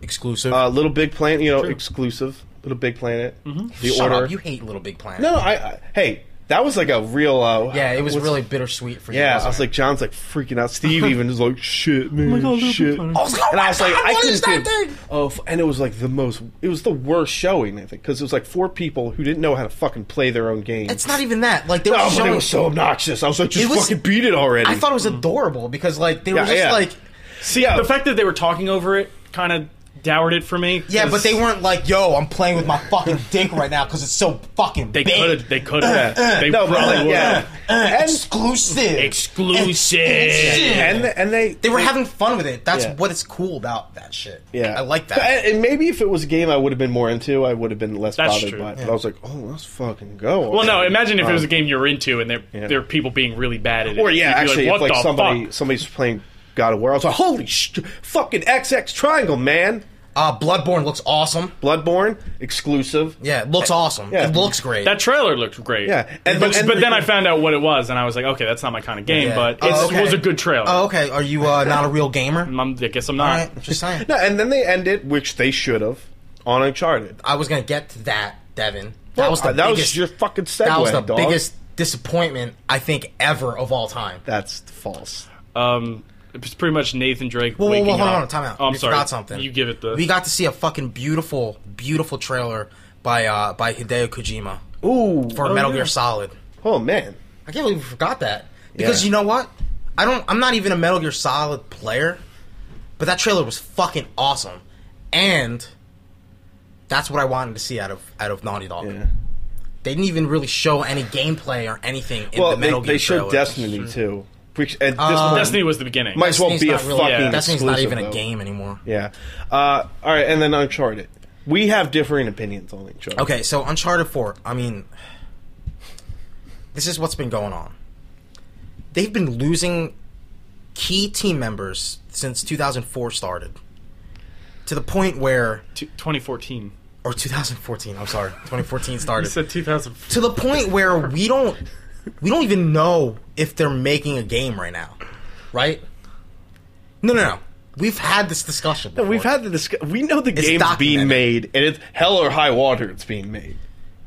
B: exclusive.
A: uh, Little Big Planet, you know, exclusive. Little Big Planet, The
B: Mm-hmm. Shut
A: Order.
B: up. You hate Little Big Planet.
A: no, I, I hey, that was like a real. Uh,
B: Yeah, it was
A: what's-
B: really bittersweet for you.
A: Yeah, I
B: wasn't
A: was
B: it?
A: like, John's like freaking out. Steve even was like,
C: *laughs*
A: shit, man,
C: Oh God, Little Big
A: shit.
C: Planet.
B: I was like, oh
A: and I was like, I
B: what
A: couldn't
B: is that
A: do it.
B: thing?
A: Oh, f- and it was like the most. It was the worst showing, I think, because it was like four people who didn't know how to fucking play their own game.
B: It's not even that. Like they were
A: oh, but
B: showing.
A: it was so obnoxious. I was like, just
B: It was-
A: fucking beat it already.
B: I thought it was adorable because like they were
A: Yeah,
B: just
A: yeah.
B: like,
C: See,
A: Yeah.
C: the fact that they were talking over it kind of dowered it for me.
B: yeah,
C: 'cause
B: but they weren't like, yo, I'm playing with my fucking
A: *laughs*
B: dick right now because it's so fucking
C: They
B: big. Uh,
C: could have. They could have. they
A: no, but
C: probably
A: like,
C: would.
A: yeah, and,
B: exclusive.
C: Exclusive.
A: and and they
B: They were having fun with it. That's
A: Yeah.
B: what is cool about that shit.
A: Yeah,
B: I like
A: But-
B: that.
A: And, and maybe if it was a game I would have been more into, I would have been less
C: That's
A: bothered
C: true.
A: by it. But I was like, oh, let's fucking go.
C: Well, no. Imagine if it was a
A: Um,
C: game you're into and there
A: Yeah.
C: there are people being really bad at it.
A: Or yeah,
C: You'd be
A: actually,
C: like,
A: if
C: what
A: like
C: the
A: somebody
C: fuck?
A: somebody's playing God of War, I was like, holy sh- fucking XX Triangle, man!
B: Uh, Bloodborne looks awesome.
A: Bloodborne exclusive.
B: Yeah, it looks awesome.
A: Yeah.
B: It looks great.
C: That trailer looked great.
A: Yeah, and-
C: but,
A: and-
C: but then I found out what it was, and I was like, okay, that's not my kind of game.
B: Yeah.
C: But
B: Oh,
C: it
B: okay.
C: was a good trailer.
B: oh, okay. Are you uh, not a
A: *laughs*
B: real gamer? All
C: I'm, I guess I'm not.
B: right, just saying.
A: No, and then they end it, which they should have, on Uncharted.
B: I was gonna get to that, Devin.
A: Well,
B: That was the
A: uh, that was
B: biggest,
A: your fucking segue,
B: That was the
A: dog.
B: biggest disappointment I think ever of all time.
A: That's false.
C: Um, it's pretty much Nathan Drake.
B: Whoa, whoa,
C: waking
B: whoa, hold
C: up.
B: on, hold on, time out.
C: Oh, I'm
B: we
C: sorry.
B: forgot something.
C: You give it the.
B: We got to see a fucking beautiful, beautiful trailer by uh by Hideo Kojima
A: Ooh,
B: for Metal
C: yeah.
B: Gear Solid.
A: oh man,
B: I can't believe we forgot that. Because
A: Yeah.
B: you know what? I don't I'm not even a Metal Gear Solid player, but that trailer was fucking awesome. And that's what I wanted to see out of out of Naughty Dog.
A: yeah.
B: They didn't even really show any gameplay or anything in
A: Well,
B: the
A: they,
B: Metal Gear
A: they showed
B: trailer.
A: Destiny too, which and this
B: Uh,
A: one
C: Destiny was the beginning.
A: might as well
B: Destiny's
A: be a
B: not really-
A: fucking
C: yeah,
B: Destiny's not
A: exclusive,
B: even a
A: though.
B: game anymore.
A: Yeah. Uh, all right, and then Uncharted. We have differing opinions on each other.
B: Okay, so Uncharted 4, I mean, this is what's been going on. They've been losing key team members since 2004 started. To the point where,
C: T- 2014.
B: or 2014, I'm sorry,
A: *laughs*
B: 2014 started.
C: You said 2000.
B: to the point where we don't, we don't even know if they're making a game right now, right? No, no, no. We've had this discussion.
A: No, We've
B: before.
A: had the discuss. We know the game's
B: documented.
A: being made, and it's hell or high water. It's being made.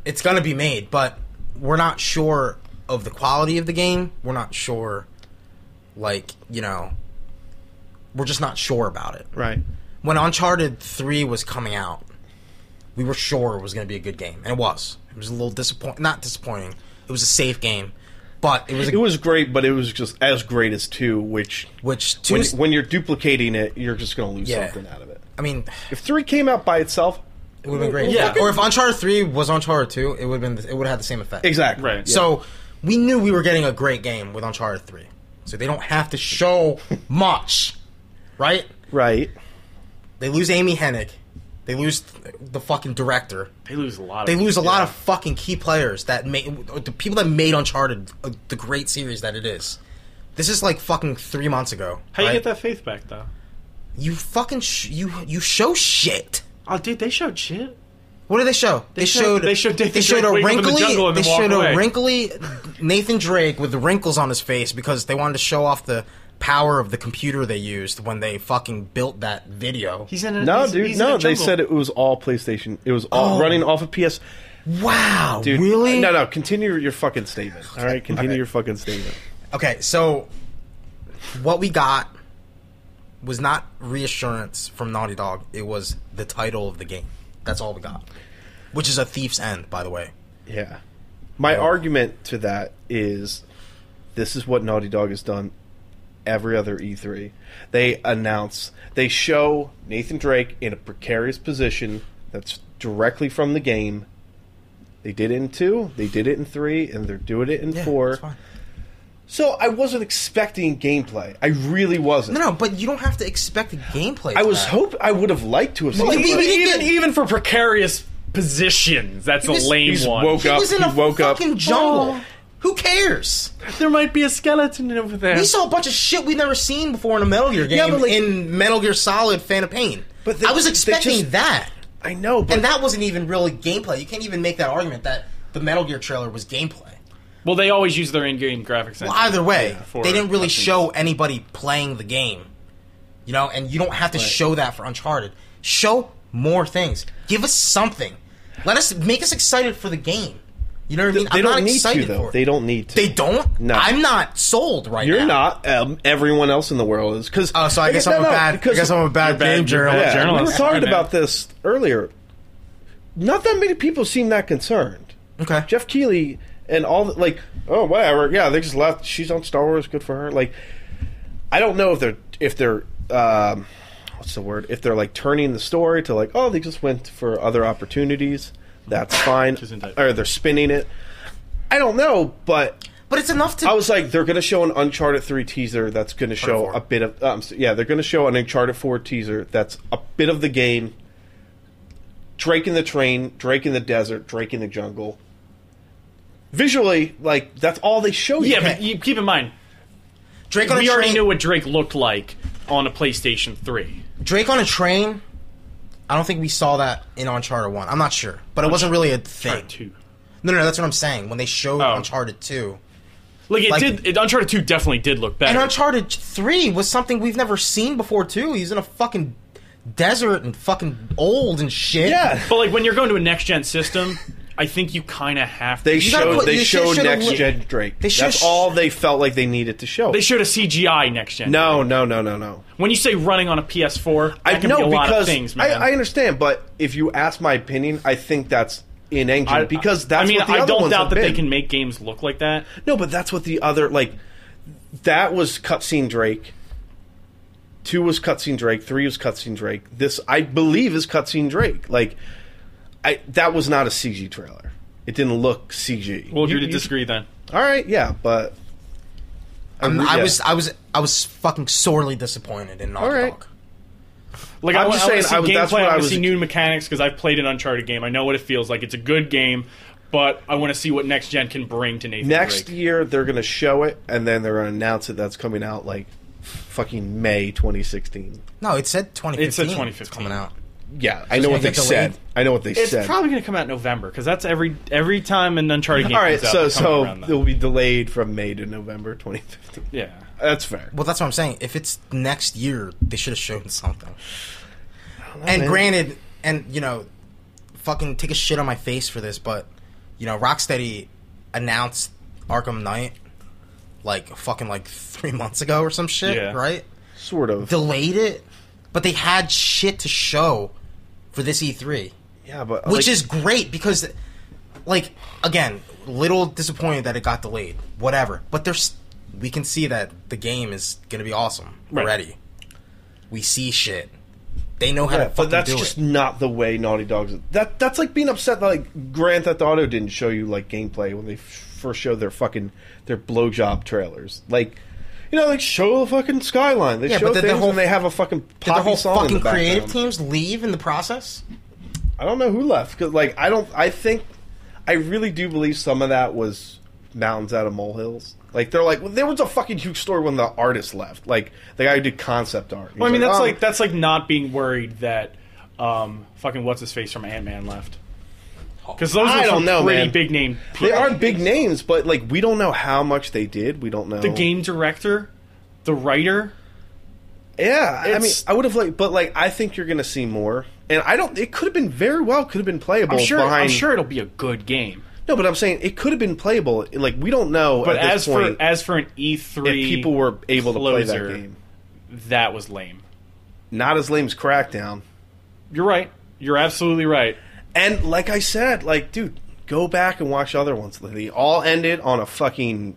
B: it's gonna be made, but we're not sure of the quality of the game. We're not sure, like you know, we're just not sure about it.
A: Right.
B: When Uncharted Three was coming out, we were sure it was gonna be a good game, and it was. It was a little disappointing, not disappointing. It was a safe game, but it was a,
A: It was great, but it was just as great as two. Which
B: which two.
A: when, when you're duplicating it, you're just going to lose
B: Yeah.
A: something out of it.
B: I mean,
A: If three came out by itself,
B: it would have been great.
C: Yeah.
B: Or if Uncharted Three was Uncharted Two, it would have been. It would have had the same effect.
A: exactly.
C: Right.
A: So
B: So we knew we were getting a great game with Uncharted 3. So they don't have to show much, right?
A: right.
B: They lose Amy Hennig. They lose th- the fucking director.
C: They lose a lot. Of
B: They lose a lot of fucking key players that made the people that made Uncharted uh, the great series that it is. This is like fucking three months ago.
C: How you
B: right?
C: get that faith back though?
B: You fucking sh- you you show shit.
C: Oh, dude, they showed shit.
B: What did they show? They, showed
C: they showed Nathan
B: they showed a
C: Drake wake up in the
B: wrinkly
C: jungle and
B: they
C: then walk
B: showed
C: away.
B: a wrinkly Nathan Drake with the wrinkles on his face because they wanted to show off the power of the computer they used when they fucking built that video.
C: He's in a
A: No,
C: he's-
A: dude.
C: he's in
A: no,
C: a
A: they
C: jungle.
A: said it was all PlayStation. It was all
B: Oh.
A: running off of PS.
B: wow,
A: Dude,
B: really?
A: No, no. Continue your fucking statement. All right. Continue your fucking statement.
B: Okay, so what we got was not reassurance from Naughty Dog. It was the title of the game. That's all we got, which is a thief's end, by the way.
A: Yeah.
B: Oh.
A: My argument to that is this is what Naughty Dog has done every other E3. They announce, they show Nathan Drake in a precarious position that's directly from the game. They did it in two, they did it in three, and they're doing it in
B: Yeah,
A: four.
B: it's fine.
A: So I wasn't expecting gameplay. I really wasn't.
B: No, no, but you don't have to expect the gameplay.
A: I
B: to
A: was
B: that.
A: hope I would have liked to have seen
B: Well,
A: it.
B: we-
C: Even,
B: we didn't
C: even,
B: get-
C: even for precarious positions, that's a
B: was-
C: lame
A: He's
C: one.
A: woke
B: He
A: up.
B: was in
A: he
B: a
A: woke up.
B: fucking jungle.
C: Oh.
B: Who cares?
C: There might be a skeleton over there.
B: We saw a bunch of shit we've never seen before in a Metal Gear game.
A: but, like-
B: in Metal Gear Solid: Fan of Pain.
A: But
B: But
A: they-
B: I was
A: they
B: expecting
A: just-
B: that,
A: I know, but
B: and that wasn't even really gameplay. You can't even make that argument that the Metal Gear trailer was gameplay.
C: well, they always use their in-game graphics. engine.
B: Well, either way,
C: for
B: they didn't really
C: cutscenes.
B: show anybody playing the game. You know, and you don't have to show that for Uncharted. Show more things. Give us something. Let us make us excited for the game. You know what I mean?
A: They
B: I'm
A: don't
B: not
A: need
B: excited
A: to though.
B: for it.
A: They don't need to.
B: They don't.
A: No.
B: I'm not sold right
A: You're
B: now.
A: not. Um, everyone else in the world is because.
B: Oh, so I guess I'm a bad. I guess I'm a bad
C: bad-
B: game
C: you're
B: journalist.
C: bad.
A: Yeah, we were
C: journalist.
A: talking
C: Hey, man.
A: about this earlier. Not that many people seem that concerned.
B: Okay.
A: Jeff Keighley and all the, like, oh whatever, yeah, they just left. She's on Star Wars, good for her. Like, I don't know if they're if they're um, what's the word? If they're like turning the story to like, oh, they just went for other opportunities. That's fine,
C: Which isn't it.
A: or they're spinning it. I don't know, but
B: But it's enough to.
A: I was like, they're going to show an Uncharted three teaser that's going to show
B: four.
A: a bit of um, yeah, they're going to show an Uncharted four teaser that's a bit of the game. Drake in the train, Drake in the desert, Drake in the jungle. Visually, like that's all they show you.
C: Yeah, but you, keep in mind,
B: Drake on a
C: we already
B: train.
C: knew what Drake looked like on a PlayStation 3.
B: Drake on a train. I don't think we saw that in Uncharted One. I'm not sure, but it wasn't really a thing.
C: Uncharted 2.
B: No, no, no, that's what I'm saying. When they showed
C: Oh.
B: Uncharted Two,
C: Like, it
B: Like-
C: did. It, Uncharted 2 definitely did look better.
B: and Uncharted Three was something we've never seen before too. He's in a fucking desert and fucking old and
A: *laughs*
B: shit.
A: yeah,
C: but, like, when you're going to a next gen system, I think you kind of have to.
A: they
B: gotta
A: showed
B: put-
A: they
B: you
A: showed
B: should've
A: next
B: looked-
A: gen Drake.
B: they should've
A: that's all they felt like they needed to show.
C: They showed a CGI next gen.
A: no, no, no, no, no.
C: When you say running on a PS4, that
A: I
C: can
A: know
C: be a lot
A: because
C: of things, man.
A: I, I understand, but if you ask my opinion, I think that's in
C: I-
A: engine because that's
C: I mean,
A: what the
C: I
A: other
C: don't
A: ones
C: doubt
A: have
C: that they
A: been.
C: can make games look like that.
A: No, but that's what the other like. That was cutscene Drake. Two was cutscene Drake. Three was cutscene Drake. This I believe is cutscene Drake. Like, I that was not a CG trailer. It didn't look CG.
C: We'll
A: You-
C: agree to
A: you-
C: disagree then.
A: All right, yeah, but
B: I'm-
A: Yeah.
B: I was, I was, I was fucking sorely disappointed in Naughty
A: All right.
B: Dog.
C: Like
A: I'm
C: I'm I,
A: just
C: just I,
A: saying, I
C: want
A: was-
C: to see
A: that's
C: gameplay.
A: what
C: I
A: I
C: want to
A: was-
C: see new mechanics because I've played an Uncharted game. I know what it feels like. It's a good game, but I want to see what next gen can bring to Nathan
A: next
C: Drake.
A: year they're gonna show it and then they're gonna announce it. That's coming out like fucking May 2016.
B: No, it said 2015.
C: It said
B: It's
C: 2015.
B: coming out.
A: Yeah, I know what
B: gonna
A: they
B: get
A: said.
B: delayed.
A: I know what they
C: It's
A: said.
C: probably going to come out in November because that's every every time an Uncharted game.
A: All right,
C: comes
A: so
C: out, they're coming
A: so
C: around then.
A: it'll be delayed from May to November 2015.
C: yeah,
A: That's fair.
B: Well, that's what I'm saying. If it's next year, they should have shown something. And granted, and you know, fucking take a shit on my face for this, but you know, Rocksteady announced Arkham Knight like fucking like *laughs* three months ago or some shit,
C: Yeah.
B: right?
A: Sort of.
B: Delayed it, but they had shit to show for this E E3.
A: yeah, but like,
B: which is great because like again little disappointed that it got delayed whatever but there's we can see that the game is gonna be awesome
C: Right.
B: already we see shit they know how
A: yeah,
B: to fucking
A: but that's
B: do
A: just
B: it
A: not the way Naughty Dogs. That that's like being upset that like Grand Theft Auto didn't show you like gameplay when they f- first showed their fucking their blowjob trailers. Like, you know, like show the fucking skyline. They
B: Yeah,
A: show
B: but did the
A: things
B: whole-
A: when they have a fucking
B: did
A: poppy
B: the whole
A: song in
B: fucking
A: the
B: creative
A: background.
B: teams leave in the process
A: I don't know who left because like I don't. I think I really do believe some of that was mountains out of molehills. Like they're like well, there was a fucking huge story when the artist left. Like the guy who did concept art. He's
C: well, I mean that's
A: "Oh,
C: like that's like not being worried that um fucking what's his face from Ant Man left because those
A: I
C: are
A: don't
C: some
A: know,
C: pretty
A: man.
C: big name.
A: They
C: people.
A: are big names, but like we don't know how much they did. We don't know
C: the game director, the writer.
A: Yeah, I mean,
C: It's-
A: I would have like, but like I think you're gonna see more, and I don't. It could have been very well could have been playable.
C: I'm sure.
A: Behind,
C: I'm sure it'll be a good game.
A: No, but I'm saying it could have been playable. Like we don't know.
C: But
A: at
C: as
A: this point,
C: for as for an E3,
A: if people were able to play
C: closer,
A: that game,
C: that was lame.
A: not as lame as Crackdown.
C: You're right. You're absolutely right.
A: And like I said, like dude, go back and watch other ones. They all ended on a fucking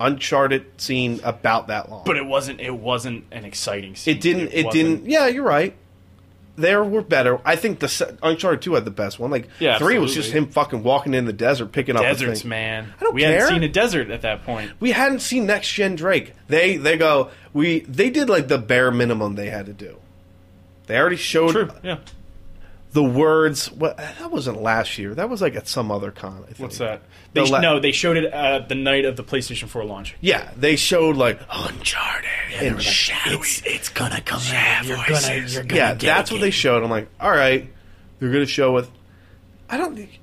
A: uncharted scene about that long.
C: But it wasn't. It wasn't an exciting. Scene.
A: It didn't. It,
C: wasn't-
A: didn't. Yeah, you're right. There were better. I think the se- Uncharted Two had the best one. Like
C: Yeah,
A: three was
C: absolutely.
A: just him fucking walking in the desert picking up the
C: Deserts,
A: thing.
C: man.
A: I don't
C: we
A: care.
C: hadn't seen a desert at that point.
A: We hadn't seen next gen Drake. They they go. We they did like the bare minimum they had to do. They already showed
C: True. Yeah.
A: the words. What that wasn't last year. That was like at some other con. I think.
C: What's that?
A: The
C: They,
A: la-
C: no, they showed it uh, the night of the PlayStation 4 launch.
A: Yeah, they showed like Uncharted and shadowy.
B: it's gonna come
E: You're gonna, you're gonna
A: yeah,
E: get
A: that's
E: it,
A: what they showed. I'm like, all right, they're going to show with. I don't. think-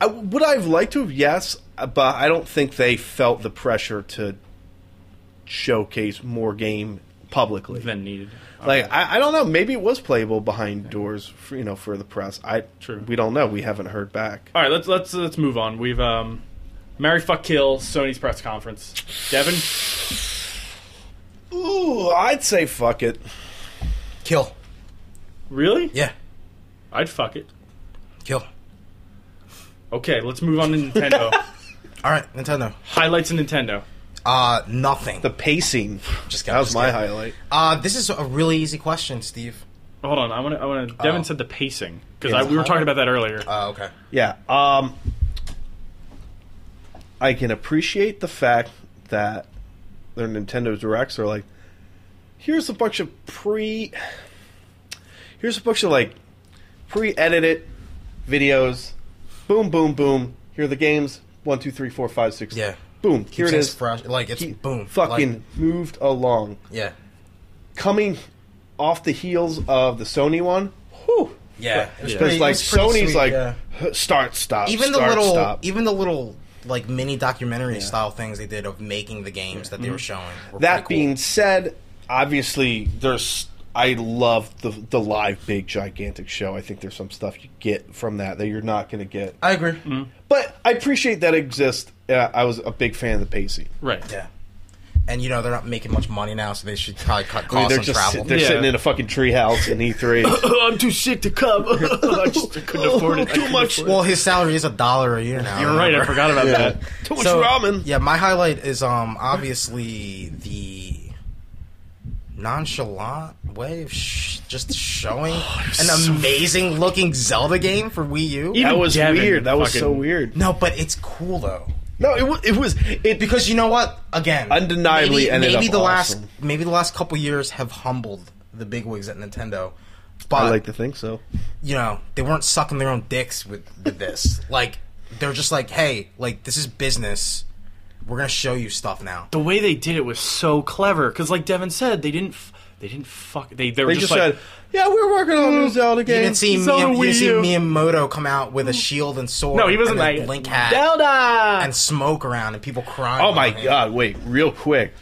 A: I, would I have liked to have? Yes, but I don't think they felt the pressure to showcase more game publicly
C: than needed.
A: Like I, I don't know. Maybe it was playable behind doors, for, you know, for the press. I
C: True.
A: We don't know. We haven't heard back.
C: All right, let's let's let's move on. We've um, Mary fuck kill Sony's press conference. Devin,
A: Ooh, I'd say fuck it.
B: Kill.
C: really?
B: Yeah.
C: I'd fuck it.
B: Kill.
C: Okay, let's move on to
A: *laughs*
C: Nintendo.
B: All right, Nintendo.
C: Highlights of Nintendo.
B: Uh, nothing.
A: The pacing.
B: Just
A: That was
B: just
A: my
B: kidding.
A: highlight.
B: Uh, this is a really easy question, Steve.
C: Hold on, I want to. I want to. Devin
B: Oh.
C: said the pacing because
B: Yeah,
C: we were
B: it's
C: talking about that earlier.
B: Uh, okay.
A: Yeah. Um I can appreciate the fact that their Nintendo Directs are like here's a bunch of pre here's a bunch of like pre-edited videos. Boom boom boom. Here are the games. One, two, three, four, five, six.
B: Yeah.
A: Boom. Here it
B: Keeps
A: is.
B: us Fresh. Like it's
A: Keep
B: boom.
A: Fucking
B: Like,
A: moved along.
B: yeah.
A: Coming off the heels of the Sony one. Whew.
B: Yeah. It was pretty-
A: Because
B: it
A: like
B: was pretty
A: Sony's
B: sweet,
A: like
B: yeah.
A: start stop
B: even the
A: start,
B: little
A: stop.
B: even the little like mini documentary style things they did of making the games that they were showing. were
A: That
B: pretty cool.
A: being said, obviously there's I love the the live big gigantic show. I think there's some stuff you get from that that you're not going to get.
B: I agree.
A: Mm-hmm. But I appreciate that it exists. Uh, I was a big fan of the pacing.
C: Right.
B: Yeah. *laughs* And you know they're not making much money now, so they should probably cut costs
A: I mean, they're
B: on
A: just
B: travel.
A: sit- they're
C: Yeah.
A: sitting in a fucking treehouse in E
B: *laughs*
A: E3.
C: I'm too sick to come. *laughs* I just couldn't afford it. Too much.
B: well, his salary is a dollar a year now.
C: You're right. I
B: remember?
C: forgot about that.
A: Too much ramen.
B: Yeah, my highlight is um obviously the nonchalant way of sh- just showing
A: Oh,
B: an amazing looking Zelda game for Wii U.
C: Even
A: That was
C: Devin
A: weird. That was
C: fucking-
A: so weird.
B: No, but it's cool though.
A: No, it was it was it
B: Because you know what? Again,
A: Undeniably
B: maybe,
A: ended
B: maybe
A: up
B: the
A: awesome.
B: last maybe the last couple years have humbled the bigwigs at Nintendo. But
A: I like to think so.
B: you know, they weren't sucking their own dicks with, with this. like, they're just like, hey, like, this is business. We're going to show you stuff now.
C: the way they did it was so clever because, like Devin said, they didn't. F- they didn't fuck. They they were
A: They
C: just,
A: just,
C: like.
A: said, "Yeah, we're working on a new Zelda
B: You
A: game."
B: didn't see,
C: It's on
B: Miyam-
C: the
B: you didn't see
C: Wii U.
B: Miyamoto come out with a shield and sword.
C: no, he wasn't
B: and a
C: like
B: Link hat
C: Zelda.
B: and smoke around and people crying.
A: Oh my
B: on him.
A: god, wait, real quick.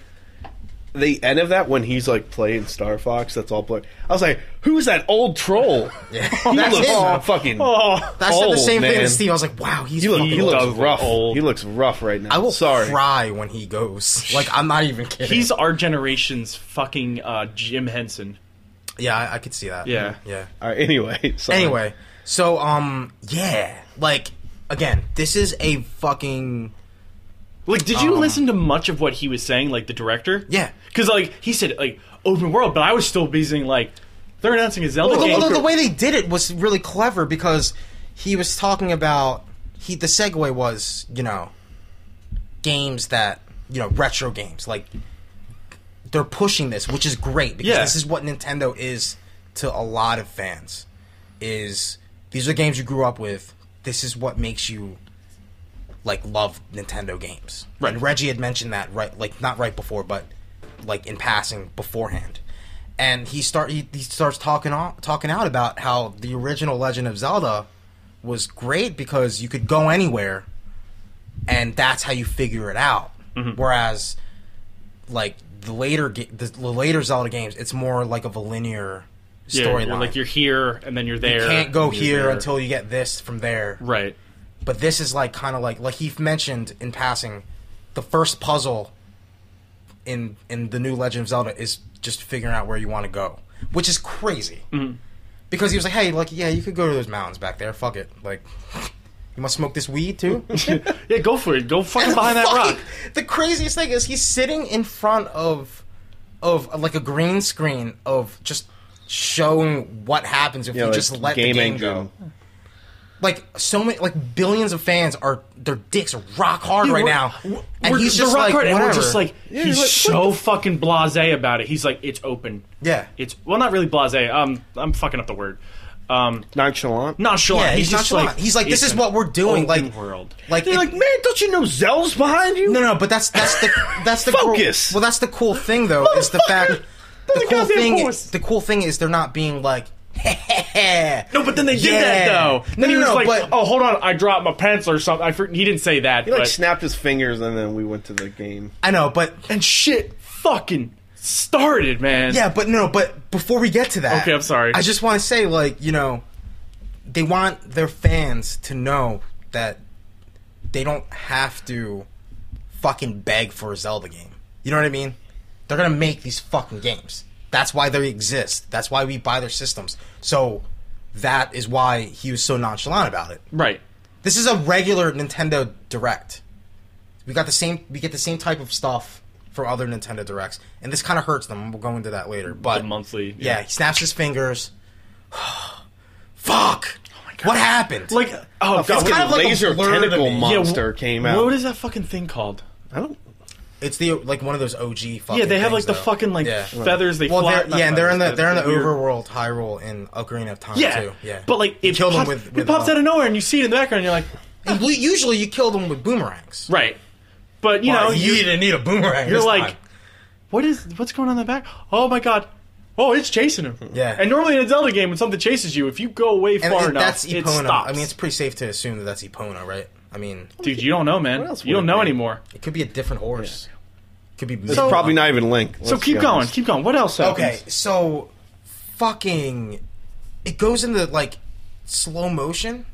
A: The end of that when he's like playing Star Fox, that's all black. I was like, who's that old
B: *laughs*
A: troll?
B: Yeah.
A: He
B: That's
A: looks
B: him.
A: fucking
C: *laughs* oh,
B: I said the
A: old,
B: same thing
A: man.
B: to Steve. I was like, wow, he's
A: He, look,
B: fucking
A: he looks
C: does look
A: rough.
C: old.
A: He looks rough right now.
B: I will
A: Sorry.
B: cry when he goes. Like, I'm not even kidding.
C: he's our generation's fucking uh, Jim Henson.
B: yeah, I, I could see that. Mm,
C: Yeah.
B: Yeah.
A: All right, anyway, *laughs* sorry.
B: Anyway, so um, yeah, like again, this is a fucking
C: Like, did you
B: Um,
C: listen to much of what he was saying? Like the director?
B: yeah.
C: Because like he said like open world, but I was still busy being like they're announcing a Zelda
B: Well,
C: game.
B: the, the way they did it was really clever because he was talking about he the segue was you know games that you know retro games like they're pushing this, which is great because
C: Yeah.
B: this is what Nintendo is to a lot of fans. Is these are games you grew up with. This is what makes you like love Nintendo games.
C: Right.
B: And Reggie had mentioned that right, like not right before, but like in passing beforehand. And he start he, he starts talking on, talking out about how the original Legend of Zelda was great because you could go anywhere, and that's how you figure it out.
C: Mm-hmm.
B: Whereas like the later ga- the, the later Zelda games, it's more like of a linear
C: Yeah,
B: storyline.
C: you're like you're here and then you're there.
B: you can't go
C: and you're
B: here
C: there.
B: until you get this from there.
C: right. *laughs*
B: But this is like kind of like like he mentioned in passing, the first puzzle in in the new Legend of Zelda is just figuring out where you want to go, which is crazy.
C: Mm-hmm.
B: Because he was like, "Hey, like, yeah, you could go to those mountains back there. Fuck it. Like, you must smoke this weed
C: *laughs*
B: too."
C: Yeah, go for it. Go fucking
B: And
C: behind that
B: fucking-
C: rock.
B: The craziest thing is he's sitting in front of of like a green screen of just showing what happens if
A: Yeah,
B: you
A: like,
B: just let
A: game
B: the game
A: engine.
B: go. Like so many, like billions of fans are their dicks are rock hard
C: Yeah,
B: *laughs* right
C: we're-
B: now,
C: we're-
B: and
C: we're-
B: he's
C: the
B: just
C: rock
B: like
C: hard, and
B: whatever.
C: we're just like he's
A: like, what
C: so fucking blasé about it. He's like it's open.
B: yeah,
C: It's well, not really blasé. Um, I'm fucking up the word. Um,
A: Nonchalant.
C: nonchalant.
B: yeah. He's,
C: he's just
B: nonchalant.
C: like
B: he's like, this is
C: it's an
B: what we're doing.
C: open
B: Like,
C: world.
B: like
A: They're
B: it-
A: like, man, don't you know Zell's behind you?
B: No, no, but that's that's the that's the
A: Focus.
B: Cool, well, that's the cool thing though is the fact the cool
A: goddamn
B: thing
A: horse.
B: the cool thing is they're not being like *laughs*
C: No, but then they did that
B: Yeah.
C: though.
B: No,
C: then he
B: no,
C: was
B: no,
C: like,
B: but-
C: "Oh, hold on, I dropped my pencil or something." I for- he didn't say that.
A: He like
C: but-
A: snapped his fingers and then we went to the game.
B: I know, but
C: and shit fucking started, man.
B: Yeah, but no, but before we get to that,
C: Okay, I'm sorry.
B: I just want to say, like, you know, they want their fans to know that they don't have to fucking beg for a Zelda game. You know what I mean? They're gonna make these fucking games. That's why they exist. That's why we buy their systems. So that is why he was so nonchalant about it.
C: Right.
B: This is a regular Nintendo Direct. We got the same. We get the same type of stuff from other Nintendo Directs, and this kind of hurts them. We'll go into that later. But
C: The monthly.
B: yeah, he snaps his fingers. *sighs* Fuck! What happened?
C: Oh Like oh god.
B: it's
C: what-
B: kind of like a
A: laser
B: blur to
A: tentacle
B: me.
C: yeah, wh-
A: monster came out.
C: What is that fucking thing called?
A: I don't.
B: it's the like one of those OG. Fucking
C: Yeah, they have like
B: things,
C: the
B: though.
C: fucking like
B: Yeah.
C: feathers they
B: Well,
C: fly.
B: they're,
C: not
B: yeah, and they're in the
C: feathers,
B: they're in the
C: weird-
B: overworld Hyrule in Ocarina of Time
C: Yeah,
B: too. Yeah,
C: But like
B: you
C: it
B: kill them
C: pops,
B: with,
C: it
B: with
C: pops
B: uh,
C: out of nowhere and you see it in the background. and You're like,
B: and we- usually you kill them with boomerangs.
C: right, but you know
B: Well, you, didn't need a boomerang.
C: You're
B: this
C: like,
B: time.
C: what is what's going on in the back? Oh my god. Oh, it's chasing him.
B: Yeah.
C: And normally in a Zelda game, when something chases you, if you go away
B: and
C: far
B: it-
C: enough,
B: that's
C: it
B: Epona.
C: stops.
B: I mean, it's pretty safe to assume that that's Epona, right? I mean,
C: dude, you don't know, man.
A: else
C: You
A: would
C: don't
A: it
C: know
A: be?
C: anymore.
B: it could be a different horse. Could be
A: It's probably not even Link.
C: So keep going, keep going. What else? Happens?
B: Okay, so fucking it goes into like slow motion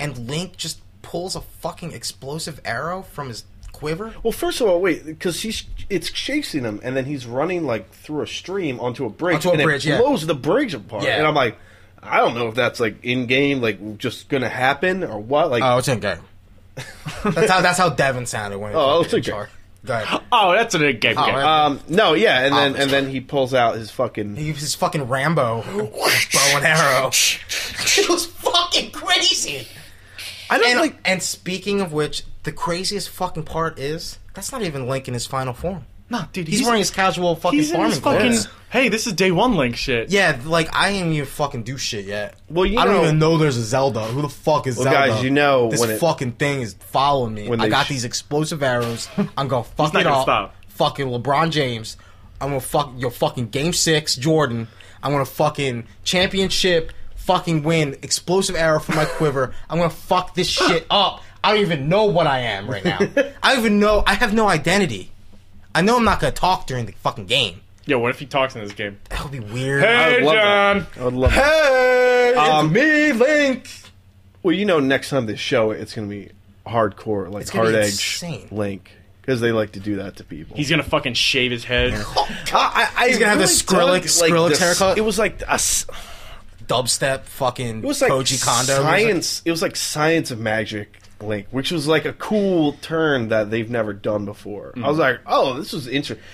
B: and Link just pulls a fucking explosive arrow from his quiver.
A: Well, first of all, wait, because he's it's chasing him, and then he's running like through a stream onto a bridge,
B: Onto a
A: and
B: bridge, yeah.
A: it blows the bridge apart.
B: Yeah.
A: And I'm like, I don't know if that's like in game, like just gonna happen or what. Like,
B: it's in game. *laughs* that's how that's how Devin sounded when he
A: Oh,
B: was in
A: it's okay.
B: charge. Go ahead.
C: Oh, that's a good game.
B: Oh,
C: game.
B: right.
A: um, no, yeah, and then and
B: Obviously.
A: then he pulls out his fucking.
B: He was his fucking Rambo *laughs* bow
A: *laughs*
B: and arrow. it was fucking crazy.
A: I don't
B: And,
A: like.
B: and speaking of which, the craziest fucking part is that's not even Link in his final form.
C: Nah, dude,
B: He's, wearing his casual fucking
C: he's in
B: farming
C: his fucking.
B: clothes.
C: Hey, this is day one link shit.
B: Yeah, like I ain't even fucking do shit yet.
A: Well, you
B: I don't
A: know-
B: even know there's a Zelda. Who the fuck is
A: Well,
B: Zelda?
A: guys, you know
B: this
A: when it-
B: fucking thing is following me.
A: when
B: I
A: they
B: got
A: sh-
B: these
A: *laughs*
B: explosive arrows. I'm gonna fuck
C: not
B: it
C: gonna
B: up.
C: stop.
B: Fucking LeBron James. I'm gonna fuck your fucking game six, Jordan. I'm gonna fucking championship fucking win. Explosive arrow from
A: *laughs*
B: my quiver. I'm gonna fuck this shit up. I don't even know what I am
A: *laughs*
B: right now. I don't even know. I have no identity. I know I'm not gonna talk during the fucking game.
C: Yo, what if he talks in this game?
B: That would be weird.
A: I would
C: Hey,
A: love
C: John.
A: That. I would love. That.
B: Hey, it's
A: Um,
B: me, Link.
A: Well, you know, next time they show it, it's gonna be hardcore, like
B: gonna be
A: hard edge
B: insane.
A: Link, because they like to do that to people.
C: He's gonna fucking shave his head.
A: I, I,
B: He's gonna have the
A: really
B: Skrillex-
A: dug,
B: Skrillex
A: the s-
B: haircut?
A: It was like a. s-
B: Dubstep, fucking
A: It was like
B: Koji Kondo. music.
A: science. It was like science of magic link, which was like a cool turn that they've never done before. I was like, oh, this was interesting.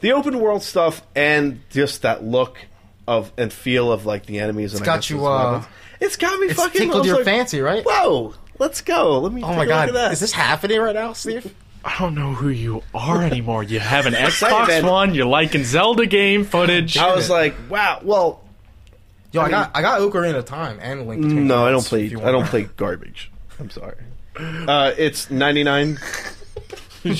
A: The open world stuff and just that look of and feel of like the enemies. and I
B: got
A: guess
B: you,
A: those
B: uh,
A: weapons. It's got me
B: It's
A: fucking. I
B: tickled
A: was
B: your
A: like,
B: fancy, right?
A: Whoa, let's go. Let me.
B: Oh my
A: god,
B: god, is this happening right now, Steve?
C: I don't know who you are anymore. You have
B: *laughs*
C: an Xbox
A: Excited.
C: One. You're liking Zelda game footage.
A: I was like, wow. Well,
B: Yo, I, got I got Ocarina of Time and Link. Between
A: no, I don't
B: Worlds,
A: play.
B: if you
A: I don't
B: want.
A: play garbage. I'm sorry. Uh, it's
B: *laughs*
A: 99. Um,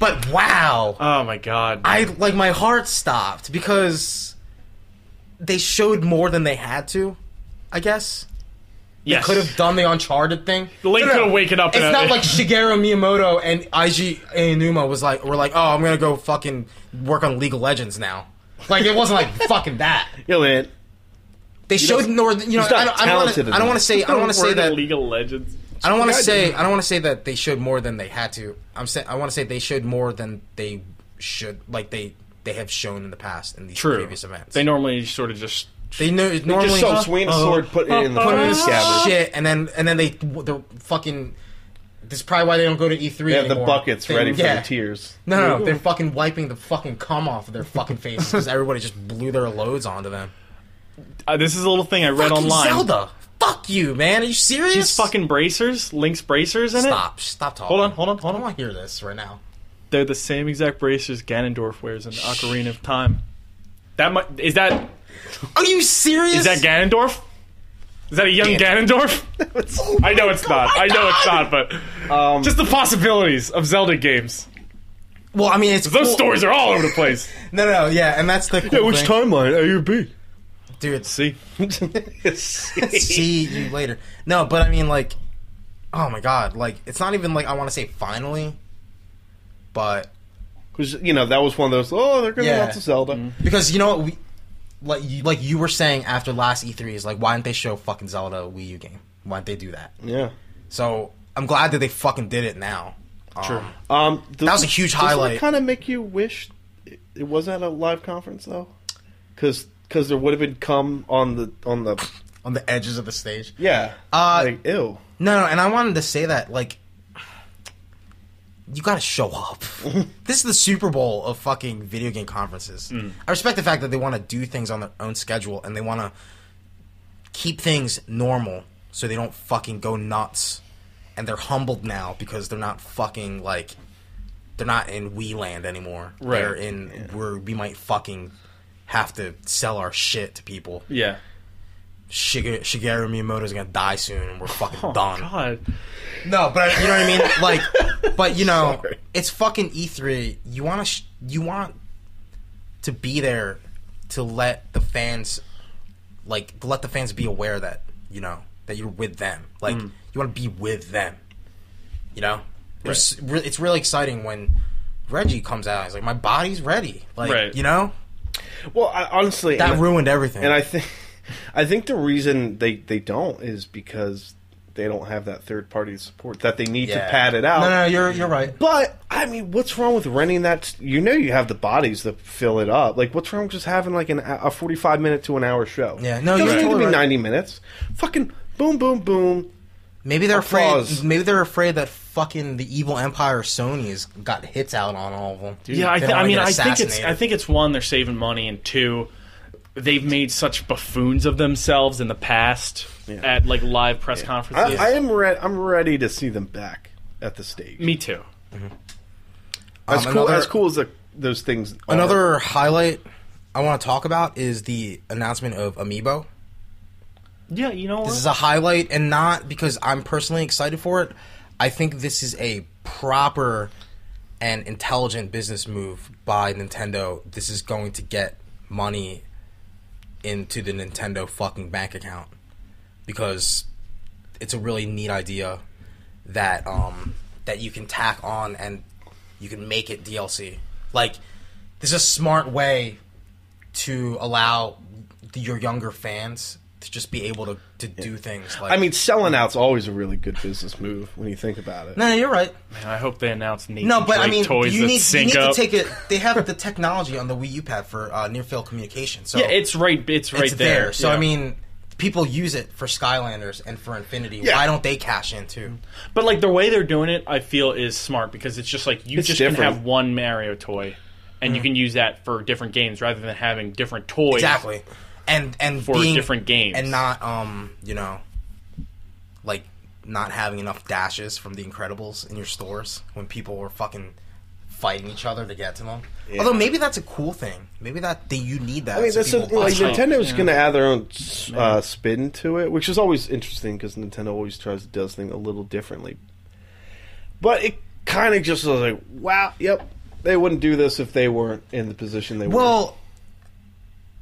B: But wow,
C: oh my god.
B: I like my heart stopped because they showed more than they had to. I guess
C: yes.
B: could have done the Uncharted thing.
C: Link could've waken up
B: It's
C: in a- *laughs*
B: not like Shigeru Miyamoto and Ig Inuma was like, we're like, oh, I'm gonna go fucking work on League of Legends now. Like it wasn't like fucking that.
A: yo, man.
B: They showed
A: don't-
B: nor you know
A: he's not
B: I don't, I don't want
A: talented
B: to
A: enough.
B: I don't want to say I don't want to say
C: Word
B: that
C: League of Legends.
B: I don't want to say I don't want to say that they showed more than they had to. I'm saying I want to say they showed more than they should like they they have shown in the past in these
C: True.
B: previous events.
C: They normally sort of just.
B: they know normally
A: Just so swing a sword, put it in the
C: uh,
B: put
A: fucking
B: in
A: scabbard.
B: shit and then and then they they're fucking. This is probably why they don't go to E3
A: They have the
B: anymore.
A: buckets
B: They-
A: ready
B: yeah.
A: for the tears.
B: No, no, no, they're fucking wiping the fucking cum off of their fucking faces because everybody just blew their loads onto them.
C: Uh, this is a little thing I read
B: fucking
C: online.
B: Zelda, fuck you, man. Are you serious?
C: These fucking bracers, Link's bracers in it.
B: Stop! Stop talking.
C: Hold on, hold on, hold
B: I
C: on.
B: want to hear this right now.
C: They're the same exact bracers Ganondorf wears in Ocarina of Time. That mu- is that
B: Are you serious?
C: is that Ganondorf? Is that a young Ganondorf? I know it's not. I know it's not, but
A: Um,
C: just the possibilities of Zelda games.
B: well, I mean, it's
C: Those
B: cool-
C: stories are all over the place.
B: No, no, no, yeah, and that's the cool thing,
A: timeline? A or B?
C: *laughs*
B: dude.
A: *laughs*
C: See,
B: See you later. No, but I mean, like, oh my god, like it's not even like I want to say finally, but
A: Which you know that was one of those. Oh, they're going to
B: Yeah. Mm-hmm.
A: announce a Zelda.
B: Because you know what we like you, like you were saying after last E3 is like why didn't they show fucking Zelda Wii U game? Why didn't they do that?
A: Yeah.
B: So I'm glad that they fucking did it now. True.
A: Um,
B: That was a huge highlight.
A: kind of make you wish it- it was at a live conference though, because there would have been come on the on the
B: on the edges of the stage.
A: yeah.
B: Uh,
A: like ew.
B: No, no, and I wanted to say that like you got to show
C: *laughs*
B: up. this is the Super Bowl of fucking video game conferences.
C: Mm.
B: I respect the fact that they want to do things on their own schedule and they want to keep things normal so they don't fucking go nuts. And they're humbled now because they're not fucking like they're not in Wii land anymore.
C: Right.
B: They're in where we might fucking have to sell our shit to people.
C: Yeah.
B: Shigeru, Shigeru Miyamoto's gonna die soon, and we're fucking
C: Oh
B: done.
C: God.
B: No, but I- you know what I mean.
A: *laughs*
B: Like, but you know, it's fucking E three. You want to, sh- you want to be there to let the fans, like, to let the fans be aware that you know that you're with them. Like,
A: Mm.
B: you want to be with them. You know, it's, re- it's really exciting when Reggie comes out. He's like, my body's ready. Like,
C: Right.
B: you know,
A: Well, I, honestly,
B: that
A: and,
B: ruined everything.
A: and I think *laughs* I think the reason they they don't is because they don't have that third party support that they need to
B: Yeah.
A: pad it out.
B: No, no, you're you're right.
A: But I mean, what's wrong with renting that? You know, you have the bodies to fill it up. Like, what's wrong with just having like an, a forty-five minute to an hour show?
B: Yeah, no,
A: it doesn't
B: you're
A: need to
B: totally
A: be
B: right.
A: ninety minutes. Fucking boom, boom, boom.
B: Maybe they're
A: Applause.
B: afraid. Maybe they're afraid that fucking the evil empire Sony has got hits out on all of them.
C: Yeah, I,
B: They
C: th-
B: don't
C: I
B: wanna
C: mean,
B: get
C: I think it's
B: assassinated.
C: I think it's one they're saving money, and two, they've made such buffoons of themselves in the past at like live press
A: I,
C: conferences.
A: I am re- I'm ready to see them back at the stage.
C: Me too.
A: As
B: Um,
A: cool
B: another-
A: as cool as the, those things. are.
B: another highlight I want to talk about is the announcement of Amiibo.
C: Yeah, you know what?
B: This is a highlight, and not because I'm personally excited for it. I think this is a proper and intelligent business move by Nintendo. This is going to get money into the Nintendo fucking bank account because it's a really neat idea that um that you can tack on and you can make it DLC. Like there's a smart way to allow the, your younger fans to just be able to, to do things like
A: I mean, selling out's always a really good business move when you think about it.
B: No, no, you're right.
C: Man, I hope they announce Nathan
B: No, but I
C: Drake
B: mean,
C: toys
B: you
C: that
B: need, you
C: sync
B: need to
C: up.
B: take it. They have
C: *laughs*
B: the technology on the Wii U pad for uh, near field communication, so
C: yeah, it's right. It's right
B: it's there. So
C: yeah.
B: I mean, people use it for Skylanders and for Infinity. Why don't they cash in too?
C: but like the way they're doing it, I feel is smart because it's just like you just can
A: different.
C: have one Mario toy, and
B: Mm.
C: you can use that for different games rather than having different toys.
B: Exactly, and and
C: For
B: being,
C: different games.
B: and not um you know, like not having enough dashes from the Incredibles in your stores when people were fucking fighting each other to get to them. Although maybe that's a cool thing. Maybe that, that you need that.
A: I mean,
B: so
A: that's a,
B: people
A: like
B: buy it.
A: Nintendo's going to add their own uh, spin to it, which is always interesting because Nintendo always tries to does things a little differently. But it kind of just was like, wow, yep, they wouldn't do this if they weren't in the position they were.
B: Well,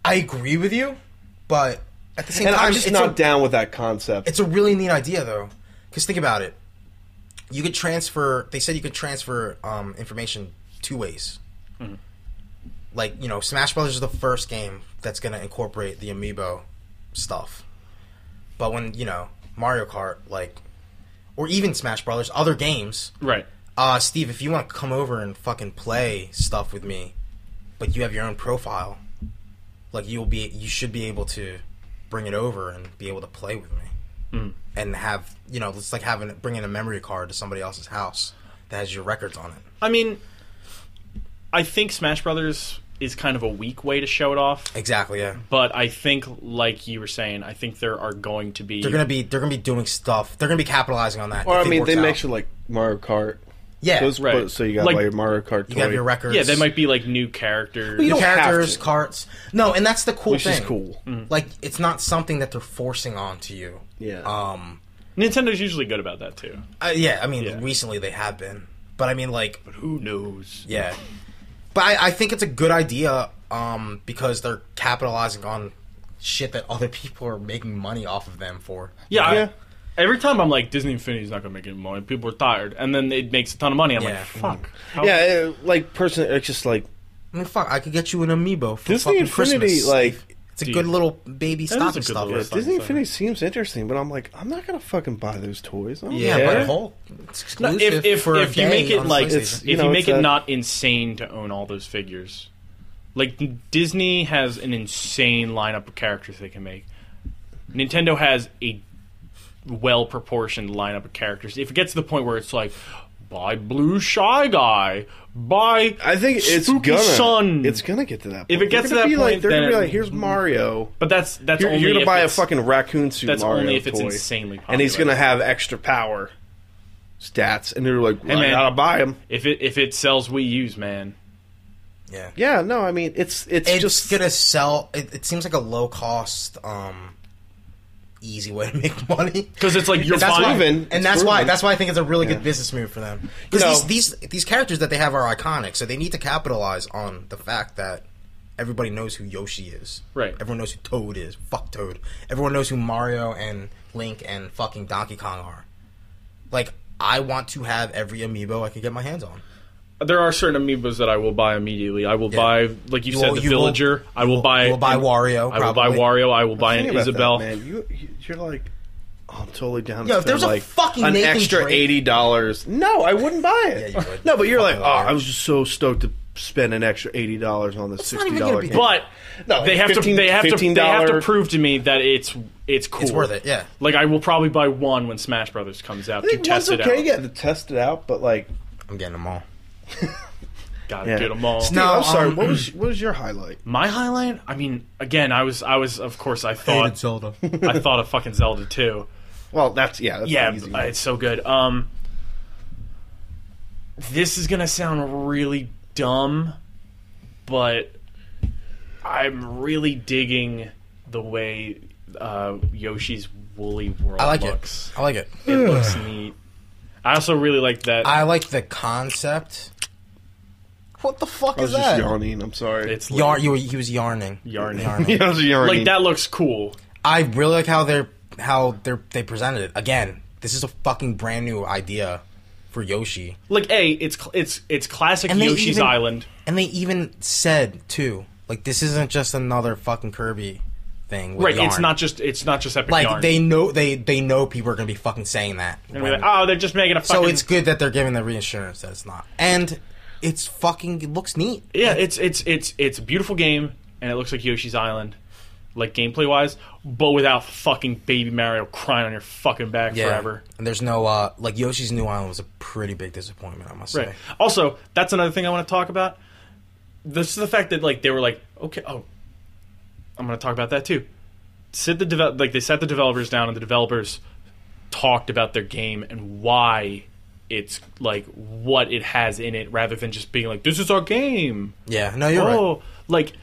B: I agree with you, but at the same
A: and
B: time,
A: I'm just
B: it's
A: not
B: a,
A: down with that concept.
B: It's a really neat idea, though, because think about it. You could transfer. They said you could transfer um, information two ways. Like you know, Smash Brothers is the first game that's going to incorporate the amiibo stuff. But when you know Mario Kart, like, or even Smash Brothers, other games,
C: right.
B: uh, Steve, if you want to come over and fucking play stuff with me, but you have your own profile, like you'll be, you should be able to bring it over and be able to play with me,
C: Hmm.
B: and have you know, it's like having bringing a memory card to somebody else's house that has your records on it.
C: I mean, I think Smash Brothers is kind of a weak way to show it off.
B: Exactly. Yeah.
C: But I think, like you were saying, I think there are going to be.
B: They're gonna be, they're gonna be doing stuff. They're gonna be capitalizing on that.
A: or, I
B: if it
A: mean,
B: works
A: they
B: out.
A: make sure, like, Mario Kart.
B: yeah,
A: Those,
C: Right.
A: but- so you got,
C: Like-
A: like, your Mario Kart toy.
B: you have your records.
C: yeah, they might be like new characters.
B: New
A: don't have
B: characters,
A: to.
B: carts. No, and that's the cool
A: Which
B: thing. Mm.
A: is cool.
B: Like, it's not something that they're forcing onto you.
A: Yeah.
B: Um.
C: Nintendo's usually good about that too.
B: Uh, yeah, I mean,
C: Yeah.
B: recently they have been, but I mean, like,
C: Who knows?
B: yeah. But I, I think it's a good idea, um, because they're *laughs* capitalizing on shit that other people are making money off of them for.
C: Yeah, I-
A: Yeah.
C: Every time I'm like Disney Infinity's not gonna make any money. People are tired, and then it makes a ton of money. I'm
B: Yeah.
C: like, fuck. How-
A: Yeah, uh, like person, it's just like
B: I mean, fuck, I could get you an amiibo for
A: Disney
B: fucking
A: Infinity.
B: Christmas.
A: Like
B: it's a
C: Dude.
B: good little baby
C: is
B: stocking
C: a good
A: yeah,
C: little-
B: stuffer.
C: That's
A: Disney
C: fine.
A: Infinity seems interesting, but I'm like, I'm not gonna fucking buy those toys. I don't
B: Yeah,
A: care.
B: but Hulk it's
C: No,
B: exclusive
C: if if,
B: for
C: if
B: a day
C: you make it
B: on
C: like
B: PlayStation.
A: it's-
C: if
A: you know,
C: you make it
A: that-
C: not insane to own all those figures, like Disney has an insane lineup of characters they can make. Nintendo has a well proportioned lineup of characters. If it gets to the point where it's like, buy Blue Shy Guy, buy
A: I think it's
C: Spooky
A: gonna
C: Sun.
A: it's gonna get to that. Point.
C: If it
A: They're
C: gets to that
A: gonna be
C: point,
A: like, they're gonna
C: then
A: be
C: it-
A: like, here's Mario.
C: but that's that's
A: You're,
C: only
A: you're gonna
C: if
A: buy a
C: it's-
A: fucking raccoon suit.
C: that's
A: Mario
C: only if it's
A: toy,
C: insanely popular.
A: and he's gonna have extra power stats, and they're like, well, I
C: man.
A: gotta buy him.
C: if it if it sells Wii U's, man.
B: yeah.
A: Yeah, no, I mean, it's it's,
B: it's
A: just
B: gonna sell. It, it seems like a low cost, um, easy way to make *laughs* money.
A: *laughs*
C: Because it's like you're
B: That's why,
C: buying
A: proven.
B: and
A: It's
B: that's why
A: proven.
B: that's why I think it's a really
A: Yeah.
B: good business move for them.
A: You
B: Because
A: know-
B: these, these these characters that they have are iconic, so they need to capitalize on the fact that everybody knows who Yoshi is.
C: Right.
B: Everyone knows who Toad is. Fuck Toad. Everyone knows who Mario and Link and fucking Donkey Kong are. Like, I want to have every amiibo I can get my hands on.
C: There are certain amiibos that I will buy immediately. I will
B: Yeah.
C: buy, like you,
B: You
C: said,
B: will-
C: the
B: you will-
C: villager. I will,
B: will-
C: buy.
B: you will buy Wario,
C: I will buy
B: probably.
C: Wario. I will buy
A: Think
C: an
A: about that,
C: Isabel.
A: man, you you- you're like, oh, I'm totally down.
B: Yo,
A: to
B: if there's
A: spend,
B: a
A: like,
B: fucking
A: an
B: Nathan
A: extra
B: Drake-
A: eighty dollars, no, I wouldn't buy it.
B: Yeah, you would.
A: No, but you're like,
B: Fucking
A: oh,
B: liar.
A: I was just so stoked to spend an extra eighty dollars on this
B: not even
A: sixty
B: gonna
A: dollar
B: be-
A: game.
C: But
A: No,
C: they have to.
A: 15
C: They have to. They have to
A: $15
C: prove to me that it's it's cool.
B: It's worth it. Yeah.
C: Like I will probably buy one when Smash Brothers comes out
A: I
C: to
A: think
C: test
A: one's
C: it
A: okay,
C: out.
A: yeah, to test it out. But like,
B: I'm getting them all.
C: Gotta
A: Yeah.
C: get them all.
A: dude,
B: No,
A: I'm sorry.
B: um,
A: what was what was your highlight?
C: My highlight. I mean, again, I was. I was. Of course, I thought.
B: Zelda.
C: I thought of fucking Zelda too.
A: Well, that's yeah, that's
C: Yeah,
A: an easy.
C: uh,
A: one.
C: it's so good. Um, this is gonna sound really dumb, but I'm really digging the way uh, Yoshi's Woolly World
B: I like
C: looks.
B: it. I like it.
C: It. looks neat. I also really like that.
B: I like the concept. What the fuck
A: I was
B: is
A: just
B: that?
A: yawning. I'm sorry. *laughs*
C: it's like,
B: Yarn. You were, he was yarning.
C: Yarning. *laughs*
A: I was yawning.
C: like that looks cool.
B: I really like how they're how they're they presented it. Again, this is a fucking brand new idea for Yoshi,
C: Like a, it's cl- it's it's classic
B: And they
C: Yoshi's
B: even-
C: Island.
B: and they even said too, like this isn't just another fucking Kirby thing. With
C: Right,
B: yarn.
C: it's not just it's not just epic
B: like
C: yarn.
B: they know they they know people are gonna be fucking saying that.
C: And we're
B: when-
C: like, oh, they're just making a
B: so
C: fucking.
B: it's good that they're giving the reassurance that it's not, and it's fucking it looks neat.
C: Yeah, it's it's it's it's a beautiful game, and it looks like Yoshi's Island, like gameplay wise, but without fucking baby Mario crying on your fucking back forever.
B: And there's no uh like Yoshi's New Island was a pretty big disappointment, I must
C: Right.
B: say.
C: Also, that's another thing I want to talk about. This is the fact that like they were like, okay, oh, I'm going to talk about that too. Sit the develop like they sat the developers down and the developers talked about their game and why it's like what it has in it rather than just being like this is our game.
B: Yeah, no, you're right.
C: oh, like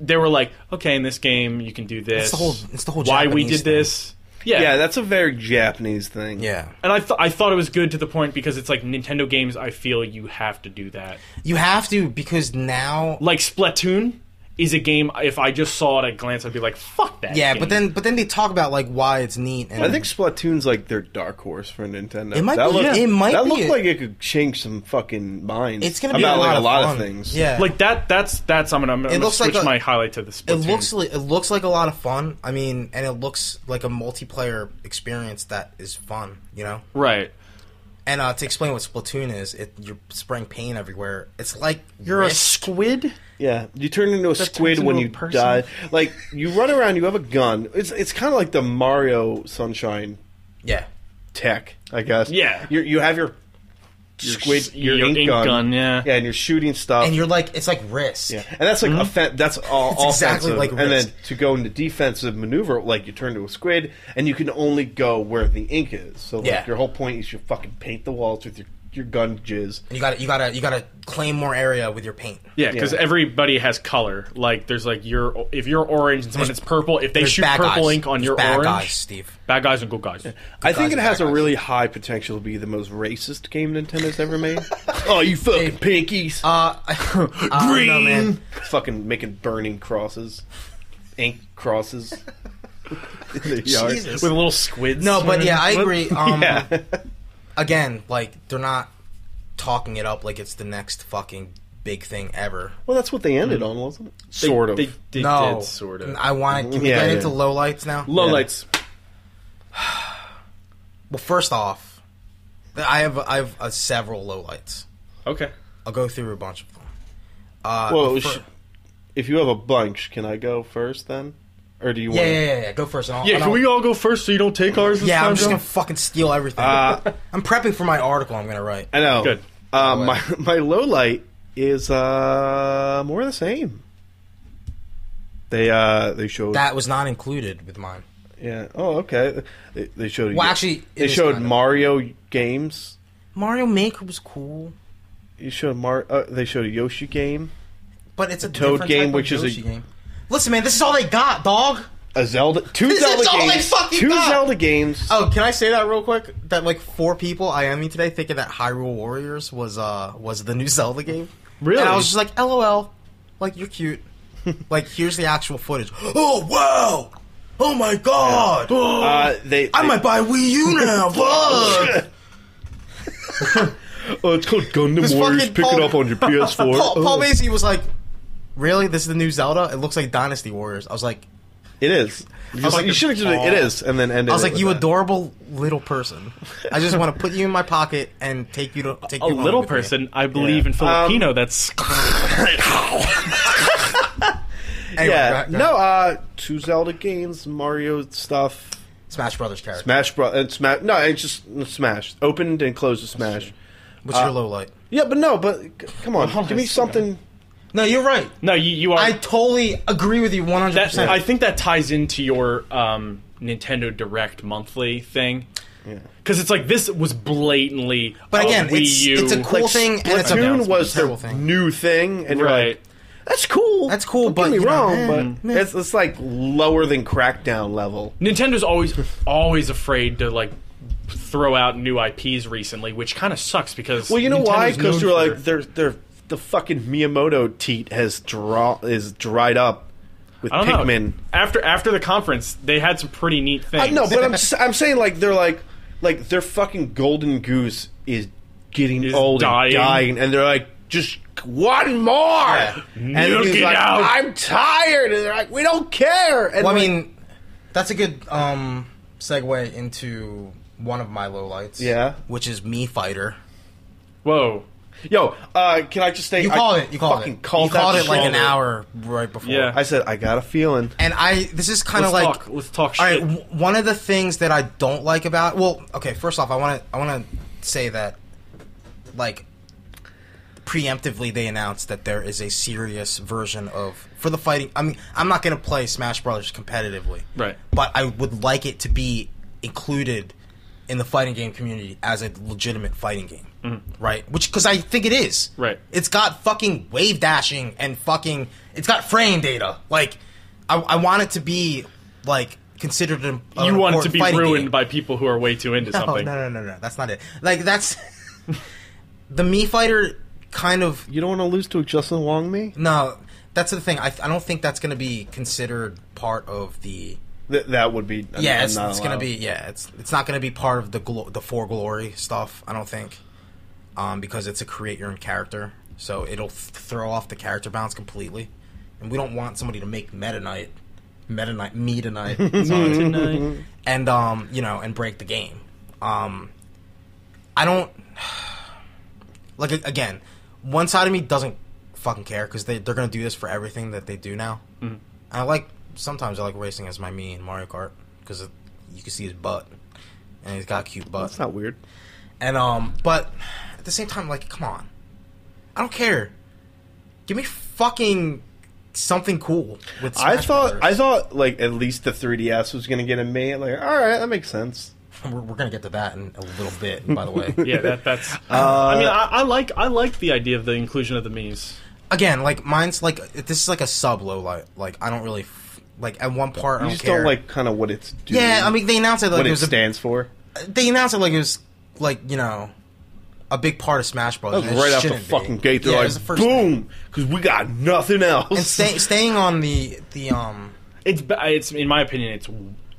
C: they were like, okay, in this game you can do this.
B: It's the whole- it's the whole
C: why we
B: Japanese
C: did this. Yeah,
A: yeah, that's a very Japanese thing.
B: Yeah,
C: and I th- I thought it was good to the point because it's like Nintendo games. I feel you have to do that.
B: you have to because now.
C: Like Splatoon is a game. If I just saw it at a glance, I'd be like, fuck that.
B: Yeah,
C: game.
B: but then but then they talk about like why it's neat and
A: I think Splatoon's like their dark horse for Nintendo.
B: It might
A: that
B: be-
A: looked-
B: it might
A: that
B: be
A: looked
B: a-
A: like it could change some fucking minds.
B: it's gonna be
A: about
B: a lot,
A: like
B: of,
A: a lot
B: fun.
A: of things.
B: Yeah,
C: Like that, that's that's I'm gonna, I'm gonna
B: looks like
C: switch
B: a-
C: my highlight to the Splatoon.
B: it looks like it looks like a lot of fun. I mean, and it looks like a multiplayer experience that is fun. You know,
C: right.
B: and uh, to explain what Splatoon is, it you're spraying paint everywhere. It's like
C: You're a
B: Risk.
C: squid.
A: Yeah, you turn into a squid
C: turns
A: when
C: into a
A: you
C: person.
A: die. Like you run around, you have a gun. It's it's kind of like the Mario Sunshine
B: yeah.
A: tech, I guess.
C: Yeah.
A: you you have your squid, your,
C: your
A: ink,
C: ink
A: gun.
C: gun, yeah.
A: yeah, and you're shooting stuff.
B: And you're like, it's like risk.
A: yeah, and that's like offen- that's all
B: Mm-hmm. It's exactly
A: offensive.
B: like
A: and
B: Risk.
A: then to go into defensive maneuver, like you turn to a squid, and you can only go where the ink is. So like,
B: Yeah.
A: your whole point is you fucking paint the walls with your your gun jizz.
B: And you gotta, you gotta, you gotta claim more area with your paint.
C: Yeah, because
A: Yeah.
C: everybody has color. Like, there's like your if you're orange and someone
B: There's-
C: is purple. If they
B: There's
C: shoot
B: bad
C: purple
B: guys.
C: ink on
B: There's
C: your
B: bad
C: orange,
B: guys, Steve.
C: bad guys and good guys.
A: I think
B: guys
A: it
B: and
A: has
B: bad
A: a
B: guys.
A: really high potential to be the most racist game Nintendo's ever
B: *laughs*
A: made. *laughs* oh, you fucking pinkies!
B: Uh, *laughs* uh, no, man. *laughs*
A: fucking making burning crosses, *laughs* ink crosses. in the yard
B: Jesus.
C: with little squids.
B: No, but
C: swimming.
B: yeah, I
C: What-
B: agree.
A: *laughs*
B: Um,
A: Yeah.
B: Again, like they're not talking it up like it's the next fucking big thing ever.
A: Well, that's what they ended
B: hmm.
A: on, wasn't it?
C: They-
F: sort of.
C: They, they
B: no,
C: did sort of.
A: *laughs*
B: I want to
A: Yeah,
B: get
A: yeah.
B: into lowlights now.
F: Low lights.
B: Well, first off, I have I have uh, several lowlights.
C: Okay.
B: I'll go through a bunch of them. Uh,
A: Well,
B: the
A: sh-
B: fir-
A: If you have a bunch, can I go first then, or do you
B: yeah,
A: want?
B: yeah, yeah, yeah. Go first. And I'll,
C: Yeah,
B: and
C: can
B: I'll-
C: we all go first so you don't take ours this
B: Yeah,
C: time?
B: I'm just
C: John?
B: gonna fucking steal everything.
A: Uh,
B: *laughs* I'm prepping for my article I'm gonna write.
A: I know.
C: Good.
A: Uh, my *laughs* my low light is uh more of the same. They uh they showed
B: That was not included with mine.
A: yeah oh okay they, they showed
B: Well, actually, it
A: they
B: is
A: showed
B: kind of-
A: Mario games
B: Mario Maker was cool,
A: you showed Mar uh, they showed a Yoshi game
B: but it's a
A: Toad
B: different
A: game,
B: type
A: which
B: of
A: is a-
B: Yoshi game. Listen, man, this is all they got, dog.
A: a Zelda two
B: This is
A: Zelda
B: all they
A: games
B: fucking
A: two
B: got!
A: Zelda games
B: Oh, can I say that real quick? That like four people I am today thinking that Hyrule Warriors was uh was the new *laughs* Zelda game.
C: Really?
B: And I was just like, LOL, like
A: *laughs*
B: you're cute. like here's the actual footage. Oh wow! Oh my god! *gasps*
A: uh, they,
B: I
A: they-
B: might buy a
A: *laughs*
B: Wii U now. Fuck!
A: *laughs* oh it's called Gundam
B: This
A: Warriors
B: fucking
A: pick
B: Paul-
A: it up on your PS4
B: Paul,
A: Oh.
B: Paul Macy was like, "Really? This is the new Zelda? It looks like Dynasty Warriors." I was like,
A: it is you, just-
B: like,
A: you should have just it is and then ended
B: "I was
A: it
B: like,
A: with
B: you
A: that.
B: adorable little person. I just want to put you in my pocket and take you to take
C: a
B: you home
C: little
B: with Um, me."
C: person, I believe
A: Yeah.
C: in Filipino. that's *laughs*
B: Anyway,
A: yeah
B: go- go
A: no
B: ahead.
A: uh two Zelda games Mario stuff
B: Smash Brothers character.
A: Smash Bros. and Smash. No, it's just Smash. Opened and closed with Smash.
B: What's
A: uh,
B: your low light?
A: Yeah, but no, but c- come on, give me something.
B: No, you're right.
C: no, you you are.
B: I totally agree with you 100.
C: that,
B: percent
C: I think that ties into your um, Nintendo Direct monthly thing. Because it's like this was blatantly,
B: But
C: a
B: again,
C: Wii
B: it's-
C: U.
B: it's a cool
A: Like,
B: thing and it's a
A: Splatoon was the
B: terrible thing.
A: new thing, and you're
C: right?
A: like, that's cool.
B: That's cool,
A: Don't
B: but,
A: get
B: you
A: me
B: know,
A: wrong,
B: eh,
A: but
B: meh.
A: it's it's like lower than Crackdown level.
C: Nintendo's always always afraid to like throw out new IPs recently, which kind of sucks because
A: Well, you know
C: Nintendo's
A: why? Because
C: known
A: they're
C: for-
A: like they're they're the fucking Miyamoto teat has draw is dried up with
C: I don't
A: Pikmin.
C: know. After after the conference, they had some pretty neat things.
A: I know, but
B: *laughs*
A: I'm s- I'm saying like they're like like their fucking golden goose is getting
C: Is
A: old
C: dying.
A: and dying, and they're like just one more. And
C: Nuke
A: he's
C: it
A: like,
C: out.
A: I'm tired, and they're like, we don't care. And
B: Well, I
A: like-
B: mean, that's a good um segue into one of my low lights.
A: Yeah.
B: which is Me Fighter.
C: Whoa.
A: yo, uh, can I just say
B: You
A: I
B: called it. You called
A: fucking
B: it.
A: Called
B: you called
A: that
B: it like an
A: shit.
B: hour right before.
C: Yeah.
A: I said I got a feeling.
B: And I, this is kind of
C: Let's
B: like,
C: talk. Let's talk
B: all right,
C: shit.
B: w- one of the things that I don't like about, well, okay, first off, I want to, I want to say that, like, preemptively they announced that there is a serious version of for the fighting. I mean, I'm not gonna play Smash Brothers competitively,
C: Right.
B: But I would like it to be included in the fighting game community as a legitimate fighting game, right? Which because I think it is,
C: Mm-hmm. Right.
B: It's got fucking wave dashing and fucking. It's got frame data. Like, I, I want it to be like considered an.
C: You
B: an
C: want it to
B: important
C: be
B: fighting
C: ruined
B: game.
C: by people who are way too into
B: *laughs* No,
C: something.
B: no, no, no, no. That's not it. Like that's *laughs* the Me Fighter kind of
A: You don't want to lose to Justin Wong, me?
B: no. That's the thing. I, I don't think that's going to be considered part of the.
A: Th- that would be I'm-
B: Yeah,
A: I'm
B: it's,
A: not
B: it's going to
A: allowed.
B: be yeah. It's it's not going to be part of the glo- the for glory stuff. I don't think, um, because it's a create your own character, so it'll th- throw off the character balance completely, and we don't want somebody to make Meta Knight, Meta Knight, Me Tonight, sorry,
C: Mm-hmm.
B: and um, you know, and break the game. Um, I don't *sighs* like a- again. One side of me doesn't fucking care because they they're gonna do this for everything that they do now.
A: Mm-hmm.
B: And I like sometimes I like racing as my me in Mario Kart because you can see his butt and he's got a cute butt.
A: That's not weird.
B: And um, but at the same time, like, come on, I don't care. Give me fucking something cool with.
A: I
B: Smash
A: thought I
B: Brothers.
A: thought like at least the 3DS was gonna get a me. Like, all right, that makes sense.
B: we're, we're gonna get to that in a little bit. By the way,
C: *laughs*
A: *laughs*
C: Yeah, that, that's. I mean, I, I like I like the idea of the inclusion of the Mii's.
B: again, like mine's like this is like a sub low light. Like I don't really f- like at one part I
A: You
B: don't
A: just
B: care.
A: don't like kind of what it's doing.
B: yeah, I mean they announced it like
A: what
B: it
A: it
B: was a,
A: stands for.
B: they announced it like it was like you know a big part of Smash Bros.
A: That
B: and
A: was
B: it
A: right out the
B: shouldn't be.
A: fucking gate. They're
B: Yeah, it was
A: like,
B: the first thing.
A: boom, because we got nothing else.
B: And stay, staying on the the um
C: It's be- it's in my opinion, it's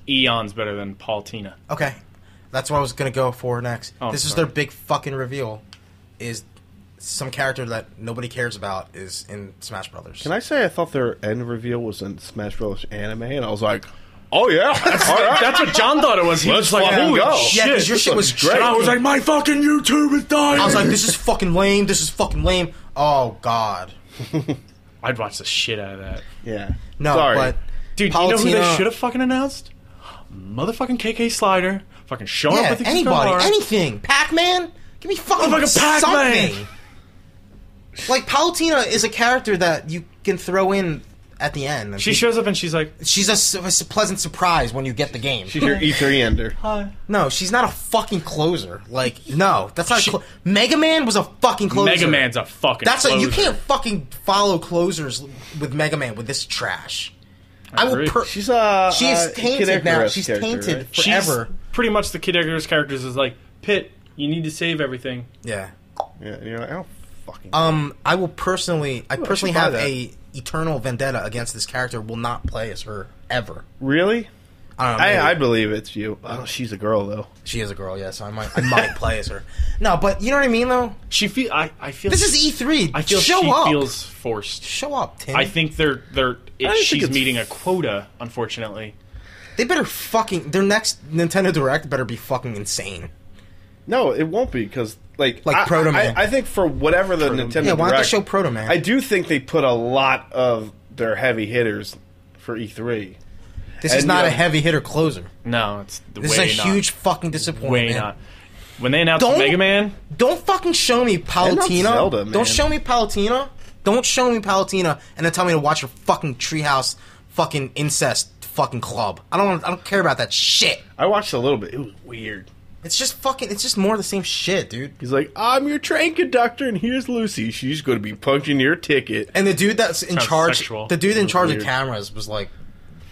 C: eons better than Paul Tina.
B: Okay, that's what I was gonna go for next.
C: Oh,
B: this is
C: sorry.
B: their big fucking reveal. Is some character that nobody cares about is in Smash Brothers.
A: Can I say I thought their end reveal was in Smash Bros. anime, and I was like, oh yeah, all right.
C: That's what John thought it was. He was like,
A: fucking
C: "Holy
A: go."
C: shit!"
B: Yeah, because your
A: this
B: shit was
A: looks great.
B: shit.
C: I was like, "My fucking YouTube is dying."
B: I was like, this is fucking lame. This is fucking lame. Oh God,
C: I'd watch the shit out of that.
A: yeah,
B: no.
A: Sorry.
B: But
C: Dude, you know who they
B: Palutena-
C: should have fucking announced? Motherfucking KK Slider. Fucking showing up
B: yeah,
C: with the guitar.
B: anybody, anything, Pac Man, give me fucking
C: Motherfucker, Pac-Man.
B: something. Like Palutena is a character that you can throw in at the end. and
C: She
B: be-
C: shows up and she's like,
B: She's a, s- a s- pleasant surprise when you get the game.
A: she's your E3 ender.
C: "Hi."
B: No, she's not a fucking closer. Like, no, that's not. a clo- Mega Man was a fucking closer.
C: Mega Man's a fucking.
B: That's a, you
C: closer.
B: can't fucking follow closers with Mega Man with this trash. I,
C: agree.
B: will. Per-
A: She's uh,
B: she's
A: uh, Kid
B: tainted now.
A: Icarus
B: She's
A: character,
B: tainted
A: right?
C: She's
B: forever.
C: pretty much the Kid Icarus characters is like, Pit, you need to save everything.
B: Yeah.
A: Yeah, and you're like, I don't fucking.
B: Um, I will personally. I personally
A: buy
B: have
A: that.
B: a eternal vendetta against this character. Will not play as her ever.
A: really?
B: I don't know.
A: I,
B: maybe-
A: I believe it's you. Oh, she's a girl though.
B: she is a girl, yeah. So I might. I might play as her. No, but you know what I mean, though.
C: She feel. I, I feel.
B: This is E three.
C: I feel
B: show
C: she
B: up.
C: feels forced.
B: show up, Tim.
C: I think they're they're. It,
A: don't think
C: she's
A: it's-
C: meeting a quota, unfortunately.
B: They better fucking their next Nintendo Direct better be fucking insane.
A: No, it won't be because like
B: Like
A: I-
B: Proto Man.
A: I, I think for whatever the Nintendo
B: Yeah, why don't they
A: Direct-
B: show Proto Man?
A: I do think they put a lot of their heavy hitters for E E3.
B: This is
A: and,
B: not
A: yeah.
B: a heavy hitter closer.
C: No, it's the
B: This
C: um, way
B: is a
C: not,
B: huge fucking disappointment.
C: way
B: man.
C: not. When they announced
B: Don't-
C: Mega Man,
B: Don't fucking show me Palutena.
A: Zelda, man.
B: Don't show me Palutena. Don't show me Palutena and then tell me to watch your fucking treehouse fucking incest fucking club. I don't want I don't care about that shit.
A: I watched a little bit. It was weird.
B: It's just fucking it's just more of the same shit, dude.
A: He's like, I'm your train conductor, and here's Lucy. She's going to be punching your ticket.
B: And the dude that's in
C: Sounds
B: charge
C: sexual.
B: the dude in charge
A: Weird.
B: of cameras was like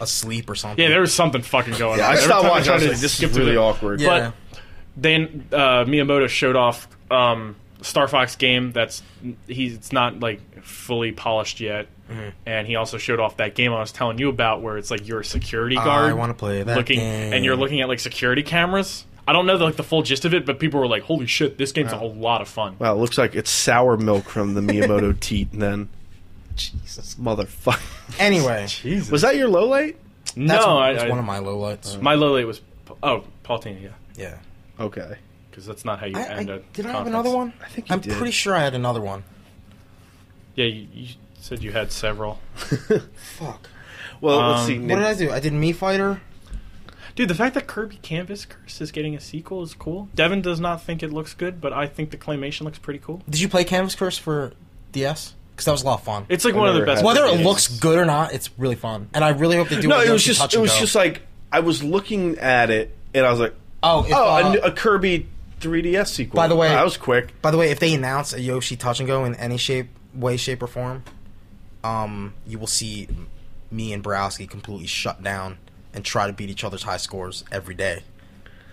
B: asleep or something.
C: yeah, there was something fucking going on.
A: I
C: Every
A: stopped
C: time
A: watching. I
C: tried
A: was
C: to
A: like, this
C: skip
A: is
C: through
A: really
C: the-
A: awkward.
B: Yeah.
C: But then uh, Miyamoto showed off um, Star Fox game that's he's it's not like fully polished yet,
B: Mm-hmm.
C: and he also showed off that game I was telling you about where it's like you're a security guard.
B: Ah, I wanna play that
C: looking,
B: game.
C: and you're looking at like security cameras. I don't know the, like the full gist of it, but people were like, "Holy shit, this game's a whole lot of fun."
A: Wow, it looks like it's sour milk from the
B: *laughs*
A: Miyamoto teat. And then, Jesus, motherfucker,
B: Anyway,
A: was that your low light?
C: no,
B: that's
C: I,
B: that's
C: I- Uh,
B: one of my lowlights.
C: my low light was oh Paul Tina, yeah,
B: yeah.
A: Okay, *laughs*
C: because that's not how you
B: I, I,
C: end
B: did
C: a
B: I have
C: conference.
B: another one?
A: I think you
B: I'm
A: did.
B: pretty sure I had another one.
C: Yeah, you, you said you had several.
B: Fuck.
A: Well,
C: Um,
A: let's see.
B: What did I do? I did Me Fighter.
C: Dude, the fact that Kirby Canvas Curse is getting a sequel is cool. Devin does not think it looks good, but I think the claymation looks pretty cool.
B: Did you play Canvas Curse for DS? Because that was a lot of fun.
C: It's like
A: I
C: one of the
A: never
C: best.
A: had
B: Whether
A: it
B: it
A: is.
B: looks good or not, it's really fun, and I really hope they do.
A: no,
B: like
A: it was
B: Yoshi
A: just
B: Touch
A: it
B: and
A: was
B: Go.
A: just like I was looking at it, and I was like,
B: oh, if,
A: oh, a
B: uh,
A: n- a, Kirby 3DS sequel. Oh,
B: by the way-
A: that was quick.
B: by the way, if they announce a Yoshi Touch and Go in any shape, way, shape, or form, um, you will see me and Borowski completely shut down and try to beat each other's high scores every day.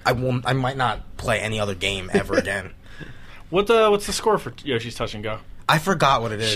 B: I will. I might not play any other game
A: *laughs*
B: ever again.
C: What the what's the score for Yoshi's
B: *laughs*
C: Touch and Go?
B: I forgot what it is.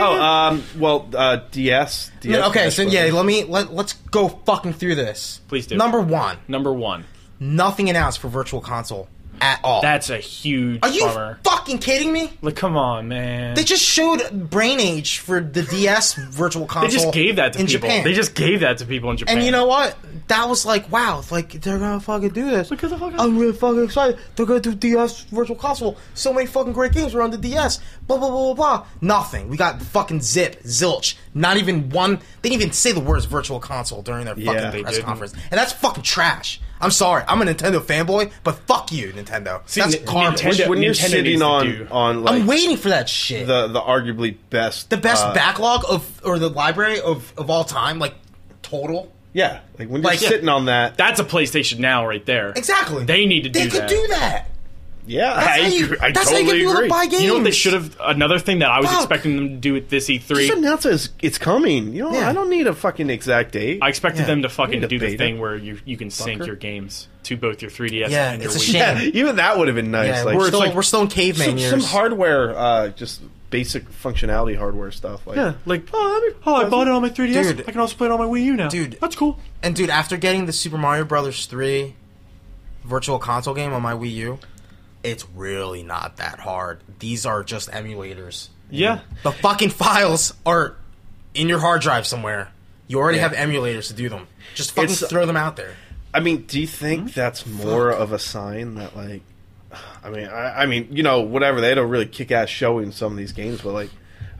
A: Oh, um, well, uh, DS. DS
B: Yeah, okay,
A: Smash
B: so
A: Bros.
B: yeah, let me let let's go fucking through this.
C: Please do.
B: Number one,
C: Number one.
B: nothing announced for Virtual Console at all.
C: That's a huge
B: Are you
C: bummer.
B: fucking kidding me?
C: like, come on, man.
B: They just showed Brain Age for the DS Virtual Console.
C: They just gave that to
B: in
C: people.
B: Japan.
C: They just gave that to people in Japan.
B: and you know what? That was like, wow, like they're gonna fucking do this.
C: Look at the fucking-
B: I'm really fucking excited. They're gonna do DS Virtual Console. So many fucking great games were on the DS. Blah blah blah blah blah. Nothing. We got fucking zip, zilch. Not even one. They didn't even say the words Virtual Console during their
A: Yeah,
B: fucking
A: they
B: press
C: didn't.
B: conference, and that's fucking trash. I'm sorry. I'm a Nintendo fanboy, but fuck you, Nintendo. that's
C: N-
B: garbage.
C: Nintendo-
A: when you're
C: Nintendo needs
A: sitting
C: to
A: on
C: do-
A: on like
B: I'm waiting for that shit.
A: the the arguably best
B: the best
A: uh,
B: backlog of or the library of of all time, like total.
A: Yeah, like when
B: Like-
A: you're sitting on that.
C: that's a PlayStation Now right there.
B: Exactly.
C: They need to
B: They
C: do
B: could
C: that.
B: do that.
A: yeah,
B: That's how you,
A: agree- I
B: that's how you
A: totally
B: get people
A: agree.
B: to buy games.
C: You know what they should have? Another thing that I was
B: Fuck.
C: expecting them to do at this E
A: Just
C: E3.
A: announce it's, it's coming. You know,
B: Yeah.
A: I don't need a fucking exact date.
C: I expected
B: Yeah.
C: them to fucking
A: Need a
C: do the
A: beta.
C: thing where you, you can sync your games to both your 3DS
B: Yeah,
C: and your
B: it's a
C: Wii.
B: shame.
A: yeah, even that would have been nice.
B: Yeah,
A: like,
B: we're,
A: just
B: still,
A: like
B: we're still in caveman
A: some,
B: years.
A: some hardware, uh, just basic functionality hardware stuff. Like,
C: Yeah, like oh, that'd be oh, I bought it on my 3DS.
B: Dude.
C: I can also play it on my Wii U now.
B: Dude.
C: that's cool.
B: And dude, after getting the Super Mario Brothers 3 virtual console game on my Wii U, it's really not that hard. These are just emulators.
C: Yeah,
B: The fucking files are in your hard drive somewhere. You already have emulators to do them. Just fucking
A: It's-
B: throw them out there.
A: I mean, do you think that's more of a sign that like, I mean, I, I mean, you know, whatever they had a really kick-ass show in some of these games, but like,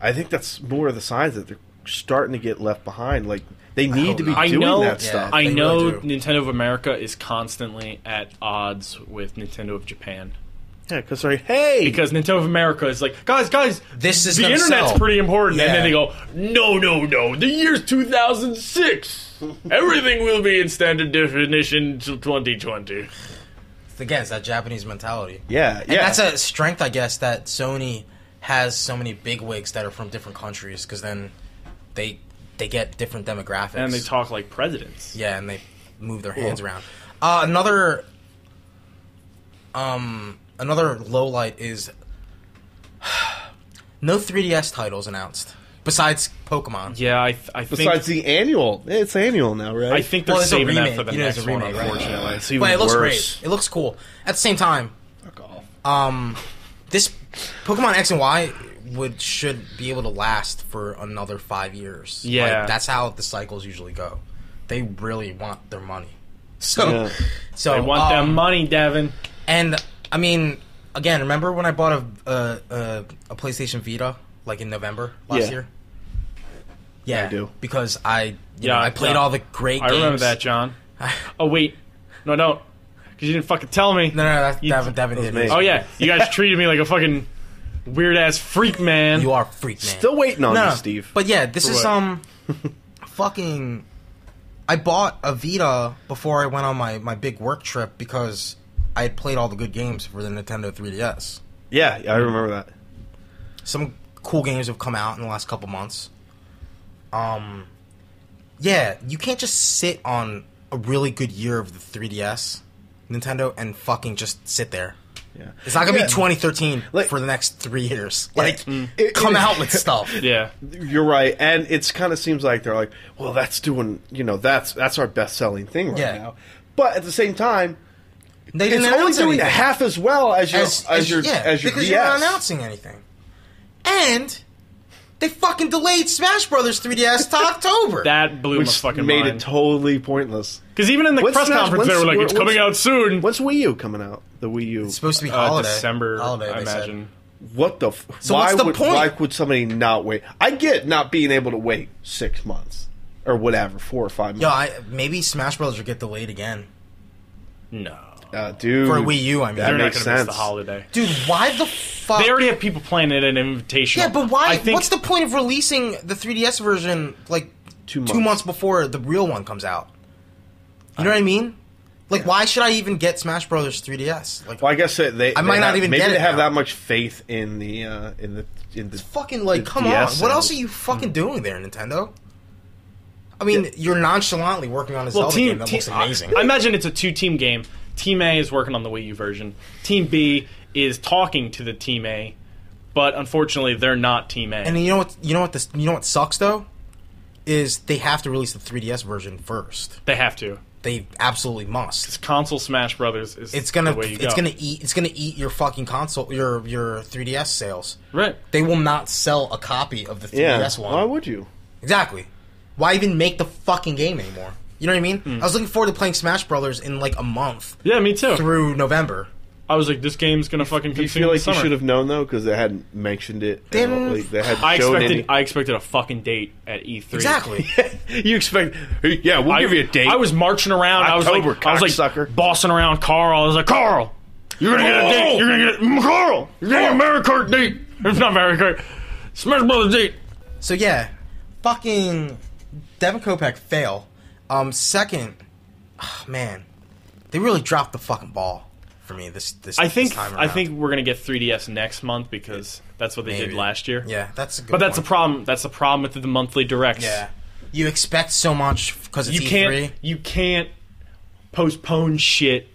A: I think that's more of the signs that they're starting to get left behind. Like, they need to be
C: I
A: doing
C: know.
A: that
B: Oh, Yeah.
A: stuff.
C: I
B: They
C: know
B: really do.
C: Nintendo of America is constantly at odds with Nintendo of Japan
A: Yeah, because they're like, hey,
C: because Nintendo of America is like, guys, guys,
B: This is
C: the
B: gonna
C: internet's
B: sell."
C: pretty important, and then
B: Yeah.
C: they go, no, no, no, the
B: *laughs*
C: year's 2006. Everything will be in standard definition till 2020.
B: Again, it's that Japanese mentality.
A: yeah,
B: And
A: yeah,
B: that's a strength, I guess, that Sony has so many bigwigs that are from different countries because then they they get different demographics.
C: And they talk like presidents.
B: Yeah, and they move their hands around. Uh, another, um, another low light is *sighs* no 3DS titles announced besides Pokemon.
C: Yeah, I, th- I think
A: Besides the annual, it's annual now, right?
C: I think they're
B: Well, it's a
C: saving that
B: remake.
C: for the
B: You know, it's
C: next
B: a
C: one,
B: remake, right?
C: unfortunately.
A: it's even
B: but it looks
A: worse.
B: great. It looks cool. At the same time, um, this Pokemon X and Y would should be able to last for another five years. Like,
C: Yeah.
B: that's how the cycles usually go. They really want their money. So,
A: Yeah.
B: so
C: I want that
B: um,
C: money, Devin.
B: And I mean, again, remember when I bought a a, a, a PlayStation Vita like in November last
A: Yeah.
B: year? Yeah,
A: I do.
B: because I you
C: Yeah,
B: know, I played
C: yeah.
B: all the great.
C: I
B: games.
C: remember
B: *laughs*
C: that, John. oh wait, no, don't, because you didn't fucking tell me.
B: No, no, no that,
C: You-
B: Devin, Devin did.
A: me.
C: Oh yeah, you guys treated me like a fucking weird ass freak, man.
B: you are a freak man.
A: Still waiting on
B: no,
A: you,
B: no.
A: Steve.
B: But yeah, this is
A: *laughs*
C: what?
B: um, fucking. I bought a Vita before I went on my my big work trip because I had played all the good games for the Nintendo 3DS.
A: yeah, I remember that.
B: some cool games have come out in the last couple months. Um, yeah, you can't just sit on a really good year of the 3DS, Nintendo, and fucking just sit there.
A: Yeah,
B: It's not gonna
A: Yeah.
B: be 2013
A: Like- mm.
B: for the next three
A: *laughs*
B: years. Like,
A: It-
B: come
A: it-
B: out
A: *laughs*
B: with stuff.
C: Yeah,
A: You're right, and it's kind of seems like they're like, well, that's doing, you know, that's that's our best selling thing right
B: Yeah.
A: now. But at the same time,
B: They
A: it's
B: didn't
A: only
B: announce
A: doing
B: anything.
A: half as well as your
B: as,
A: as, your
B: yeah,
A: as your
B: because
A: DS.
B: you're not announcing anything. And they fucking delayed Smash
A: *laughs*
B: Brothers 3DS to October.
C: that blew
A: which
C: my fucking
A: made it
C: mind.
A: totally pointless.
C: Because even in the
A: When's
C: press
A: Smash-
C: conference, they
A: when's-
C: were like, "It's
A: when's-
C: coming out soon."
A: When's Wii U coming out? The Wii U.
B: it's supposed to be
C: Uh,
B: holiday
C: December,
B: Holiday,
C: I
B: they said.
C: imagine.
A: what the? F-
B: So
A: why
B: what's the
A: would,
B: point?
A: Why would somebody not wait? I get not being able to wait six months or whatever, four or five months.
B: Yo, I, maybe Smash Brothers will get delayed again.
C: No,
A: uh, dude,
B: For Wii U, I mean.
A: that
C: they're not
A: makes
C: gonna miss
A: sense.
C: the holiday.
B: Dude, why the fuck?
C: They already have people playing it in invitation.
B: yeah, but why?
C: I think
B: what's the point of releasing the 3DS version like
A: Two
B: two
A: months.
B: months before the real one comes out? You know what I mean? Like, why should I even get Smash Brothers 3DS? Like,
A: Well, I guess that they.
B: I might
A: they
B: not
A: have-
B: even
A: maybe
B: get
A: they
B: it
A: have
B: now.
A: that much faith in the uh, in the in the.
B: fucking like,
A: The
B: come on!
A: DS
B: What else
A: sales.
B: are you
C: Hmm.
B: fucking doing there, Nintendo? I mean, you're nonchalantly working on a Zelda game that looks amazing.
C: I, I imagine it's a two-team game. Team A is working on the Wii U version. Team B is talking to the Team A, but unfortunately, they're not Team A.
B: and you know what? You know what? This you know what sucks though is they have to release the 3DS version first.
C: they have to.
B: They absolutely must.
C: Console Smash Brothers is
B: It's gonna
C: the way you
B: it's
C: go.
B: gonna eat it's gonna eat your fucking console your your 3ds sales.
C: right.
B: They will not sell a copy of the 3ds
A: Yeah,
B: one.
A: why would you?
B: exactly. Why even make the fucking game anymore? You know what I mean? I was looking forward to playing Smash Brothers in like a month
C: Hmm. Yeah, me too.
B: through November.
C: I was like, this game's gonna fucking
A: Do you
C: consume
A: feel like
C: the
A: you
C: summer.
A: should have known though, because they hadn't mentioned it.
B: Then-
A: and, like, they hadn't
C: I
A: shown
C: expected. I expected a fucking date at E3.
B: Exactly.
C: *laughs*
A: any. *laughs* you expect? "Hey, Yeah, we'll
C: I,
A: give you a date.
C: I was marching around. I
A: October,
C: was like, I was
A: cocksucker.
C: like, bossing around Carl. I was like, Carl, you're gonna get a date. You're gonna get a, Carl. You're gonna get a Mario Kart date. It's not Mario Kart. Smash Brothers date.
B: So yeah, fucking Devin Kopeck fail. Um, second, ah, man, they really dropped the fucking ball for me this this.
C: I think
B: this time
C: I
B: around.
C: think we're gonna get 3ds next month because that's what they did
B: Maybe.
C: last year.
B: yeah, that's a good
C: but that's
B: one.
C: the problem. That's the problem with the monthly directs.
B: Yeah, E you expect so much because it's
C: you
B: E3.
C: can't you can't postpone shit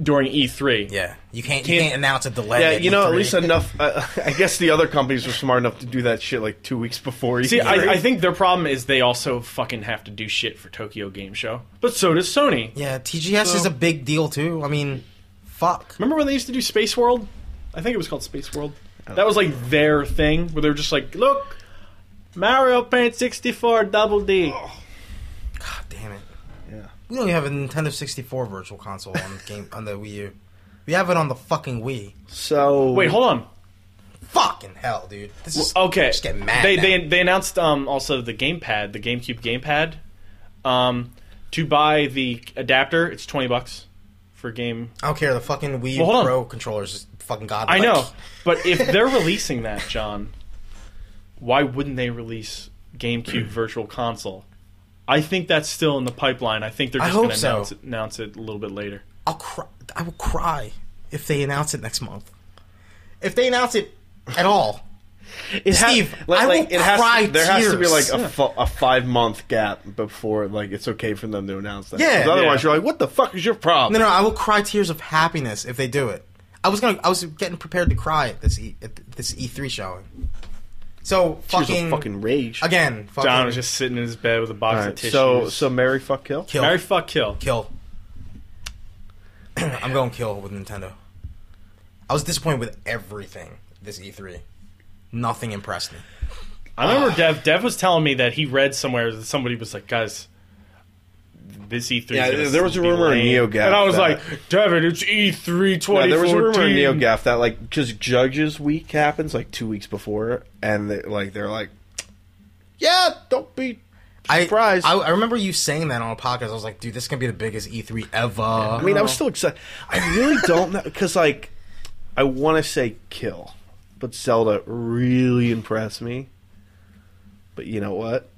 C: during E E3.
B: Yeah, you can't, you can't announce a delay. E
A: Yeah, you know, at
B: E3.
A: least enough. Uh, *laughs* I guess the other companies were smart enough to do that shit like two weeks before.
C: See,
B: E
A: E3.
C: I, I think their problem is they also fucking have to do shit for Tokyo Game Show. But so does Sony.
B: Yeah, TGS is
C: So-
B: a big deal too. I mean, fuck.
C: Remember when they used to do Space World? I think it was called Space World. That was like their thing where they were just like, look, Mario Paint 64 Double D.
B: Oh. God damn it.
A: Yeah.
B: We don't even have a Nintendo 64 virtual console on the game on the Wii U. We have it on the fucking Wii.
A: so
C: Wait, hold on.
B: Fucking hell, dude. This is
C: Okay.
B: Just get mad.
C: They
B: now.
C: they they announced um also the gamepad, the GameCube gamepad. Um to buy the adapter, it's 20 bucks for game.
B: I don't care. The fucking Wii
C: Well, hold on.
B: Pro controllers is fucking god.
C: I know, but if they're *laughs* releasing that, John, why wouldn't they release GameCube Virtual Console? I think that's still in the pipeline. I think they're
B: I
C: just
B: hope
C: going to
B: so.
C: announce, it, announce it a little bit later.
B: I'll cry. I will cry if they announce it next month. If they announce it at all,
A: It ha-
B: Steve,
A: like,
B: I will
A: like, it has
B: cry
A: to, there has to be like
B: tears.
A: a, fu- a five month gap before like it's okay for them to announce that.
B: Yeah.
A: 'Cause otherwise,
C: Yeah.
A: you're like, what the fuck is your problem?
B: no, no, I will cry tears of happiness if they do it. I was gonna. I was getting prepared to cry at this e, at this E3 showing. So
A: Tears of
B: fucking
A: fucking rage.
B: again. Fucking
C: John was just sitting in his bed with a box
A: All
C: of
A: right,
C: tissues.
A: so so Mary fuck kill.
B: kill.
C: Marry, fuck, kill.
B: *clears throat* Kill. I'm going kill with Nintendo. I was disappointed with everything this E3. Nothing impressed me.
C: I remember Dev. Dev was telling me that he read somewhere that somebody was like, guys. This E3.
A: Yeah,
C: is gonna
A: there was a
C: be
A: rumor in
C: lame."
A: NeoGAF
C: and I was
A: that-
C: like, Devin, it's E E3 2014.
A: Yeah, there was a rumor in NeoGaf that like because Judges Week happens like two weeks before, and they, like they're like, yeah, don't be
B: I,
A: surprised.
B: I I remember you saying that on a podcast. I was like, dude, this is gonna be the biggest E3 ever.
A: I mean, I
B: Oh.
A: was still excited. I really don't know because, like, I want to say kill, but Zelda really impressed me. But you know what?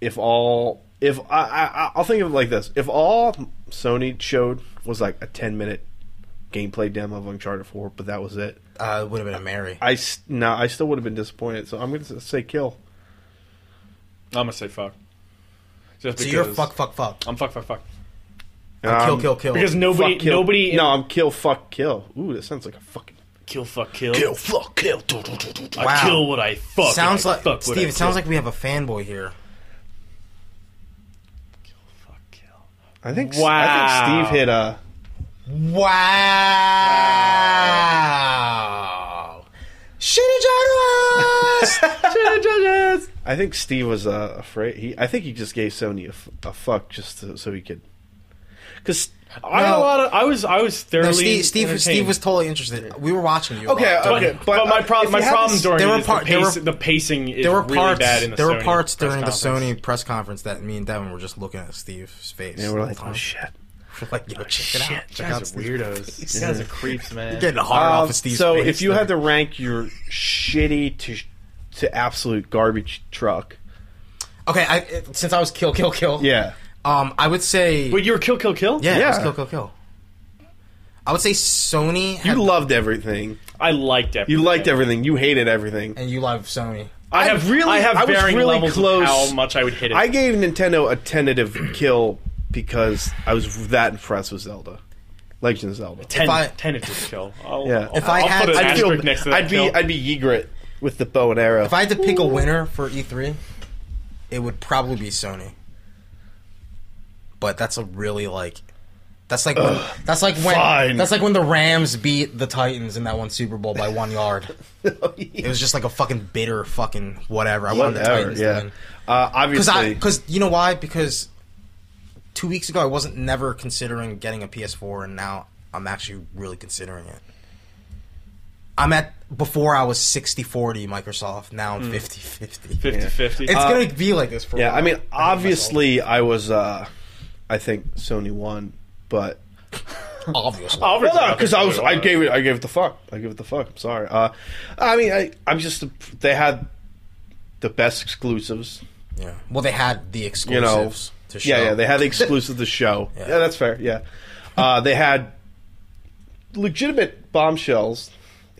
A: If all, if I, I, I- I'll think of it like this: if all Sony showed was like a ten-minute gameplay demo of Uncharted Four, but that was it,
B: uh, it would have been a Mary.
A: I s- no, I still would have been disappointed. So I'm going to say kill.
C: I'm going to say fuck. Just
B: so you're
C: because-
B: fuck, fuck, fuck.
C: I'm fuck, fuck, fuck.
A: Um,
B: kill, kill, kill.
C: Because nobody,
A: fuck, kill.
C: nobody, in-
A: No, I'm kill. Fuck kill. Ooh, that sounds like a fucking
C: kill, Oh, fuck, kill,
A: fuck kill.
C: I
B: Wow.
C: kill what I fuck. and
B: sounds
C: I
B: like
C: fuck
B: Steve. It sounds like we have a fanboy here.
C: fuck, kill.
A: I think I
C: Wow.
A: think Steve hit uh, a
B: Wow.
C: *laughs*
B: Shitty journalist.
A: I think Steve was uh, afraid. He I think he just gave Sony a, f- a fuck just to, so he could cuz
C: I had a
B: No.
C: lot of. I was. I was thoroughly.
B: no, Steve, Steve, Steve
C: entertained.
B: was totally interested. We were watching you.
A: Okay,
B: Rob, during
A: okay, but,
C: But, but my
A: uh, if
C: problem. My
A: you had
C: problem
A: this-
C: during
B: there were
C: is
B: part-
C: the,
B: there
C: pace,
B: were-
C: the pacing is
B: there were
C: really
B: parts.
C: bad in the
B: there
C: Sony
B: were parts
C: press
B: during the
C: conference.
B: Sony press conference that me and Devin were just looking at Steve's face.
A: Yeah, we're
B: the
A: like, oh
B: whole time.
A: shit.
B: We're like, yo, check it out. Check
C: You
B: out
C: guys are
B: Steve.
C: weirdos. You guys are creeps, man.
B: Getting hard off
A: Um,
B: of Steve's
A: so
B: face.
A: if you
B: there.
A: had to rank your shitty to to absolute garbage truck.
B: okay, I, it- since I was kill, kill, kill.
A: Yeah.
B: Um, I would say
C: But you were kill, kill, kill.
B: yeah, it was
A: yeah.
B: kill, kill, kill. I would say Sony.
A: You
B: Had,
A: loved everything.
C: I liked everything.
A: You liked everything. You hated everything.
B: and you love Sony.
C: I have
A: really-
C: I have
A: I was
C: varying
A: really
C: levels of
A: close.
C: how much I would hit it.
A: I gave Nintendo a tentative *clears throat* kill because I was that impressed with Zelda. Legend of Zelda.
C: ten,
B: if I-
C: tentative
A: *laughs*
C: kill. I'll,
A: Yeah.
C: I'll,
A: If
B: I
C: I'll
B: had-
C: put
A: I'd,
C: an
B: I'd
A: feel,
C: asterisk next to that
A: I'd be
C: kill.
A: I'd be Ygritte with the bow and arrow. *laughs*
B: If I had to pick a winner for E3, it would probably be Sony. But that's a really like that's like when, that's like when
A: fine.
B: that's like when the Rams beat the Titans in that one Super Bowl by one yard. It was just like a fucking bitter fucking whatever. I wanted the
A: Whatever,
B: Titans
A: yeah.
B: to win
A: Uh,
B: because I
A: obviously,
B: because you know why because two weeks ago I wasn't never considering getting a PS4 and now I'm actually really considering it. I'm at before I was 60-40 Microsoft. Now
A: Hmm.
B: I'm 50-50.
C: 50-50.
B: It's gonna be like this for a
A: yeah.
B: while.
A: I mean, obviously, I was. Uh, I think Sony won, but
B: obviously.
A: well, no, because I was. I gave it. I gave it the fuck. I gave it the fuck. I'm sorry. Uh, I mean, I, I'm just. They had the best exclusives.
B: Yeah. Well, they had the
A: You know.
B: exclusives to show.
A: Yeah, yeah. They had the exclusive to
C: *laughs*
A: show. yeah.
B: Yeah.
A: that's fair. Yeah, uh, they had legitimate bombshells.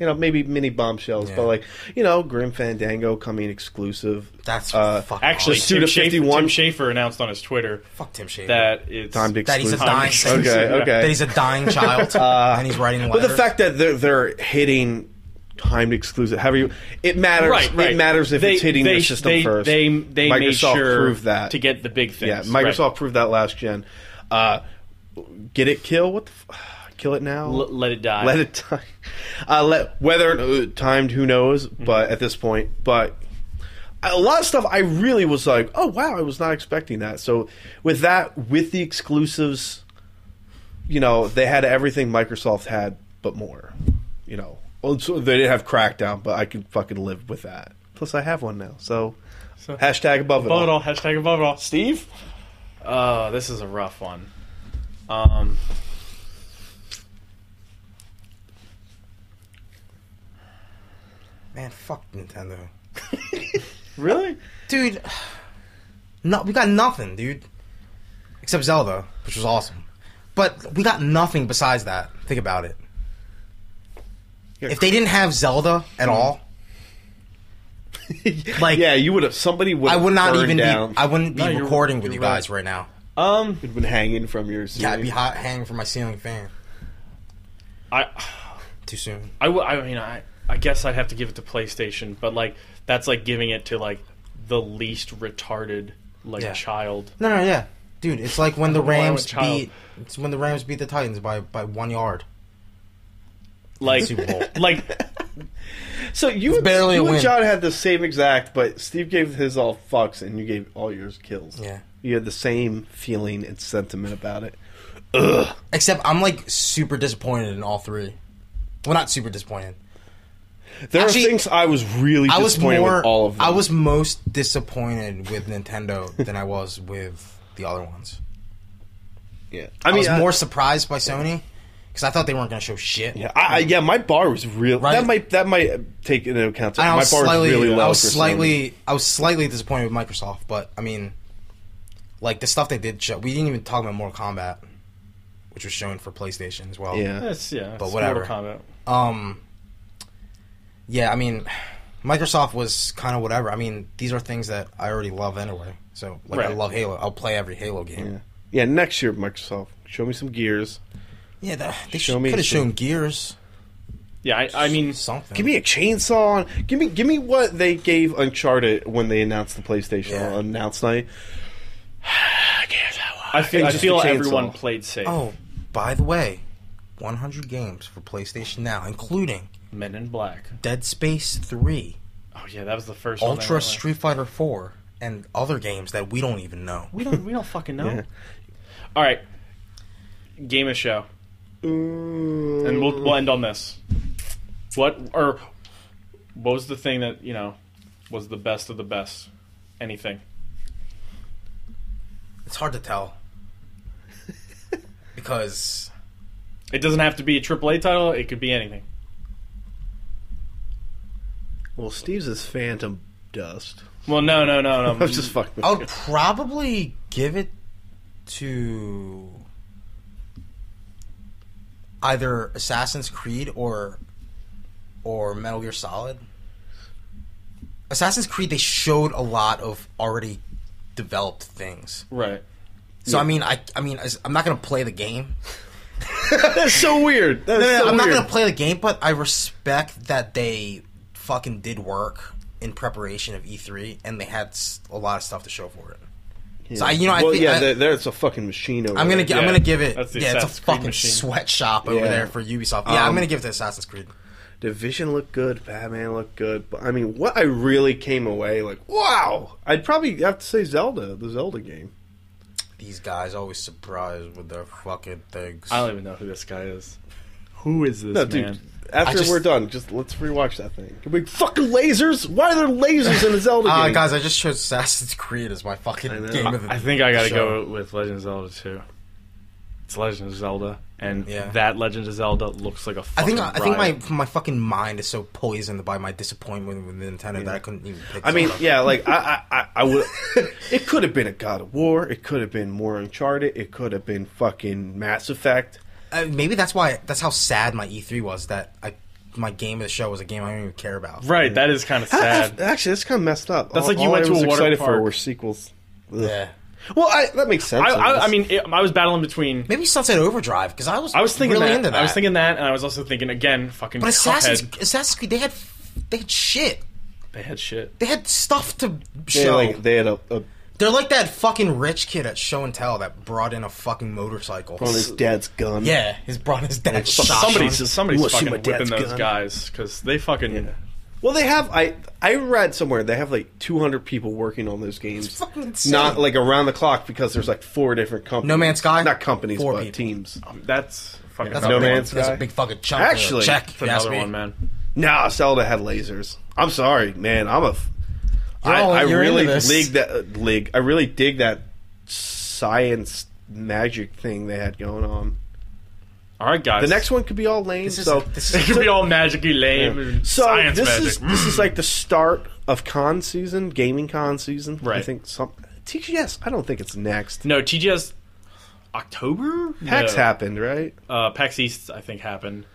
A: you know, maybe mini bombshells,
B: Yeah.
A: but like, you know, Grim Fandango coming exclusive.
B: That's
A: Uh,
B: fucking
A: Like,
C: Actually,
A: suit
C: Tim
A: of
C: Schafer,
A: 51.
C: Tim Schafer announced on his Twitter
B: fuck Tim Shaver.
C: that it's
A: Timed
B: That he's a
A: exclusive.
B: dying.
A: okay,
C: Yeah.
A: okay.
B: That he's a
A: *laughs*
B: dying child, and he's writing letters.
A: But the fact that they're they're hitting timed exclusive, however you, it matters.
C: right, right.
A: It matters if
C: They-
A: it's hitting
C: they,
A: the system
C: they,
A: first.
C: They they made
A: Microsoft
C: sure
A: proved that
C: to get the big things.
A: Yeah,
C: right.
A: Microsoft proved that last gen. Uh, get it, kill what the f- *sighs* kill it now.
C: L- let it die.
A: let it time. Uh, let whether uh, timed, who knows? But at this point, but a lot of stuff I really was like, oh wow, I was not expecting that. So with that, with the exclusives, you know, they had everything Microsoft had, but more. You know, Well, so they didn't have Crackdown, but I could fucking live with that. Plus, I have one now. So,
C: So-
A: hashtag above,
C: above
A: it
C: it
A: all.
C: all. Hashtag above it all. Steve. Oh, this is a rough one. Um.
B: man, fuck Nintendo,
C: Really?
B: dude. No, we got nothing, dude, except Zelda, which was awesome. But we got nothing besides that. Think about it. If they didn't have Zelda at all,
A: *laughs*
B: like
A: Yeah, you would have. Somebody would.
B: I would not
A: burned
B: even
A: down.
B: be. I wouldn't be
C: No, you're-
B: recording with
C: you're
B: you
C: right.
B: guys right now.
C: Um.
A: It'd been hanging from your. Ceiling.
B: Yeah, I'd be hot, hanging from my ceiling fan.
C: I.
B: Too soon.
C: I, w- I mean I. I guess I'd have to give it to PlayStation, but like that's like giving it to like the least retarded like
B: Yeah.
C: child.
B: No, no, yeah, dude. It's like when the
C: don't know why I went
B: Rams
C: child.
B: beat. It's when the Rams beat the Titans by by one yard.
C: Like
B: Super Bowl.
C: *laughs* like
A: So you, and,
B: barely a
A: you and
B: win.
A: John had the same exact, but Steve gave his all fucks and you gave all yours kills.
B: Yeah.
A: You had the same feeling and sentiment about it.
B: Except I'm like super disappointed in all three. Well, not super disappointed.
A: There
B: Actually,
A: are things I was really
B: I was
A: disappointed
B: more.
A: with all of them.
B: I was most disappointed with Nintendo than I was with the other ones.
A: yeah.
B: I,
A: I mean, uh,
B: was
A: I-
B: more surprised by Sony because I thought they weren't going to show shit.
A: yeah, I, I, yeah, my bar was real.
B: Right.
A: That might that might take into account.
B: And I
A: my
B: was
A: bar
B: slightly,
A: was really low.
B: I was
A: for Sony.
B: slightly, I was slightly disappointed with Microsoft, but I mean, like the stuff they did show, we didn't even talk about Mortal Kombat, which was shown for PlayStation as well.
A: Yeah.
C: that's yeah.
B: But
C: it's
B: whatever.
C: Mortal Kombat.
B: Um. Yeah, I mean, Microsoft was kind of whatever. I mean, these are things that I already love anyway. So, like, I
C: Right.
B: love Halo. I'll play every Halo game.
A: Yeah. Yeah, next year, Microsoft, show me some gears.
B: Yeah, that, they
A: Show
B: show
A: me
B: could have
A: some-
B: shown Gears.
C: Yeah, I, I mean
B: something.
A: Give me a chainsaw. and- Give me give me what they gave Uncharted when they announced the PlayStation
B: Yeah.
A: on announce night. *sighs*
C: I feel, I
A: just
C: feel
A: a chainsaw.
C: everyone played safe.
B: Oh, by the way, 100 games for PlayStation now, including
C: Men in Black.
B: Dead Space 3,
C: Oh yeah, that was the first one. I
B: Ultra
C: went with.
B: Street Fighter 4, and other games that we don't even know.
C: We don't. We don't
B: *laughs*
C: fucking know.
A: Yeah.
C: All right, game of show,
B: Mm.
C: and we'll we'll end on this. What or what was the thing that you know was the best of the best? Anything?
B: It's hard
A: *laughs*
B: to tell because
C: It doesn't have to be a AAA title. It could be anything.
A: Well, Steve's is phantom
B: *laughs*
A: dust.
C: Well, no, no, no,
A: *laughs*
C: no.
A: I was just fucking. with
B: I
A: you.
B: would probably give it to either Assassin's Creed or or Metal Gear Solid. Assassin's Creed they showed a lot of already developed things.
C: right.
B: So I mean I I mean as- I'm not going to play the game.
A: That's so weird. *laughs* That's so
B: I'm not
A: weird.
B: going to play the game but I respect that they fucking did work in preparation of E3 and they had s- a lot of stuff to show for it. So I, you know, I
A: well,
B: think
A: yeah,
B: I-
A: there, there's a fucking machine over
B: I'm gonna
A: there.
B: gi- I'm
C: Yeah,
B: gonna give it.
C: that's the
B: Yeah, it's a
C: Assassin's Creed
B: fucking
C: machine.
B: sweatshop over
A: Yeah.
B: there for Ubisoft. Yeah,
A: Um,
B: I'm gonna give it to Assassin's Creed.
A: Division looked good, Batman looked good, but I mean, what I really came away like, wow! I'd probably have to say Zelda, the Zelda game.
B: These guys always surprised with their fucking things.
C: I don't even know who this guy is. Who is this
A: No, dude.
C: man?
A: After
B: I just-
A: we're done, just let's rewatch that thing. Can we fucking lasers? Why are there lasers in a Zelda
B: Uh,
A: game?
B: guys, I just chose Assassin's Creed as my fucking
A: know.
B: game *laughs* of the.
C: I think I gotta
B: show.
C: go with Legend of Zelda too. It's Legend of Zelda, and
B: Yeah.
C: that Legend of Zelda looks like a. Fucking
B: I think I think
C: riot.
B: my my fucking mind is so poisoned by my disappointment with Nintendo that I couldn't even. Pick
A: I mean,
B: something.
A: yeah, like I, I, I, I would. it could have been a God of War. It could have been more Uncharted. It could have been fucking Mass Effect.
B: Uh, maybe that's why that's how sad my E3 E was that I my game of the show was a game I don't even care about.
C: Right, that is kind of
A: Uh,
C: sad.
A: Actually, that's kind of messed up.
C: That's like you went
A: I
C: to a
A: was
C: water
A: excited for
C: park.
A: were sequels. Ugh.
B: Yeah.
A: Well, I, that makes sense.
C: I,
A: guess.
C: I, I mean, it, I was battling between.
B: Maybe Sunset Overdrive because I was
C: I was thinking
B: really
C: that.
B: into that.
C: I was thinking that, and I was also thinking again, fucking.
B: but Assassin's
C: Cuphead.
B: Assassin's Creed they had they had shit.
C: They had shit.
B: They had stuff to
A: they,
B: show.
A: like they had a, a
B: They're like that fucking rich kid at Show and Tell that brought in a fucking motorcycle.
A: on his dad's gun.
B: Yeah, his brought his dad shotgun.
C: Somebody's somebody's
A: Wanna see
C: fucking
A: my
C: whipping
A: dad's
C: those
A: gun?
C: guys because they fucking.
A: Well, they have. I I read somewhere they have like 200 people working on those games.
B: fucking insane.
A: Not like around the clock because there's like four different companies.
B: No Man's Sky?
A: Not companies,
B: Four
A: but
B: people.
A: teams.
C: That's fucking.
B: That's
A: No
B: a big,
A: Man's
B: That's
A: Sky?
B: a big fucking chunk. of
A: Actually,
B: check.
A: it's
B: if you ask
C: another
B: me.
C: one, man.
A: Nah, Zelda had lasers. I'm sorry, man. I'm a. f- I-
B: Yo,
A: I
B: you're
A: really
B: into this.
A: dig that uh, league. I really dig that science magic thing they had going on.
C: All right, guys.
A: The next one could be all lame.
B: This is,
A: so
B: this
C: *laughs* It
B: is
C: could be all magically lame. and
A: So
C: science
A: this
C: magic. Mm.
A: is this is like the start of con season, gaming con season. I
C: Right.
A: think some TGS. I don't think it's next.
C: no TGS October.
A: PAX
C: no.
A: happened, right?
C: uh, PAX East, I think, happened.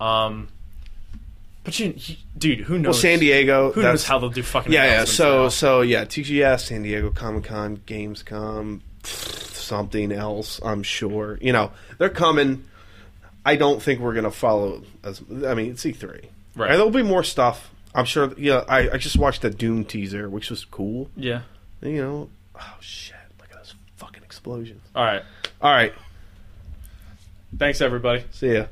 C: Um, but you, you- dude, who knows?
A: Well, San Diego.
C: Who knows
A: that's-
C: how they'll do fucking
A: Yeah, yeah.
C: announcements
A: So,
C: now.
A: so yeah. TGS, San Diego Comic Con, Gamescom, something else. I'm sure. You know, they're coming. I don't think we're gonna follow. As I mean, it's E3.
C: Right.
A: And there'll be more stuff. I'm sure. Yeah. I, I just watched the Doom teaser, which was cool.
C: yeah.
A: You know. Oh shit! Look at those fucking explosions.
C: All right.
A: All right.
C: Thanks, everybody.
A: See ya.